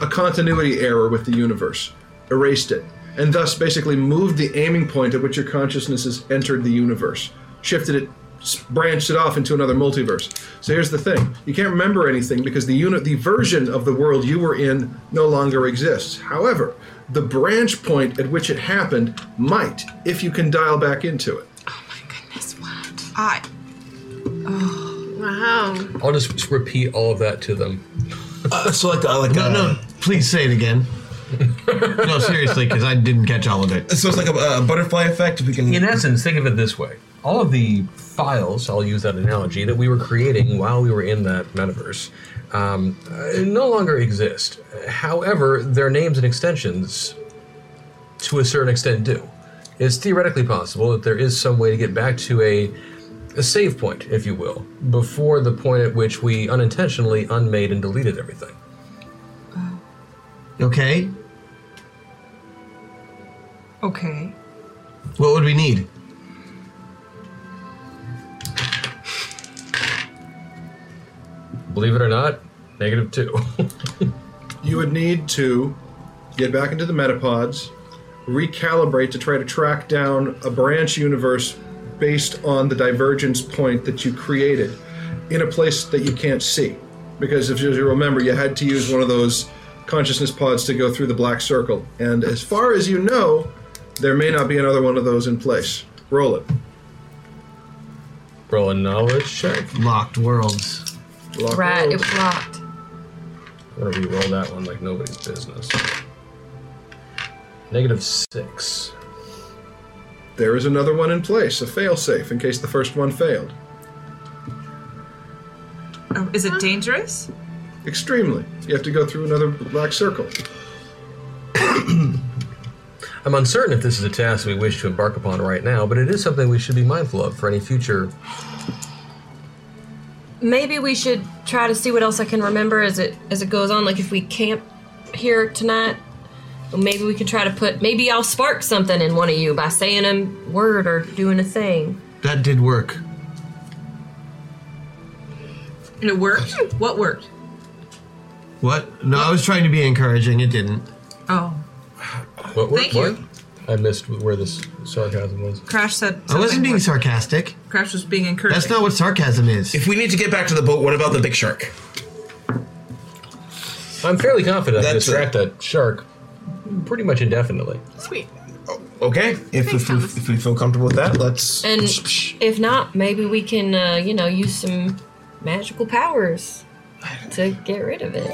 Speaker 3: a continuity error with the universe, erased it, and thus basically moved the aiming point at which your consciousness has entered the universe, shifted it, s- branched it off into another multiverse. So here's the thing: you can't remember anything because the unit, the version of the world you were in, no longer exists. However, the branch point at which it happened might, if you can dial back into it.
Speaker 10: Goodness, what? I. Oh. Wow.
Speaker 1: I'll just repeat all of that to them.
Speaker 5: Uh, so like, uh, like no, no. Please say it again. no, seriously, because I didn't catch all of it.
Speaker 2: So it's like a, a butterfly effect. If we can,
Speaker 1: In essence, think of it this way: all of the files, I'll use that analogy, that we were creating while we were in that metaverse, um, uh, no longer exist. However, their names and extensions, to a certain extent, do. It's theoretically possible that there is some way to get back to a a save point, if you will, before the point at which we unintentionally unmade and deleted everything.
Speaker 5: Okay.
Speaker 10: Okay.
Speaker 5: What would we need?
Speaker 1: Believe it or not, negative two.
Speaker 3: you would need to get back into the metapods, recalibrate to try to track down a branch universe based on the divergence point that you created, in a place that you can't see. Because if you remember, you had to use one of those consciousness pods to go through the black circle. And as far as you know, there may not be another one of those in place. Roll it.
Speaker 1: Roll a knowledge check.
Speaker 5: Locked worlds.
Speaker 3: Locked
Speaker 6: right, it was locked.
Speaker 1: I'm gonna re-roll that one like nobody's business. Negative six.
Speaker 3: There is another one in place, a failsafe, in case the first one failed.
Speaker 10: Oh, is it dangerous?
Speaker 3: Extremely. You have to go through another black circle.
Speaker 1: I'm uncertain if this is a task we wish to embark upon right now, but it is something we should be mindful of for any future.
Speaker 6: Maybe we should try to see what else I can remember as it as it goes on. Like if we camp here tonight, maybe we could try to put. Maybe I'll spark something in one of you by saying a word or doing a thing.
Speaker 5: That did work.
Speaker 9: And it worked? What worked?
Speaker 5: What? No, I was trying to be encouraging. It didn't.
Speaker 10: Oh,
Speaker 1: What? what
Speaker 10: Thank
Speaker 1: what?
Speaker 10: you.
Speaker 1: I missed where this sarcasm was.
Speaker 10: Crash said.
Speaker 5: I wasn't
Speaker 10: something.
Speaker 5: being sarcastic.
Speaker 10: Crash was being encouraged.
Speaker 5: That's not what sarcasm is.
Speaker 2: If we need to get back to the boat, what about the big shark?
Speaker 1: I'm fairly confident I can
Speaker 2: That's a-
Speaker 1: distract that shark pretty much indefinitely.
Speaker 9: Sweet.
Speaker 2: Oh, Okay, if, if, we, if we feel comfortable with that, let's.
Speaker 6: And if not, maybe we can, uh, you know, use some magical powers to get rid of it.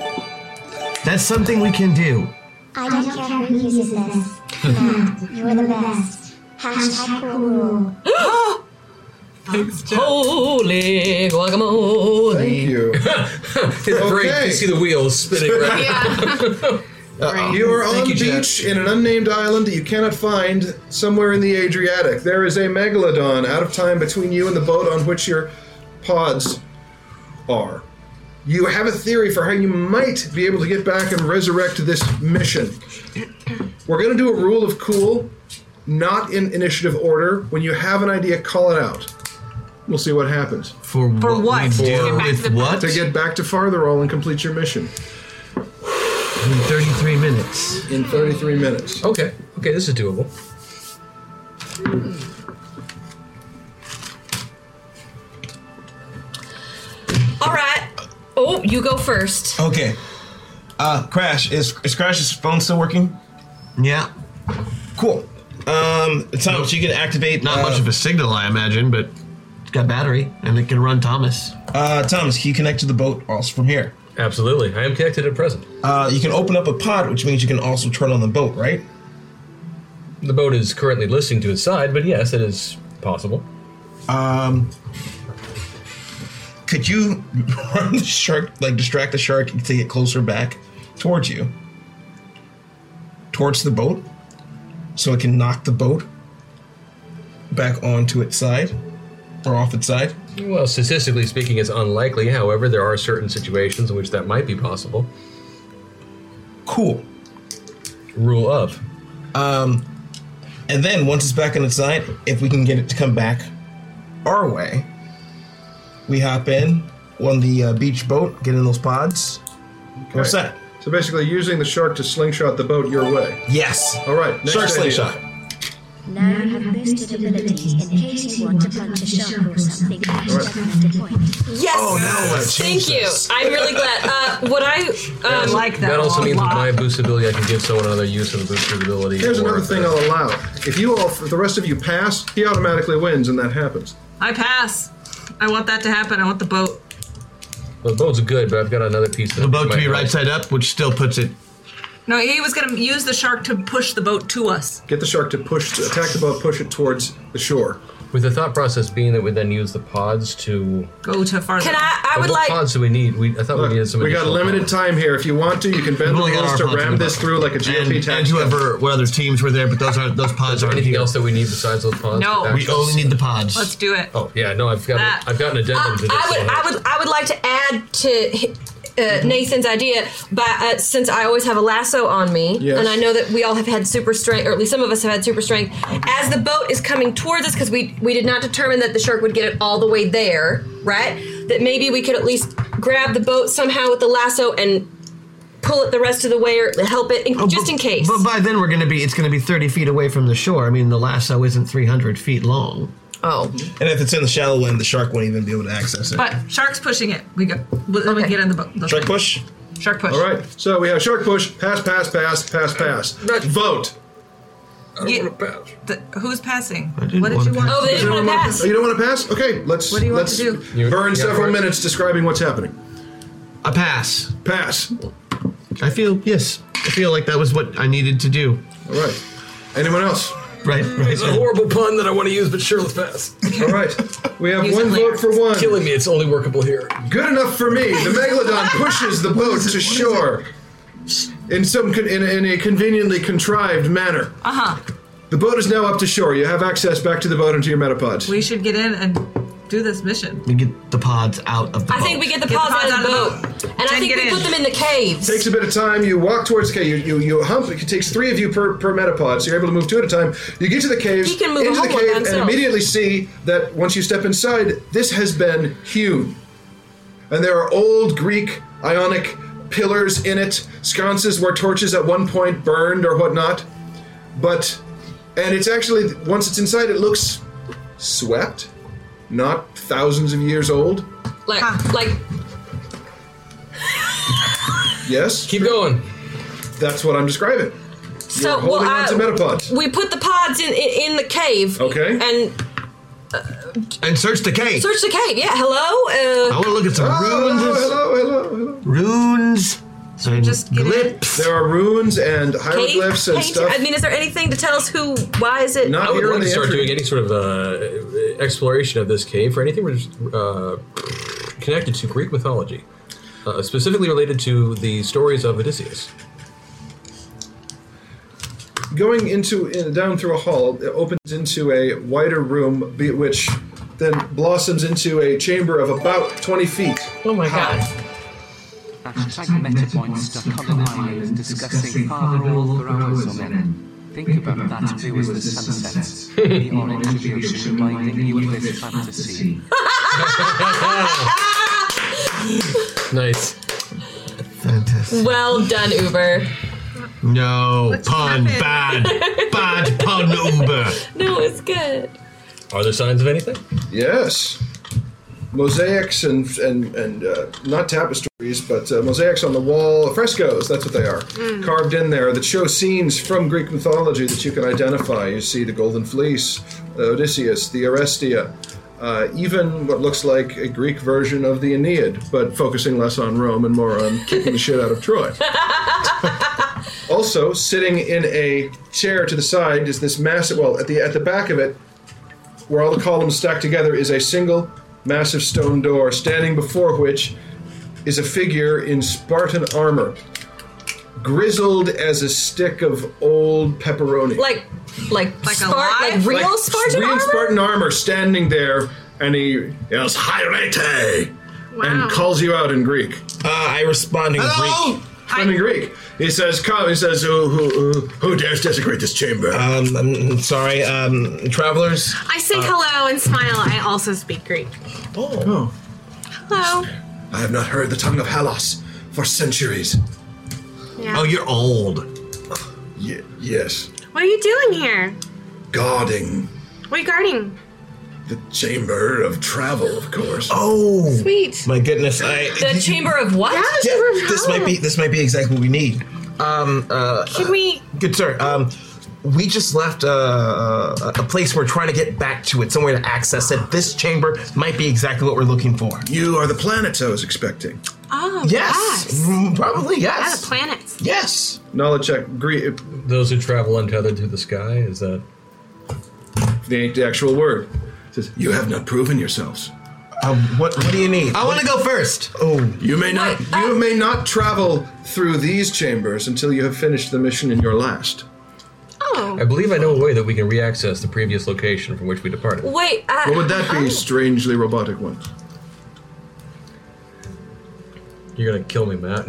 Speaker 5: That's something we can do.
Speaker 13: I don't care who uses this. Matt, you're the best. Hashtag cool rule.
Speaker 6: Holy guacamole!
Speaker 3: Thank you.
Speaker 1: His brain, you see the wheels spinning around.
Speaker 3: Uh-oh. Uh, You are on
Speaker 1: Thank
Speaker 3: the
Speaker 1: you, Jeff.
Speaker 3: beach in an unnamed island that you cannot find somewhere in the Adriatic. There is a megalodon out of time between you and the boat on which your pods are. You have a theory for how you might be able to get back and resurrect this mission. We're going to do a rule of cool, not in initiative order. When you have an idea, call it out. We'll see what happens.
Speaker 5: For,
Speaker 10: what what? we do To get back with to the- what?
Speaker 3: To get back to Fartherall and complete your mission.
Speaker 5: In 33 minutes.
Speaker 3: In 33 minutes.
Speaker 1: Okay. Okay, this is doable.
Speaker 6: All right. Oh, you go first.
Speaker 2: Okay. Uh, Crash is is Crash's phone still working?
Speaker 5: Yeah.
Speaker 2: Cool. Um, so you can activate.
Speaker 5: Not much of a signal, I imagine, but it's got battery and it can run Thomas.
Speaker 2: Uh, Thomas, can you connect to the boat also from here?
Speaker 1: Absolutely. I am connected at present.
Speaker 2: Uh, you can open up a pod, which means you can also turn on the boat, right?
Speaker 1: The boat is currently listening to its side, but yes, it is possible.
Speaker 2: Um, could you run the shark, like distract the shark to get closer back towards you, towards the boat, so it can knock the boat back onto its side or off its side?
Speaker 1: Well, statistically speaking, it's unlikely. However, there are certain situations in which that might be possible.
Speaker 2: Cool.
Speaker 1: Rule of.
Speaker 2: Um, and then once it's back on its side, if we can get it to come back our way, we hop in on the uh, beach boat, get in those pods.
Speaker 3: Okay.
Speaker 2: What's that?
Speaker 3: So basically, using the shark to slingshot the boat your way.
Speaker 2: Yes.
Speaker 3: All right. next
Speaker 2: Shark
Speaker 3: idea.
Speaker 2: slingshot.
Speaker 13: Now you have boosted abilities in case you want to punch a shark or something past a point.
Speaker 6: Yes.
Speaker 13: Oh, now
Speaker 1: I
Speaker 6: Thank
Speaker 1: changed
Speaker 6: you.
Speaker 1: this.
Speaker 6: I'm really glad. Uh, what I um,
Speaker 1: That also means with my boost ability, I can give someone another use of the boost ability.
Speaker 3: Here's
Speaker 1: or
Speaker 3: another thing I'll allow. If you all, if the rest of you pass, he automatically wins, and that happens.
Speaker 10: I pass. I want that to happen. I want the boat.
Speaker 1: The boat's good, but I've got another piece.
Speaker 5: The boat to be right side up, which still puts it.
Speaker 10: No, he was going to use the shark to push the boat to us.
Speaker 3: Get the shark to push, attack the boat, push it towards the shore.
Speaker 1: With the thought process being that we then use the pods to.
Speaker 10: Go to farther.
Speaker 6: Can I?
Speaker 1: Uh, what pods do we need? We, I thought we needed some.
Speaker 3: we got
Speaker 1: additional
Speaker 3: limited
Speaker 1: pods.
Speaker 3: time here. If you want to, you can bend the
Speaker 5: only got
Speaker 3: rules
Speaker 5: our
Speaker 3: to
Speaker 5: pods in
Speaker 3: ram
Speaker 5: the
Speaker 3: this
Speaker 5: box.
Speaker 3: through like a GMP
Speaker 5: And, and
Speaker 3: tax.
Speaker 5: whoever, what other teams were there, but those aren't those pods aren't
Speaker 1: Anything
Speaker 5: here.
Speaker 1: else that we need besides those pods?
Speaker 6: No.
Speaker 1: Back
Speaker 5: We
Speaker 1: to us.
Speaker 5: only need the pods.
Speaker 10: Let's do it.
Speaker 1: Oh yeah, no, I've got
Speaker 6: Ah.
Speaker 1: a, I've got an addendum to this.
Speaker 6: I would, I would, I would like to add to uh, Nathan's idea, but uh, since I always have a lasso on me,
Speaker 1: Yes.
Speaker 6: and I know that we all have had super strength, or at least some of us have had super strength, as the boat is coming towards us, because we we did not determine that the shark would get it all the way there, right? That maybe we could at least grab the boat somehow with the lasso and pull it the rest of the way, or help it, in, just in case.
Speaker 5: But by then we're going to be. It's going to be 30 feet away from the shore. I mean, the lasso isn't 300 feet long.
Speaker 6: Oh.
Speaker 2: And if it's in the shallow end, the shark won't even be able to access it.
Speaker 10: But shark's pushing it. We go. Let me get in the boat. Let's
Speaker 2: Shark
Speaker 10: go.
Speaker 2: push.
Speaker 10: Shark push.
Speaker 3: All right. So we have shark push, pass, pass, pass, pass, pass. Vote.
Speaker 10: Ye- the- who's passing?
Speaker 3: didn't
Speaker 10: What did
Speaker 3: wanna
Speaker 10: you want?
Speaker 3: pass.
Speaker 10: Oh, they didn't want to pass.
Speaker 3: Oh, you don't want to pass? Okay, let's
Speaker 10: What do you want
Speaker 3: let's
Speaker 10: to do? You-
Speaker 3: burn
Speaker 10: yeah,
Speaker 3: several
Speaker 10: right.
Speaker 3: minutes describing what's happening.
Speaker 5: A pass.
Speaker 3: Pass.
Speaker 5: I feel yes. I feel like that was what I needed to do.
Speaker 3: All right. Anyone else?
Speaker 5: Right. Right.
Speaker 1: It's a horrible pun that I want to use, but sure, let's pass.
Speaker 3: All right. We have one vote for one.
Speaker 1: Killing me. It's only workable here.
Speaker 3: Good enough for me. The megalodon pushes the boat to shore in some con- in, a- in a conveniently contrived manner.
Speaker 10: Uh
Speaker 6: Uh-huh.
Speaker 10: huh.
Speaker 3: The boat is now up to shore. You have access back to the boat and to your metapods.
Speaker 10: We should get in and do this mission.
Speaker 5: We get the pods out of the.
Speaker 6: I think we get the pods out of the boat. And I
Speaker 10: Jen,
Speaker 6: think
Speaker 10: get
Speaker 6: we
Speaker 10: in.
Speaker 6: put them in the caves.
Speaker 3: Takes a bit of time. You walk towards the cave. You, you, you hump. It takes three of you per, per metapod, so you're able to move two at a time. You get to the caves,
Speaker 6: He can move a
Speaker 3: into the
Speaker 6: whole one by
Speaker 3: cave, and
Speaker 6: himself.
Speaker 3: immediately see that once you step inside, this has been hewn. And there are old Greek Ionic pillars in it, sconces where torches at one point burned or whatnot. But, and it's actually, once it's inside, it looks swept, not thousands of years old.
Speaker 6: Like,
Speaker 15: Ah.
Speaker 6: like
Speaker 3: Yes?
Speaker 1: Keep going.
Speaker 3: That's what I'm describing.
Speaker 6: so.
Speaker 3: holding
Speaker 6: well, uh,
Speaker 3: on
Speaker 6: I-
Speaker 3: to metapods.
Speaker 6: We put the pods in in, in the cave.
Speaker 3: Okay.
Speaker 6: And
Speaker 5: And search the cave.
Speaker 6: Search the cave. Yeah. Hello. Uh,
Speaker 5: I want to look at some runes. Runes. and glyphs.
Speaker 3: There are runes and
Speaker 6: cave
Speaker 3: hieroglyphs and
Speaker 6: painting?
Speaker 3: stuff.
Speaker 6: I mean, is there anything to tell us who? Why is it?
Speaker 1: I would like to start doing any sort of uh, exploration of this cave or anything we're just, uh, connected to Greek mythology, uh, specifically related to the stories of Odysseus.
Speaker 3: Going into in, down through a hall, it opens into a wider room, be- which then blossoms into a chamber of about 20 feet.
Speaker 6: Oh my god.
Speaker 15: Meta points stuck on an island discussing father-all for hours on end. Think about that view as the sunset, the orange of the ocean reminding you of this fantasy.
Speaker 1: Nice.
Speaker 6: Well done, Uber.
Speaker 5: No pun.
Speaker 6: happen?
Speaker 5: Bad. Bad pun. Uber.
Speaker 6: No, it's good.
Speaker 1: Are there signs of anything?
Speaker 3: Yes. Mosaics and and and uh, not tapestries, but uh, mosaics on the wall, frescoes. That's what they are,
Speaker 16: Mm.
Speaker 3: carved in there that show scenes from Greek mythology that you can identify. You see the Golden Fleece, the Odysseus, the Orestia, uh, even what looks like a Greek version of the Aeneid, but focusing less on Rome and more on kicking the shit out of Troy. also, sitting in a chair to the side is this massive. Well, at the at the back of it where all the columns stacked together is a single massive stone door, standing before which is a figure in Spartan armor, grizzled as a stick of old pepperoni.
Speaker 6: Like, like, like, like real Spartan
Speaker 3: real
Speaker 6: armor.
Speaker 3: Spartan armor standing there, and he yells, Hyrete! And calls you out in Greek. Uh,
Speaker 24: Ah,
Speaker 3: I respond in Greek. I'm in Greek. He says, "Come." He says, "Who, who, who, who dares desecrate this chamber?"
Speaker 2: Um, I'm sorry, um, travelers.
Speaker 11: I say
Speaker 2: Uh,
Speaker 11: hello and smile. I also speak Greek.
Speaker 2: Oh.
Speaker 11: Hello.
Speaker 24: I have not heard the tongue of Halos for centuries. Oh,
Speaker 11: Yeah.
Speaker 24: you're old. Ye- yes,
Speaker 11: What are you doing here?
Speaker 24: guarding
Speaker 11: What are you guarding?
Speaker 24: the chamber of travel, of course.
Speaker 2: Oh.
Speaker 11: Sweet.
Speaker 2: My goodness, I.
Speaker 6: The chamber of what?
Speaker 2: Yeah, this might be this might be exactly what we need. Um, uh,
Speaker 11: Should we?
Speaker 2: Good sir. Um, we just left uh, a, a place we're trying to get back to it, somewhere to access it. This chamber might be exactly what we're looking for.
Speaker 24: You are the planets I was expecting.
Speaker 11: Oh,
Speaker 2: Yes. Mm, Probably
Speaker 11: Yeah, the
Speaker 2: yes.
Speaker 11: planets.
Speaker 2: Yes.
Speaker 3: Knowledge check. Greek.
Speaker 1: Those who travel untethered through the sky. Is that
Speaker 3: the, the actual word?
Speaker 24: says you have not proven yourselves.
Speaker 1: Uh,
Speaker 2: Um, what What do you need?
Speaker 24: I want to go first. Oh, you may not.
Speaker 3: You
Speaker 6: Uh,
Speaker 3: may not travel through these chambers until you have finished the mission in your last.
Speaker 11: Oh.
Speaker 1: I believe I know a way that we can re-access the previous location from which we departed.
Speaker 6: Wait. uh, oh, I,
Speaker 3: What would that be? Strangely robotic one.
Speaker 1: You're gonna kill me, Matt.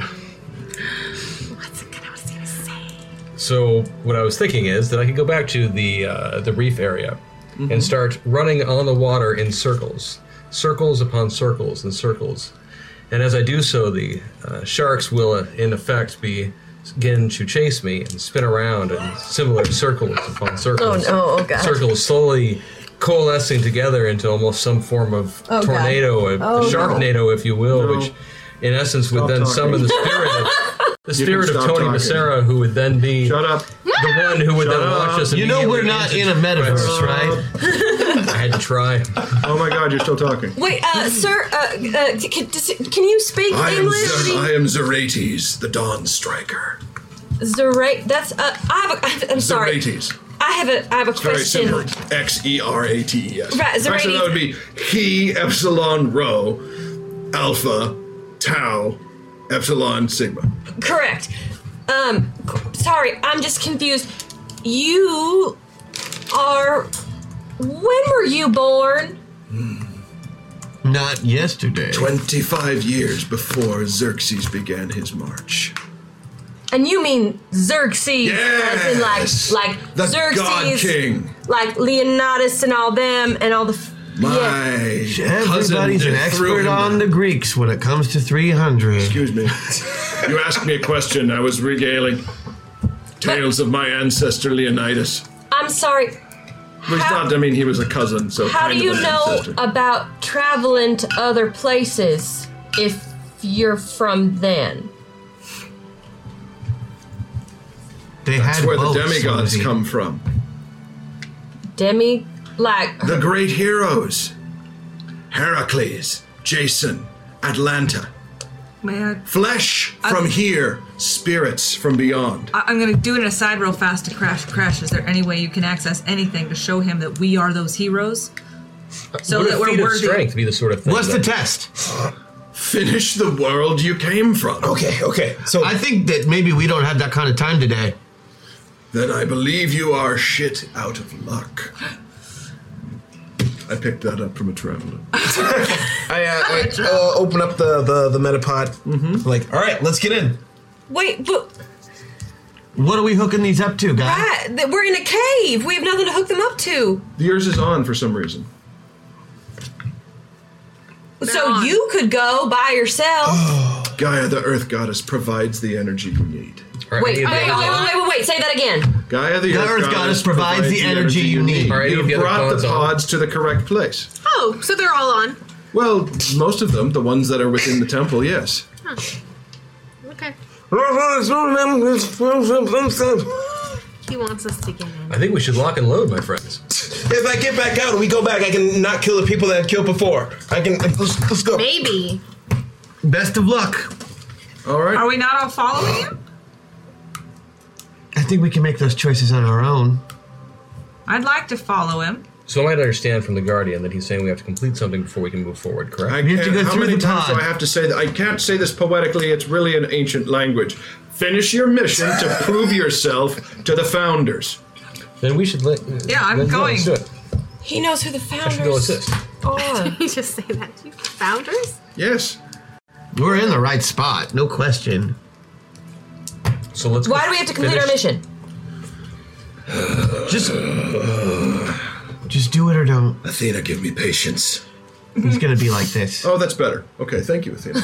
Speaker 1: So what I was thinking is that I could go back to the uh, the reef area
Speaker 28: Mm-hmm.
Speaker 1: and start running on the water in circles, circles upon circles and circles. And as I do so, the uh, sharks will, uh, in effect, be begin to chase me and spin around in similar circles upon circles.
Speaker 6: no, oh, God.
Speaker 1: Circles slowly coalescing together into almost some form of
Speaker 28: Oh, God.
Speaker 1: tornado, a,
Speaker 28: Oh,
Speaker 1: a sharknado,
Speaker 28: no.
Speaker 1: if you will,
Speaker 28: No.
Speaker 1: which in essence would then
Speaker 28: talking.
Speaker 1: summon the spirit of the
Speaker 28: You can
Speaker 1: spirit of
Speaker 28: stop
Speaker 1: Tony
Speaker 28: talking.
Speaker 1: Becerra, who would then be the one who would
Speaker 5: Shut
Speaker 1: then
Speaker 5: up.
Speaker 1: launch us.
Speaker 5: You know we're not in a metaverse,
Speaker 1: right? I had to try.
Speaker 29: Oh my God, you're still talking.
Speaker 6: Wait, uh, sir, uh, uh, c- can, does- can you speak
Speaker 3: Hmm. I am,
Speaker 6: English?
Speaker 3: Zer- I am Zerates, the Dawn Striker.
Speaker 6: Zerate, that's uh, I have a, I have, I'm sorry.
Speaker 3: Zerates.
Speaker 6: I have a I have a
Speaker 3: It's very
Speaker 6: question.
Speaker 3: simple. X E R A T E S.
Speaker 6: Right,
Speaker 3: Actually,
Speaker 6: Zerates-
Speaker 3: that would be he epsilon rho alpha tau epsilon sigma.
Speaker 6: Correct. Um, c- sorry, I'm just confused. You are. When were you born?
Speaker 3: Not yesterday. 25 years before Xerxes began his march.
Speaker 6: And you mean Xerxes, as in like like
Speaker 3: The
Speaker 6: Xerxes,
Speaker 3: God King.
Speaker 6: like Leonidas and all them and all the. f- yeah.
Speaker 5: Everybody's an expert on the Greeks when it comes to 300. Excuse
Speaker 3: me. You asked me a question. I was regaling tales of my ancestor Leonidas.
Speaker 6: I'm sorry.
Speaker 3: Which
Speaker 6: How-
Speaker 3: not, I mean, he was a cousin, so
Speaker 6: How do
Speaker 3: kind of
Speaker 6: you
Speaker 3: an
Speaker 6: know
Speaker 3: ancestor.
Speaker 6: about traveling to other places if you're from then?
Speaker 5: They
Speaker 3: That's
Speaker 5: had
Speaker 3: where the
Speaker 5: boats,
Speaker 3: demigods
Speaker 5: Lindsay.
Speaker 3: come from.
Speaker 6: Demi, like
Speaker 3: The great heroes Heracles, Jason, Atlanta.
Speaker 10: Man.
Speaker 3: Flesh from
Speaker 6: Uh,
Speaker 3: here, spirits from beyond.
Speaker 10: I- I'm gonna do an aside real fast to crash. Crash. Is there any way you can access anything to show him that we are those heroes? So
Speaker 1: Would a
Speaker 10: that we're
Speaker 1: feat of
Speaker 10: worthy.
Speaker 1: strength be the sort of thing?
Speaker 5: What's the
Speaker 1: that-
Speaker 5: test?
Speaker 3: Finish the world you came from.
Speaker 5: Okay, okay. So I think that maybe we don't have that kind of time today.
Speaker 3: Then I believe you are shit out of luck. I picked that up from a traveler.
Speaker 2: uh, I, uh, I uh, open up the the the metapod.
Speaker 24: Mm-hmm.
Speaker 2: Like, all right, let's get in.
Speaker 6: Wait, but
Speaker 5: What are we hooking these up to, guys?
Speaker 6: I, th- we're in a cave. We have nothing to hook them up to.
Speaker 29: Yours is on for some reason.
Speaker 6: so you could go by yourself.
Speaker 3: Gaia, the earth goddess, provides the energy you need.
Speaker 6: wait, wait, wait, wait, wait, wait, wait, say that again.
Speaker 3: Gaia, the,
Speaker 5: The Earth Goddess provides the energy you need. Are any
Speaker 3: you
Speaker 5: of the other
Speaker 3: brought
Speaker 5: pods
Speaker 3: the
Speaker 5: on?
Speaker 3: pods to the correct place.
Speaker 11: Oh, so they're all on.
Speaker 3: Well, most of them, the ones that are within the temple, yes.
Speaker 11: Huh. Okay. He wants us to get in.
Speaker 1: I think we should lock and load, my friends.
Speaker 2: If I get back out and we go back, I can not kill the people that I killed before. I can. Let's, let's go.
Speaker 11: Maybe.
Speaker 5: Best of luck.
Speaker 3: All right.
Speaker 10: Are we not all following him?
Speaker 5: I think we can make those choices on our own.
Speaker 10: I'd like to follow him.
Speaker 1: So I might understand from the Guardian that he's saying we have to complete something before we can move forward, correct?
Speaker 29: I can't, how many times do I have to say that? I can't say this poetically. It's really an ancient language. Finish your mission to prove yourself to the founders.
Speaker 1: Then we should let.
Speaker 10: Yeah, I'm
Speaker 29: let's-
Speaker 10: going.
Speaker 29: let's do it.
Speaker 6: He knows who the
Speaker 1: I should go
Speaker 6: founders
Speaker 1: assist.
Speaker 6: are.
Speaker 11: Did you just say that? You founders?
Speaker 3: Yes.
Speaker 5: We're in the right spot, no question.
Speaker 1: So let's.
Speaker 6: Why do we have to complete our mission?
Speaker 5: Just, just do it or don't.
Speaker 3: Athena, give me patience.
Speaker 5: He's gonna be like this.
Speaker 3: Oh, that's better. Okay, thank you, Athena.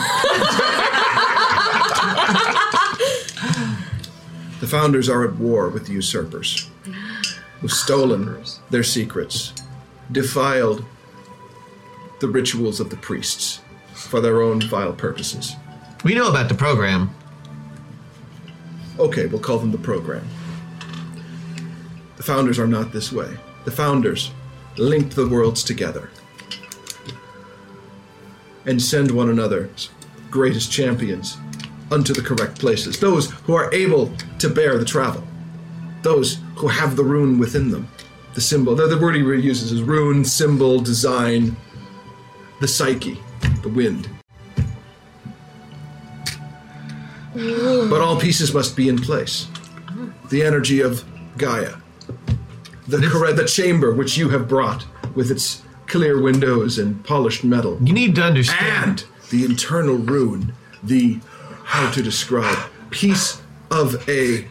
Speaker 3: the founders are at war with the usurpers, who've stolen their secrets, defiled the rituals of the priests for their own vile purposes.
Speaker 5: We know about the program.
Speaker 3: Okay, we'll call them the program. The founders are not this way. The founders linked the worlds together and send one another's greatest champions unto the correct places. Those who are able to bear the travel, those who have the rune within them, the symbol. The, the word he uses is rune, symbol, design, the psyche, the wind. But all pieces must be in place. The energy of Gaia, the, corre- the chamber which you have brought with its clear windows and polished metal.
Speaker 5: You need to understand.
Speaker 3: And the internal rune, the how to describe piece of a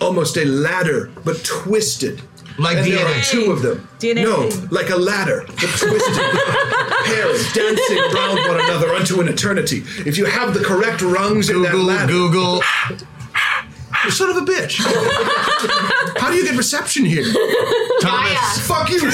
Speaker 3: almost a ladder but twisted.
Speaker 5: Like
Speaker 3: and
Speaker 5: DNA.
Speaker 3: there are two of them.
Speaker 5: DNA.
Speaker 3: No, like a ladder, but twisted pairs dancing around one another unto an eternity. If you have the correct rungs in that ladder,
Speaker 5: Google
Speaker 3: You son of a bitch. How do you get reception here? Thomas. Fuck you, Zoom.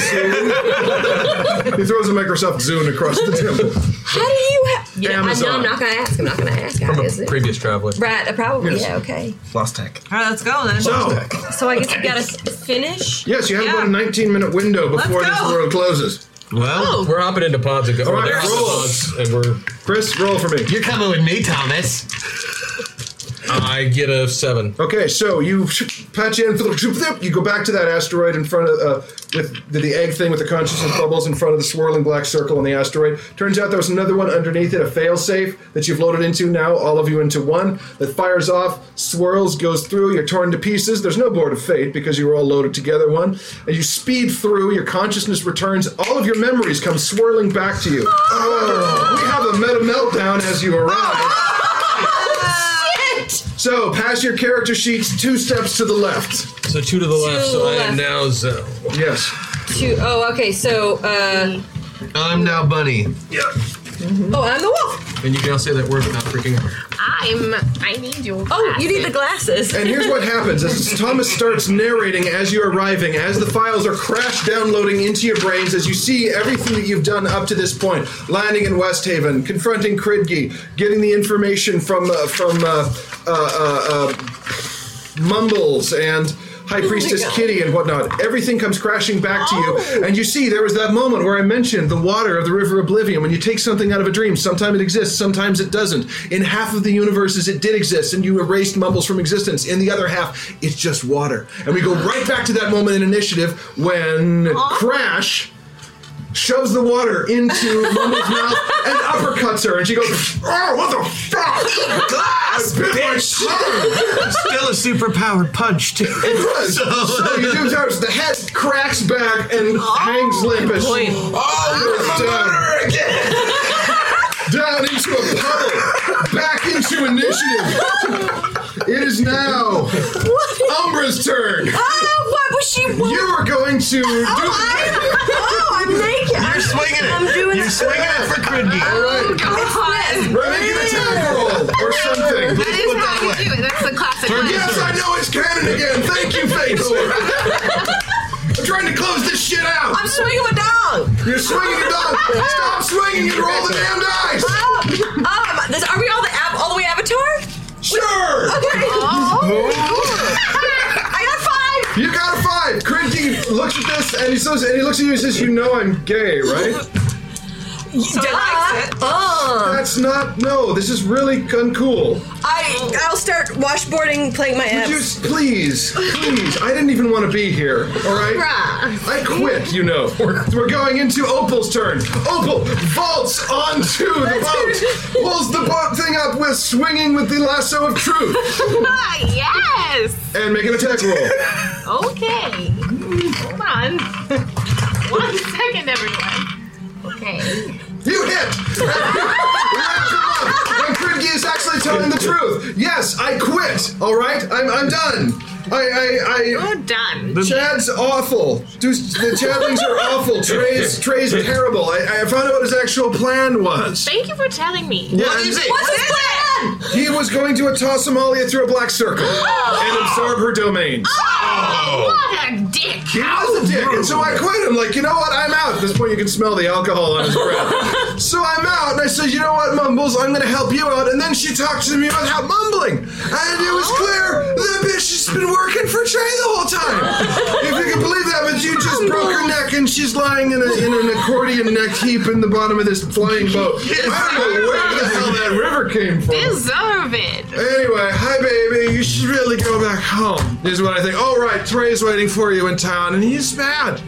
Speaker 3: he throws a Microsoft Zoom across the table.
Speaker 6: How do you have? You know, I know
Speaker 3: Amazon.
Speaker 6: I'm not gonna ask. I'm not gonna ask.
Speaker 1: From
Speaker 6: Is
Speaker 1: a
Speaker 6: it?
Speaker 1: previous traveler.
Speaker 6: Right, uh, probably.
Speaker 1: Yes.
Speaker 6: Yeah. Okay.
Speaker 3: Lost tech.
Speaker 10: All right, let's go then.
Speaker 3: So-
Speaker 6: So I guess we gotta s- finish.
Speaker 3: Yes, you have about a 19 minute window before this world closes.
Speaker 1: Well, we're hopping into pods and go.
Speaker 3: All
Speaker 1: or
Speaker 3: right,
Speaker 1: they're hopping
Speaker 3: roll.
Speaker 1: pods and we're.
Speaker 3: Chris, roll for me.
Speaker 1: You're coming with me, Thomas. I get a seven.
Speaker 3: Okay, so you patch in, you go back to that asteroid in front of uh, with the, the egg thing with the consciousness bubbles in front of the swirling black circle on the asteroid. Turns out there was another one underneath it, a failsafe that you've loaded into now, all of you into one that fires off, swirls, goes through. You're torn to pieces. There's no board of fate because you were all loaded together one, and you speed through. Your consciousness returns. All of your memories come swirling back to you. Oh, we have a meta meltdown as you arrive. So, pass your character sheets two steps to the left.
Speaker 1: So two to the left.
Speaker 6: to the
Speaker 1: So I
Speaker 6: left.
Speaker 1: am now Zo.
Speaker 3: Yes.
Speaker 6: Two oh okay. So. uh
Speaker 1: I'm now Bunny. Yeah.
Speaker 10: Mm-hmm.
Speaker 6: Oh, I'm the wolf.
Speaker 1: And you can all say that word without freaking out.
Speaker 11: I'm. I need your.
Speaker 6: Oh, you need the glasses.
Speaker 3: And here's what happens as Thomas starts narrating as you're arriving, as the files are crash downloading into your brains, as you see everything that you've done up to this point landing in Westhaven, confronting Kridge, getting the information from, uh, from uh, uh, uh, uh, Mumbles and.
Speaker 6: Oh
Speaker 3: High
Speaker 16: my
Speaker 3: Priestess
Speaker 16: God.
Speaker 3: Kitty and whatnot. Everything comes crashing back to you, and you see there was that moment where I mentioned the water of the River Oblivion. When you take something out of a dream, sometimes it exists, sometimes it doesn't. In half of the universes, it did exist, and you erased Mumbles from existence. In the other half, it's just water. And we go right back to that moment in Initiative when Crash shoves the water into Mumble's mouth and uppercuts her, and she goes, "Oh, what the fuck!"
Speaker 5: Glass,
Speaker 3: I bit my
Speaker 5: bitch.
Speaker 3: tongue.
Speaker 5: Still a superpowered punch too.
Speaker 3: It does. So, you do notice the head cracks back and
Speaker 6: Oh,
Speaker 3: hangs limp as she, oh, you're down. down into a puddle, back into initiative. It is now Umbra's turn.
Speaker 6: Oh, what was she?
Speaker 3: You were going to do.
Speaker 6: Oh, I'm naked.
Speaker 3: You're swinging it. I'm doing You're swinging it for Kridge. All right. Ready to attack roll or something.
Speaker 11: That is how you do it. That's the classic. one.
Speaker 3: Yes, I know it's canon again. Thank you, Faithful. I'm trying to close this shit out.
Speaker 6: I'm swinging a dog.
Speaker 3: You're swinging a dog. Stop swinging and roll the damn dice.
Speaker 6: Oh, um, this, are we all the av- all the way Avatar?
Speaker 3: Sure.
Speaker 6: Okay.
Speaker 10: Oh,
Speaker 3: I got five. You got a five. Cringy looks at this and he says, and he looks at you and says, "You know I'm gay, right?"
Speaker 6: So he likes it. Oh.
Speaker 3: That's not. No, this is really uncool.
Speaker 6: I I'll start washboarding, playing my
Speaker 3: Would you
Speaker 6: abs.
Speaker 3: s- please, please? I didn't even want to be here. All right.
Speaker 6: Bruh.
Speaker 3: I quit. You know. We're going into Opal's turn. Opal vaults onto the boat, pulls the boat thing up with swinging with the lasso of truth,
Speaker 11: Ah, yes.
Speaker 3: and make an attack roll.
Speaker 11: Okay. Hold on. One second, everyone. Okay.
Speaker 3: You hit. when Kridge is actually telling the truth. Yes, I quit. All right, I'm, I'm done. I, I, I. You're
Speaker 11: done.
Speaker 3: Chad's awful. Dude, the Chadlings are awful. Trey's, Trey's terrible. I, I found out what his actual plan was.
Speaker 11: Thank you for telling me.
Speaker 3: Yeah, What is and- it? What's his He was going to toss Amalia through a black circle and absorb her domains.
Speaker 11: Oh! What a dick!
Speaker 3: Oh. He was a dick, and so I quit. I'm like, you know what? I'm out. At this point, you can smell the alcohol on his breath. so I'm out, and I said, you know what, Mumbles, I'm going to help you out. And then she talked to me without mumbling, and it was clear that bitch has been working for Trey the whole time. if you can believe that, but you just broke her neck, and she's lying in, a, in an accordion neck heap in the bottom of this flying boat. I don't know where the hell that river came from.
Speaker 11: Deserve it.
Speaker 3: Anyway, hi baby, you should really go back home. Is what I think. All right, Trey's waiting for you in town, and he's mad.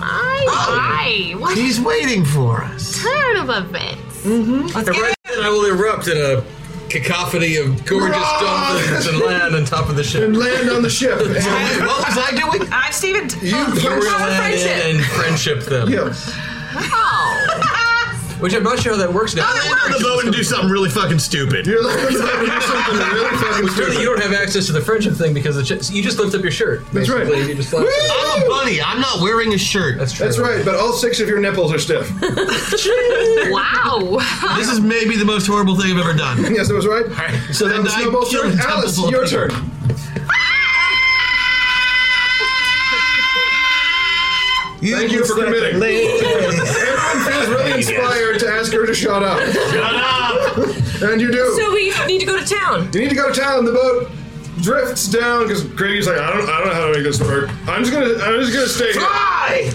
Speaker 11: My,
Speaker 3: Oh.
Speaker 11: my. What
Speaker 5: He's waiting for us.
Speaker 11: turn of events.
Speaker 6: Mm-hmm.
Speaker 1: And right then I will erupt in a cacophony of gorgeous dolphins and land on top of the ship.
Speaker 3: And land on the ship. what
Speaker 5: was I doing?
Speaker 10: I've Steven.
Speaker 3: You
Speaker 1: were
Speaker 10: have a
Speaker 1: landed
Speaker 10: friendship.
Speaker 1: and friendship them.
Speaker 3: Yeah.
Speaker 10: Oh.
Speaker 1: Which I'm not sure how that works now.
Speaker 5: I'm on the boat and do something really fucking stupid. You're
Speaker 1: like, really, you don't have access to the friendship thing because the ch- you just lift up your shirt.
Speaker 3: That's right.
Speaker 1: basically. You just lift-
Speaker 3: I'm
Speaker 5: a bunny. Oh, I'm not wearing a shirt.
Speaker 1: That's true.
Speaker 3: That's right, but all six of your nipples are stiff.
Speaker 11: wow.
Speaker 5: This is maybe the most horrible thing I've ever done.
Speaker 3: yes, that was right.
Speaker 5: So then I
Speaker 3: Snowball's
Speaker 5: killed
Speaker 3: turn.
Speaker 5: a temple
Speaker 3: Alice,
Speaker 5: full of
Speaker 3: your
Speaker 5: people.
Speaker 3: turn. Thank you for committing. Everyone feels really inspired to ask her to shut up. Shut up! And you do.
Speaker 6: So we need to go to town.
Speaker 3: You need to go to town. The boat drifts down because Grady's like, I don't, I don't know how to make this work. I'm just gonna, I'm just gonna stay. Fly!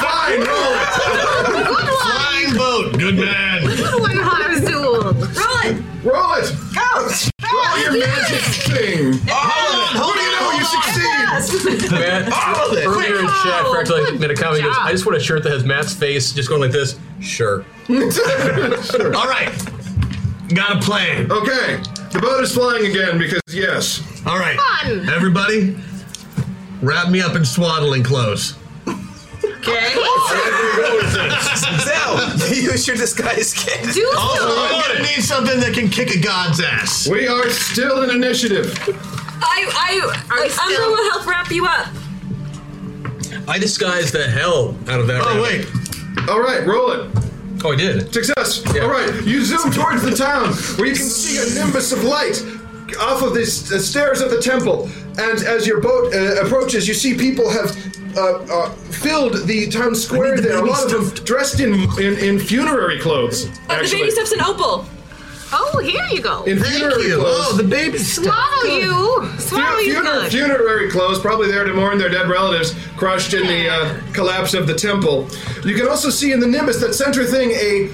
Speaker 3: Fine, roll.
Speaker 5: Flying boat, good man.
Speaker 11: One Harzul. Roll it.
Speaker 3: Roll it.
Speaker 11: Go.
Speaker 3: Roll your magic thing. What do you know? You succeed.
Speaker 1: Man,
Speaker 3: All of it.
Speaker 1: Earlier in chat, Fract like made a comment. He goes,
Speaker 3: job.
Speaker 1: "I just want a shirt that has Matt's face, just going like this." Sure.
Speaker 3: All
Speaker 5: right. Got a plan.
Speaker 3: Okay. The boat is flying again because yes.
Speaker 5: All right.
Speaker 11: Fun.
Speaker 5: Everybody, wrap me up in swaddling clothes.
Speaker 11: Okay.
Speaker 5: So, use your disguise kit.
Speaker 11: Do
Speaker 5: also,
Speaker 11: so.
Speaker 5: I'm gonna need something that can kick a god's ass.
Speaker 3: We are still in initiative.
Speaker 6: I, I, I Umbra will help wrap you up.
Speaker 1: I disguised the hell out of that.
Speaker 3: Oh,
Speaker 1: rabbit.
Speaker 3: wait. All right, roll it.
Speaker 1: Oh, I did.
Speaker 3: Success. All right, you zoom towards the town where you can see a nimbus of light off of the s- uh, stairs of the temple. And as your boat uh, approaches, you see people have uh, uh, filled the town square there. A lot of them dressed in in, in funerary clothes.
Speaker 6: Oh, the
Speaker 3: actually.
Speaker 6: baby stuff's an opal.
Speaker 11: Oh, here you go.
Speaker 3: In funerary clothes.
Speaker 11: Swallow you. Swallow
Speaker 3: Fu-
Speaker 11: you
Speaker 3: funer-
Speaker 11: good.
Speaker 3: funerary clothes, probably there to mourn their dead relatives crushed in the uh, collapse of the temple. You can also see in the nimbus that center thing a,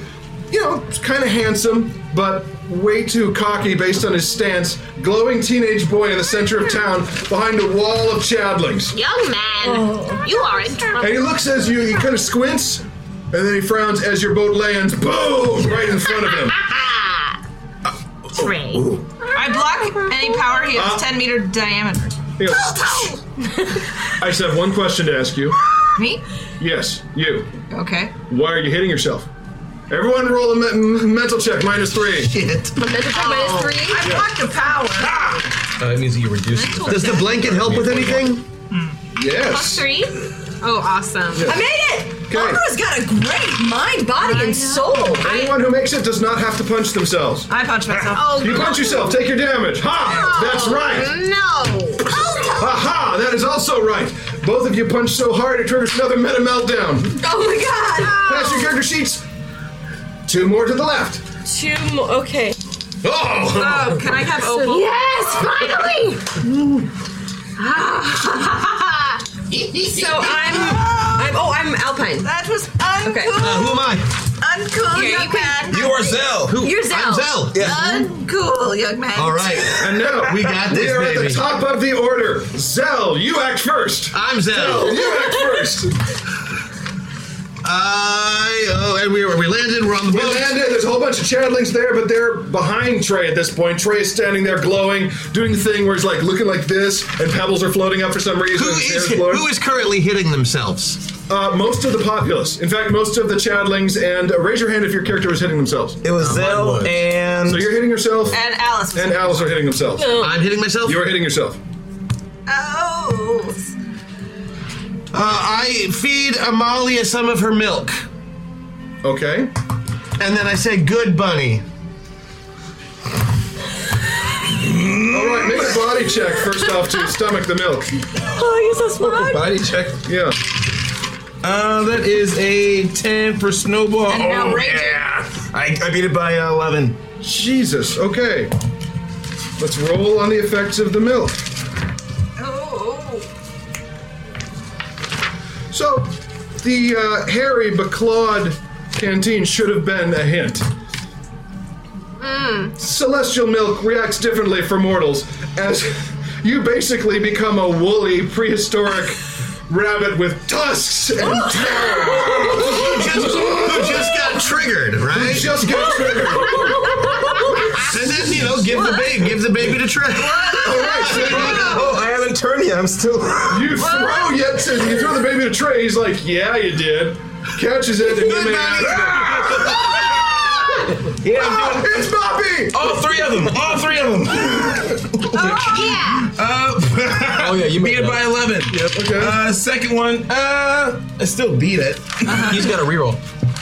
Speaker 3: you know, kind of handsome but way too cocky based on his stance, glowing teenage boy in the center of town behind a wall of chadlings.
Speaker 11: Young man,
Speaker 6: Oh.
Speaker 11: you are in trouble.
Speaker 3: And he looks as you, he kind of squints, and then he frowns as your boat lands, boom, right in front of him.
Speaker 11: Three.
Speaker 10: Ah! I block any power heals
Speaker 3: Uh,
Speaker 10: 10 meter diameter.
Speaker 3: He goes, I just have one question to ask you.
Speaker 10: Me?
Speaker 3: Yes, you.
Speaker 10: Okay.
Speaker 3: Why are you hitting yourself? Everyone roll a me- m- mental check, minus three. Shit.
Speaker 10: Mental check minus three. Oh. I blocked the power.
Speaker 1: Uh, it means that you reduce.
Speaker 10: Mental Hmm. Does the check. blanket help with
Speaker 1: anything?
Speaker 3: Yes.
Speaker 11: three. Oh, awesome.
Speaker 3: Yeah.
Speaker 6: I made it.
Speaker 3: Okay.
Speaker 6: Umbra's got a great mind, body, and soul.
Speaker 3: Anyone who makes it does not have to punch themselves.
Speaker 10: I punch myself.
Speaker 11: Oh,
Speaker 3: you punch
Speaker 11: no. Oh.
Speaker 3: yourself, take your damage. Ha! That's right.
Speaker 11: No.
Speaker 6: Oh,
Speaker 3: Ha ha! That is also right. Both of you punch so hard it triggers another meta meltdown.
Speaker 6: Oh my god.
Speaker 3: Pass your character sheets. Two more to the left.
Speaker 6: Two more. Okay.
Speaker 3: Oh!
Speaker 10: can I have opal?
Speaker 11: Yes, finally.
Speaker 6: so I'm, I'm. Oh, I'm Alpine.
Speaker 10: That was uncool.
Speaker 6: Okay.
Speaker 5: Uh, who am I?
Speaker 10: Uncool,
Speaker 6: Here,
Speaker 10: young
Speaker 6: you
Speaker 10: man.
Speaker 6: can-
Speaker 5: You are Zell. Who?
Speaker 10: You're Zell.
Speaker 5: I'm Zell. Yeah.
Speaker 10: Uncool, young man.
Speaker 5: All right.
Speaker 3: And now
Speaker 5: We got
Speaker 3: We
Speaker 5: this,
Speaker 3: are at
Speaker 5: baby.
Speaker 3: the top of the order. Zell, you act first.
Speaker 5: I'm Zell.
Speaker 3: Zell, you act first.
Speaker 5: I oh, and we we landed. We're on the
Speaker 3: We
Speaker 5: boat.
Speaker 3: landed. There's a whole bunch of chadlings there, but they're behind Trey at this point. Trey is standing there glowing, doing the thing where he's like looking like this, and pebbles are floating up for some reason.
Speaker 5: Who
Speaker 3: and
Speaker 5: is-
Speaker 3: stairs floating.
Speaker 5: who is currently hitting themselves?
Speaker 3: Uh, most of the populace. In fact, most of the chadlings. And uh, raise your hand if your character was hitting themselves. It
Speaker 5: Uh,
Speaker 2: was Zell and-
Speaker 3: So you're hitting yourself.
Speaker 10: And Alice.
Speaker 3: And Alice are hitting themselves.
Speaker 10: No. I'm
Speaker 5: hitting myself.
Speaker 3: You are hitting yourself.
Speaker 10: Oh.
Speaker 5: Uh, I feed Amalia some of her milk.
Speaker 3: Okay.
Speaker 5: And then I say, "Good bunny."
Speaker 3: All right, make a body check first off to stomach the milk.
Speaker 6: Oh, you're so smart.
Speaker 2: Body check.
Speaker 3: Yeah.
Speaker 2: Uh, that is a 10 for Snowball.
Speaker 10: And now
Speaker 2: oh,
Speaker 10: Ranger.
Speaker 2: yeah. I, I beat it by uh, 11.
Speaker 3: Jesus, okay. Let's roll on the effects of the milk.
Speaker 10: Oh.
Speaker 3: So, the uh, hairy, beclawed canteen should have been a hint. Celestial milk reacts differently for mortals, as you basically become a woolly, prehistoric rabbit with tusks and
Speaker 5: Who just,
Speaker 2: Oh,
Speaker 5: who just got triggered, right?
Speaker 3: Who just got triggered.
Speaker 5: and then you know, give the baby, give the baby to Trey.
Speaker 3: All right, so you
Speaker 2: Oh, I haven't turned yet. I'm still.
Speaker 3: You throw yet you throw the baby to Trey. He's like, "Yeah, you did." Catches it and you Ah!
Speaker 2: Yeah, I'm doing
Speaker 3: It's Bobby!
Speaker 2: All three of them. All three of them.
Speaker 11: yeah.
Speaker 2: Uh, oh yeah, you beat it by eleven. Yep. Okay. Uh, second one. Uh, I still beat it. He's got a reroll.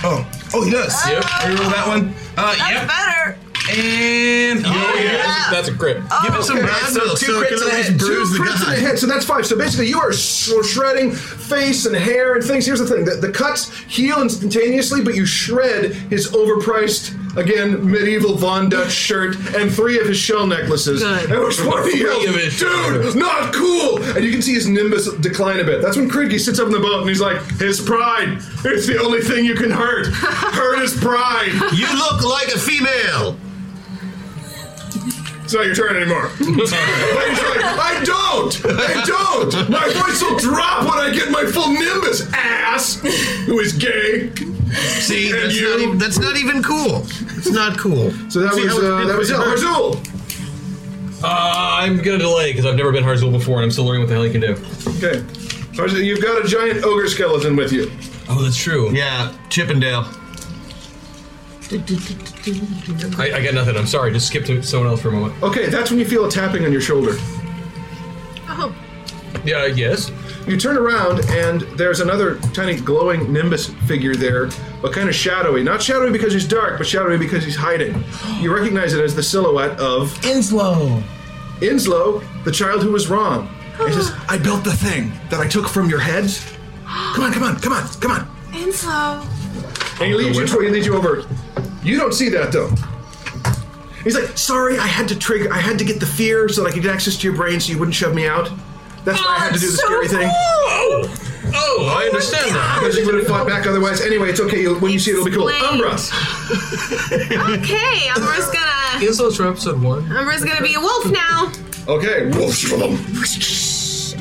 Speaker 2: Oh, oh, he does. Yep. Reroll that one. Uh,
Speaker 10: That's
Speaker 2: yep.
Speaker 10: better.
Speaker 2: And
Speaker 1: Oh, yeah. That's a crit.
Speaker 3: Oh.
Speaker 2: Give it some round
Speaker 3: so
Speaker 2: milk,
Speaker 3: two
Speaker 2: so it
Speaker 3: crits and
Speaker 2: can
Speaker 3: a
Speaker 2: always
Speaker 3: hit. Two
Speaker 2: bruise the
Speaker 3: crits and a
Speaker 2: guy.
Speaker 3: hit. So that's five. So basically, you are sh- shredding face and hair and things. Here's the thing: the, the cuts heal instantaneously, but you shred his overpriced, again, medieval Von Dutch shirt and three of his shell necklaces.
Speaker 16: Good.
Speaker 3: And which one he
Speaker 16: Three
Speaker 3: yells,
Speaker 16: of his
Speaker 3: "Dude, not cool!" And you can see his nimbus decline a bit. That's when Kriggy sits up in the boat and he's like, "His pride. It's the only thing you can hurt. hurt his pride.
Speaker 5: You look like a female."
Speaker 3: It's not your turn anymore. Lady's like, I don't! I don't! My voice will drop when I get my full nimbus, ass! Who is gay.
Speaker 5: See, that's not, even, that's not even cool. It's not cool.
Speaker 3: So that was, uh, that was it. Harzul!
Speaker 1: Uh, I'm gonna delay because I've never been Harzul before, and I'm still learning what the hell he can do.
Speaker 3: Okay. Harzul, you've got a giant ogre skeleton with you.
Speaker 1: Oh, that's true.
Speaker 5: Yeah, Chippendale.
Speaker 1: I, I got nothing. I'm sorry. Just skip to someone else for a moment.
Speaker 3: Okay, that's when you feel a tapping on your shoulder.
Speaker 6: Oh,
Speaker 1: Yeah. Yes.
Speaker 3: You turn around, and there's another tiny glowing nimbus figure there, but kind of shadowy. Not shadowy because he's dark, but shadowy because he's hiding. You recognize it as the silhouette of
Speaker 5: Inslow.
Speaker 3: Inslow, the child who was wrong. He says, "I built the thing that I took from your heads. Come on, come on, come on, come on."
Speaker 11: Inslow.
Speaker 3: And he leads you. He leads you over. You don't see that though. He's like, "Sorry, I had to trigger. I had to get the fear so that I could get access to your brain, so you wouldn't shove me out. That's why I had to do the scary thing."
Speaker 1: Oh, oh, I understand that.
Speaker 3: Because you would have fought back otherwise. Anyway, it's okay. You'll, when you see it, it'll be cool.
Speaker 11: Explain.
Speaker 3: Umbra.
Speaker 11: Okay, Umbra's gonna.
Speaker 1: Inslow's from episode one.
Speaker 11: Umbra's gonna be a wolf now
Speaker 3: Okay. Wolf.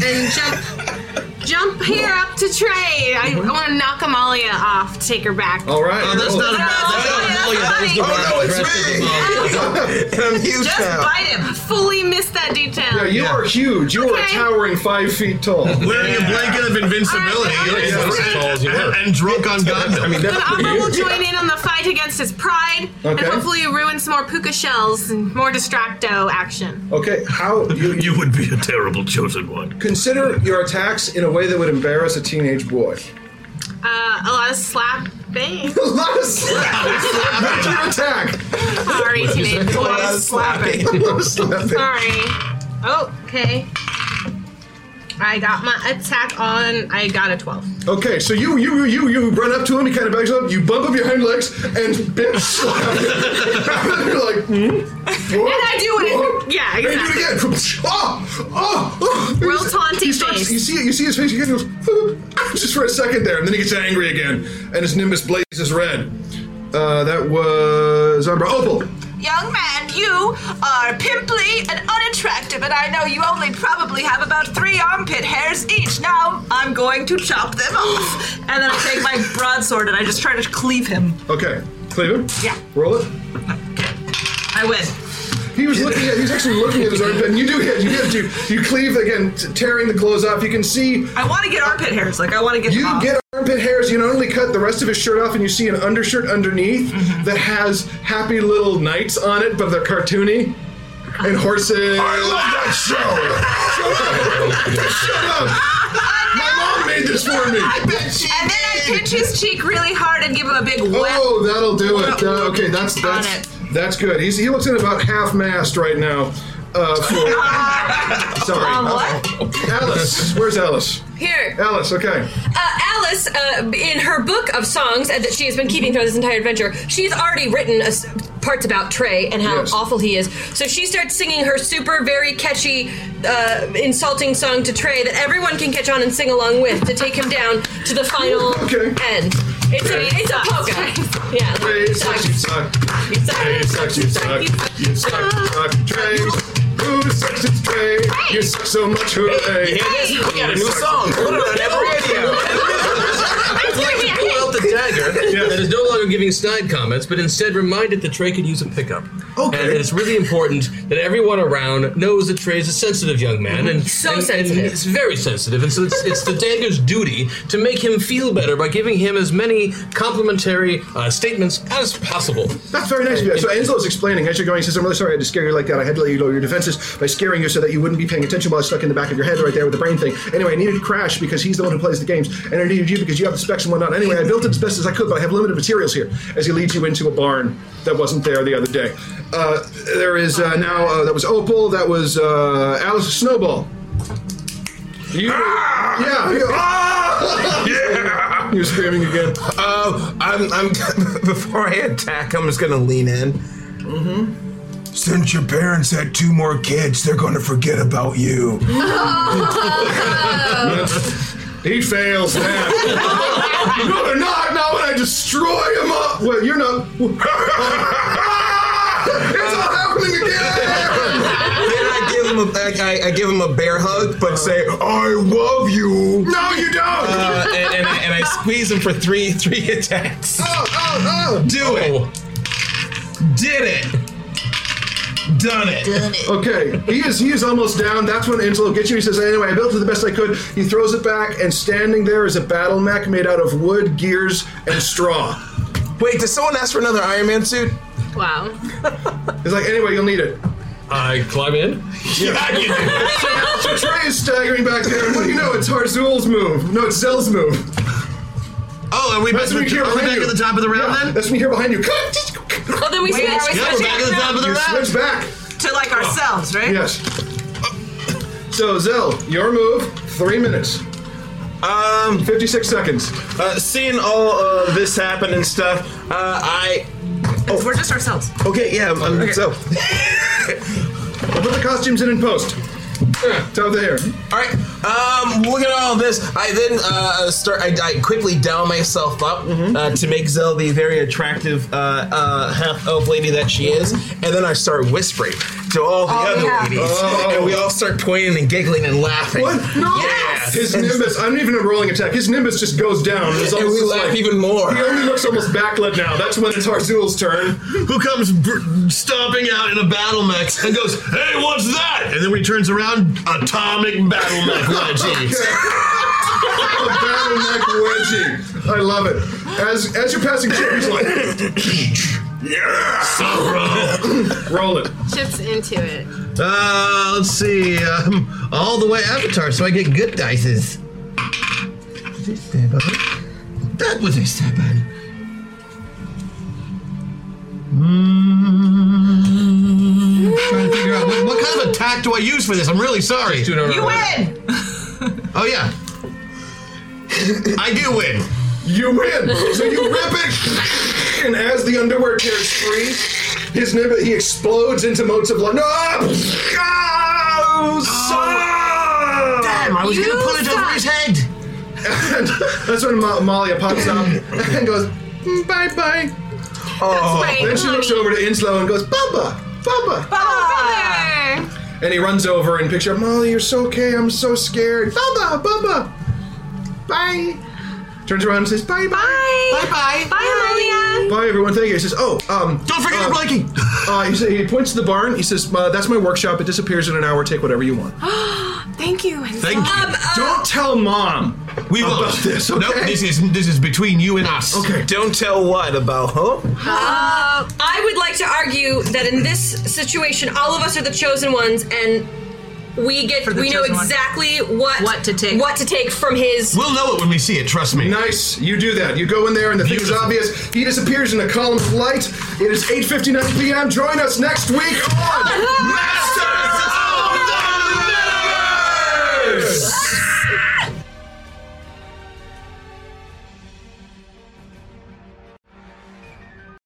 Speaker 11: and jump, jump here up to Trey. I, I want to knock Amalia off, take her back. Uh,
Speaker 3: All right.
Speaker 5: Oh, that's not a
Speaker 3: I'm huge
Speaker 11: Just
Speaker 3: now.
Speaker 11: bite him. Fully missed that detail.
Speaker 3: Yeah, you are huge. You are towering five feet tall.
Speaker 5: Wearing a blanket of invincibility. You're like, and, and drunk on Gundam. I mean,
Speaker 11: But Umbra will join in on the fight against his pride, and
Speaker 3: Okay.
Speaker 11: hopefully ruin some more puka shells and more distracto action.
Speaker 3: Okay, how you,
Speaker 5: you would be a terrible chosen one.
Speaker 3: Consider your attacks in a way that would embarrass a teenage boy.
Speaker 11: Uh, a lot of slapping.
Speaker 3: a lot of slapping. That's your attack.
Speaker 11: Sorry, teenage boys.
Speaker 3: slapping. a lot of slapping.
Speaker 11: Sorry. Oh, okay. I got my attack on. I got a 12.
Speaker 3: Okay, so you you you you run up to him, he kind of backs up, you bump up your hind legs, and bitch slap. him. You're like, hmm?
Speaker 11: And I do it.
Speaker 3: Whoa.
Speaker 11: Yeah,
Speaker 3: And you do
Speaker 11: exactly.
Speaker 3: it again. Oh, oh, oh.
Speaker 11: Real
Speaker 3: He's-
Speaker 11: taunting
Speaker 3: he starts,
Speaker 11: face.
Speaker 3: You see it. You see his face again. He goes just for a second there, and then he gets angry again, and his nimbus blazes red. Uh, that was Umbra Opal.
Speaker 10: Young man, you are pimply and unattractive, and I know you only probably have about three armpit hairs each. Now I'm going to chop them off. And then I take my broadsword and I just try to cleave him.
Speaker 3: Okay, Cleveland.
Speaker 10: Yeah.
Speaker 3: Roll it.
Speaker 10: I win.
Speaker 3: He was looking at. He's actually looking at his armpit. And you do hit. You hit. You you cleave again, t- tearing the clothes off. You can see.
Speaker 10: I want to get armpit hairs. Like I want to get.
Speaker 3: You get armpit hairs. You not only cut the rest of his shirt off, and you see an undershirt underneath
Speaker 10: Mm-hmm.
Speaker 3: that has happy little knights on it, but they're cartoony. And horses. I love that show. Shut up. My mom made this for me.
Speaker 10: and then I pinch his cheek really hard and give him a big whack.
Speaker 3: Oh, that'll do it. Uh, okay, that's that's that's good. He's he looks in about half mast right now. Uh, for, sorry,
Speaker 6: Um, what?
Speaker 3: Alice. Where's Alice?
Speaker 6: Here.
Speaker 3: Alice. Okay.
Speaker 6: Uh, Alice, uh, in her book of songs uh, that she has been keeping throughout this entire adventure, she's already written uh, s- parts about Trey and how
Speaker 3: Yes.
Speaker 6: awful he is. So she starts singing her super, very catchy, uh, insulting song to Trey that everyone can catch on and sing along with to take him down to the final end. It's a, it's a polka. Yeah. like,
Speaker 3: Trey
Speaker 6: it's
Speaker 3: sucks, you suck. Trey sucks, you suck. You suck, you suck. Trey, who sucks, it's Trey. You suck so much, hooray.
Speaker 16: You hear this? We got a new
Speaker 3: You suck
Speaker 16: song.
Speaker 3: so
Speaker 16: Put it on
Speaker 3: much.
Speaker 16: every radio. It's like you pull out the dagger.
Speaker 3: Yes.
Speaker 1: and is no longer giving snide comments, but instead reminded that Trey could use a pickup. Okay. And it's really important that everyone around knows that Trey's a sensitive young man, and
Speaker 6: Mhm. So
Speaker 1: and- and
Speaker 6: sensitive.
Speaker 1: it's very sensitive, and so it's, it's the dagger's duty to make him feel better by giving him as many complimentary uh, statements as possible.
Speaker 3: That's very nice of you. So Angelo's explaining as you're going. He says, "I'm really sorry I had to scare you like that. I had to let you lower your defenses by scaring you so that you wouldn't be paying attention while I was stuck in the back of your head right there with the brain thing. Anyway, I needed Crash because he's the one who plays the games, and I needed you because you have the specs and whatnot. Anyway, I built it as best as I could, but I have limited materials here." As he leads you into a barn that wasn't there the other day. Uh, there is uh, now uh, that was Opal. That was uh, Alice Snowball. You, yeah, you-
Speaker 2: yeah.
Speaker 3: You're screaming again.
Speaker 2: Uh, I'm, I'm. Before I attack, I'm just gonna lean in.
Speaker 19: Mm-hmm. Since your parents had two more kids, they're going to forget about you.
Speaker 3: he fails that. no, they're not. Not when I destroy them up. Well, you're not. it's all happening again.
Speaker 2: Then I give him a, I, I- I give him a bear hug, but say, "I love you."
Speaker 3: No, you don't.
Speaker 2: Uh, and, and, I, and I squeeze him for three three attacks.
Speaker 3: Oh, oh,
Speaker 2: Do it. Did it. Done it.
Speaker 3: Okay, he is he is almost down. That's when Angelo gets you. He says, "Anyway, I built it the best I could." He throws it back, and standing there is a battle mech made out of wood, gears, and straw.
Speaker 2: Wait, does someone ask for another Iron Man suit?
Speaker 11: Wow.
Speaker 3: He's like, "Anyway, you'll need it."
Speaker 1: I climb in.
Speaker 3: Yeah, you do. so, so Trey is staggering back there, and what do you know? It's Harzul's move. No, it's Zell's move.
Speaker 5: Oh, are we
Speaker 3: that's
Speaker 5: back-
Speaker 3: when you hear
Speaker 5: are we
Speaker 3: behind
Speaker 5: back
Speaker 3: you.
Speaker 5: at the top of the round
Speaker 3: Yeah,
Speaker 5: then?
Speaker 3: That's when you hear behind you.
Speaker 6: Oh, then we
Speaker 10: Wait, are
Speaker 6: switch.
Speaker 10: we Yeah, we're back at the top of the
Speaker 3: you
Speaker 10: round.
Speaker 3: switch back.
Speaker 10: To like ourselves, right?
Speaker 3: Yes. So Zell, your move. Three minutes.
Speaker 2: Um,
Speaker 3: 56 seconds.
Speaker 2: Uh, seeing all of this happen and stuff, uh, I. Oh.
Speaker 10: We're just ourselves.
Speaker 2: Okay, yeah, I'm, I'm
Speaker 3: Okay.
Speaker 2: so.
Speaker 3: I'll put the costumes in and post. Top of the hair.
Speaker 2: All right. Um, look at all this. I then uh, start. I, I quickly down myself up
Speaker 3: Mm-hmm.
Speaker 2: uh, to make Zell the very attractive uh, uh, half elf lady that she is, and then I start whispering to all the
Speaker 3: Oh,
Speaker 2: other
Speaker 3: yeah.
Speaker 2: ladies,
Speaker 3: Oh.
Speaker 2: and we all start pointing and giggling and laughing.
Speaker 3: What? No.
Speaker 2: Yes.
Speaker 3: His Nimbus, I'm not even a rolling attack. His Nimbus just goes down. It's
Speaker 2: And
Speaker 3: almost
Speaker 2: we
Speaker 3: just
Speaker 2: laugh even more.
Speaker 3: He only looks almost backlit now. That's when it's Harzul's turn.
Speaker 5: Who comes br- stomping out in a battle mech and goes, "Hey, what's that?" And then when he turns around, atomic battle mech wedgies.
Speaker 3: A battle neck wedgie. I love it. As as you're passing Chip, he's like,
Speaker 5: yeah, sorrow.
Speaker 3: Roll it.
Speaker 11: Chips into it.
Speaker 5: Uh, let's see. Um, all the way Avatar, so I get good dices. That was a step on. Mm, trying to figure out what, what kind of attack do I use for this? I'm really sorry.
Speaker 10: You win!
Speaker 5: Oh yeah, I do win.
Speaker 3: You win. So you rip it, and as the underwear tears free, his nimbus he explodes into motes of light. No! Oh,
Speaker 5: Damn! I was gonna pull it over his head.
Speaker 3: And that's when Ma- Malia pops up and goes, "Mm, "Bye bye."
Speaker 2: Oh.
Speaker 11: That's right,
Speaker 3: then she looks over to Inslow and goes, "Bubba, Bubba."
Speaker 5: Oh,
Speaker 3: And he runs over and picks you up. Molly, you're so okay. I'm so scared. Bubba, Bubba. Bye. Turns around and says, bye bye. Bye
Speaker 10: bye. Bye,
Speaker 3: Malia. Bye, everyone. Thank you. He says, oh, um. Don't forget your blankie. uh, he, sa- he points to the barn. He says, uh, that's my workshop. It disappears in an hour. Take whatever you want.
Speaker 11: Thank you. Enzo. uh,
Speaker 3: Don't tell mom.
Speaker 5: We will.
Speaker 3: About this, okay?
Speaker 5: Oh. Nope, this is this is between you and us. Okay.
Speaker 2: Don't tell what about huh?
Speaker 6: Uh, I would like to argue that in this situation, all of us are the chosen ones, and we get
Speaker 10: the
Speaker 6: we know
Speaker 10: chosen ones.
Speaker 6: exactly what what to take what to take from his.
Speaker 5: We'll know it when we see it. Trust me.
Speaker 3: Nice. You do that. You go in there, and the thing is obvious. He disappears in a column of light. It is 8:59 p.m. Join us next week on Master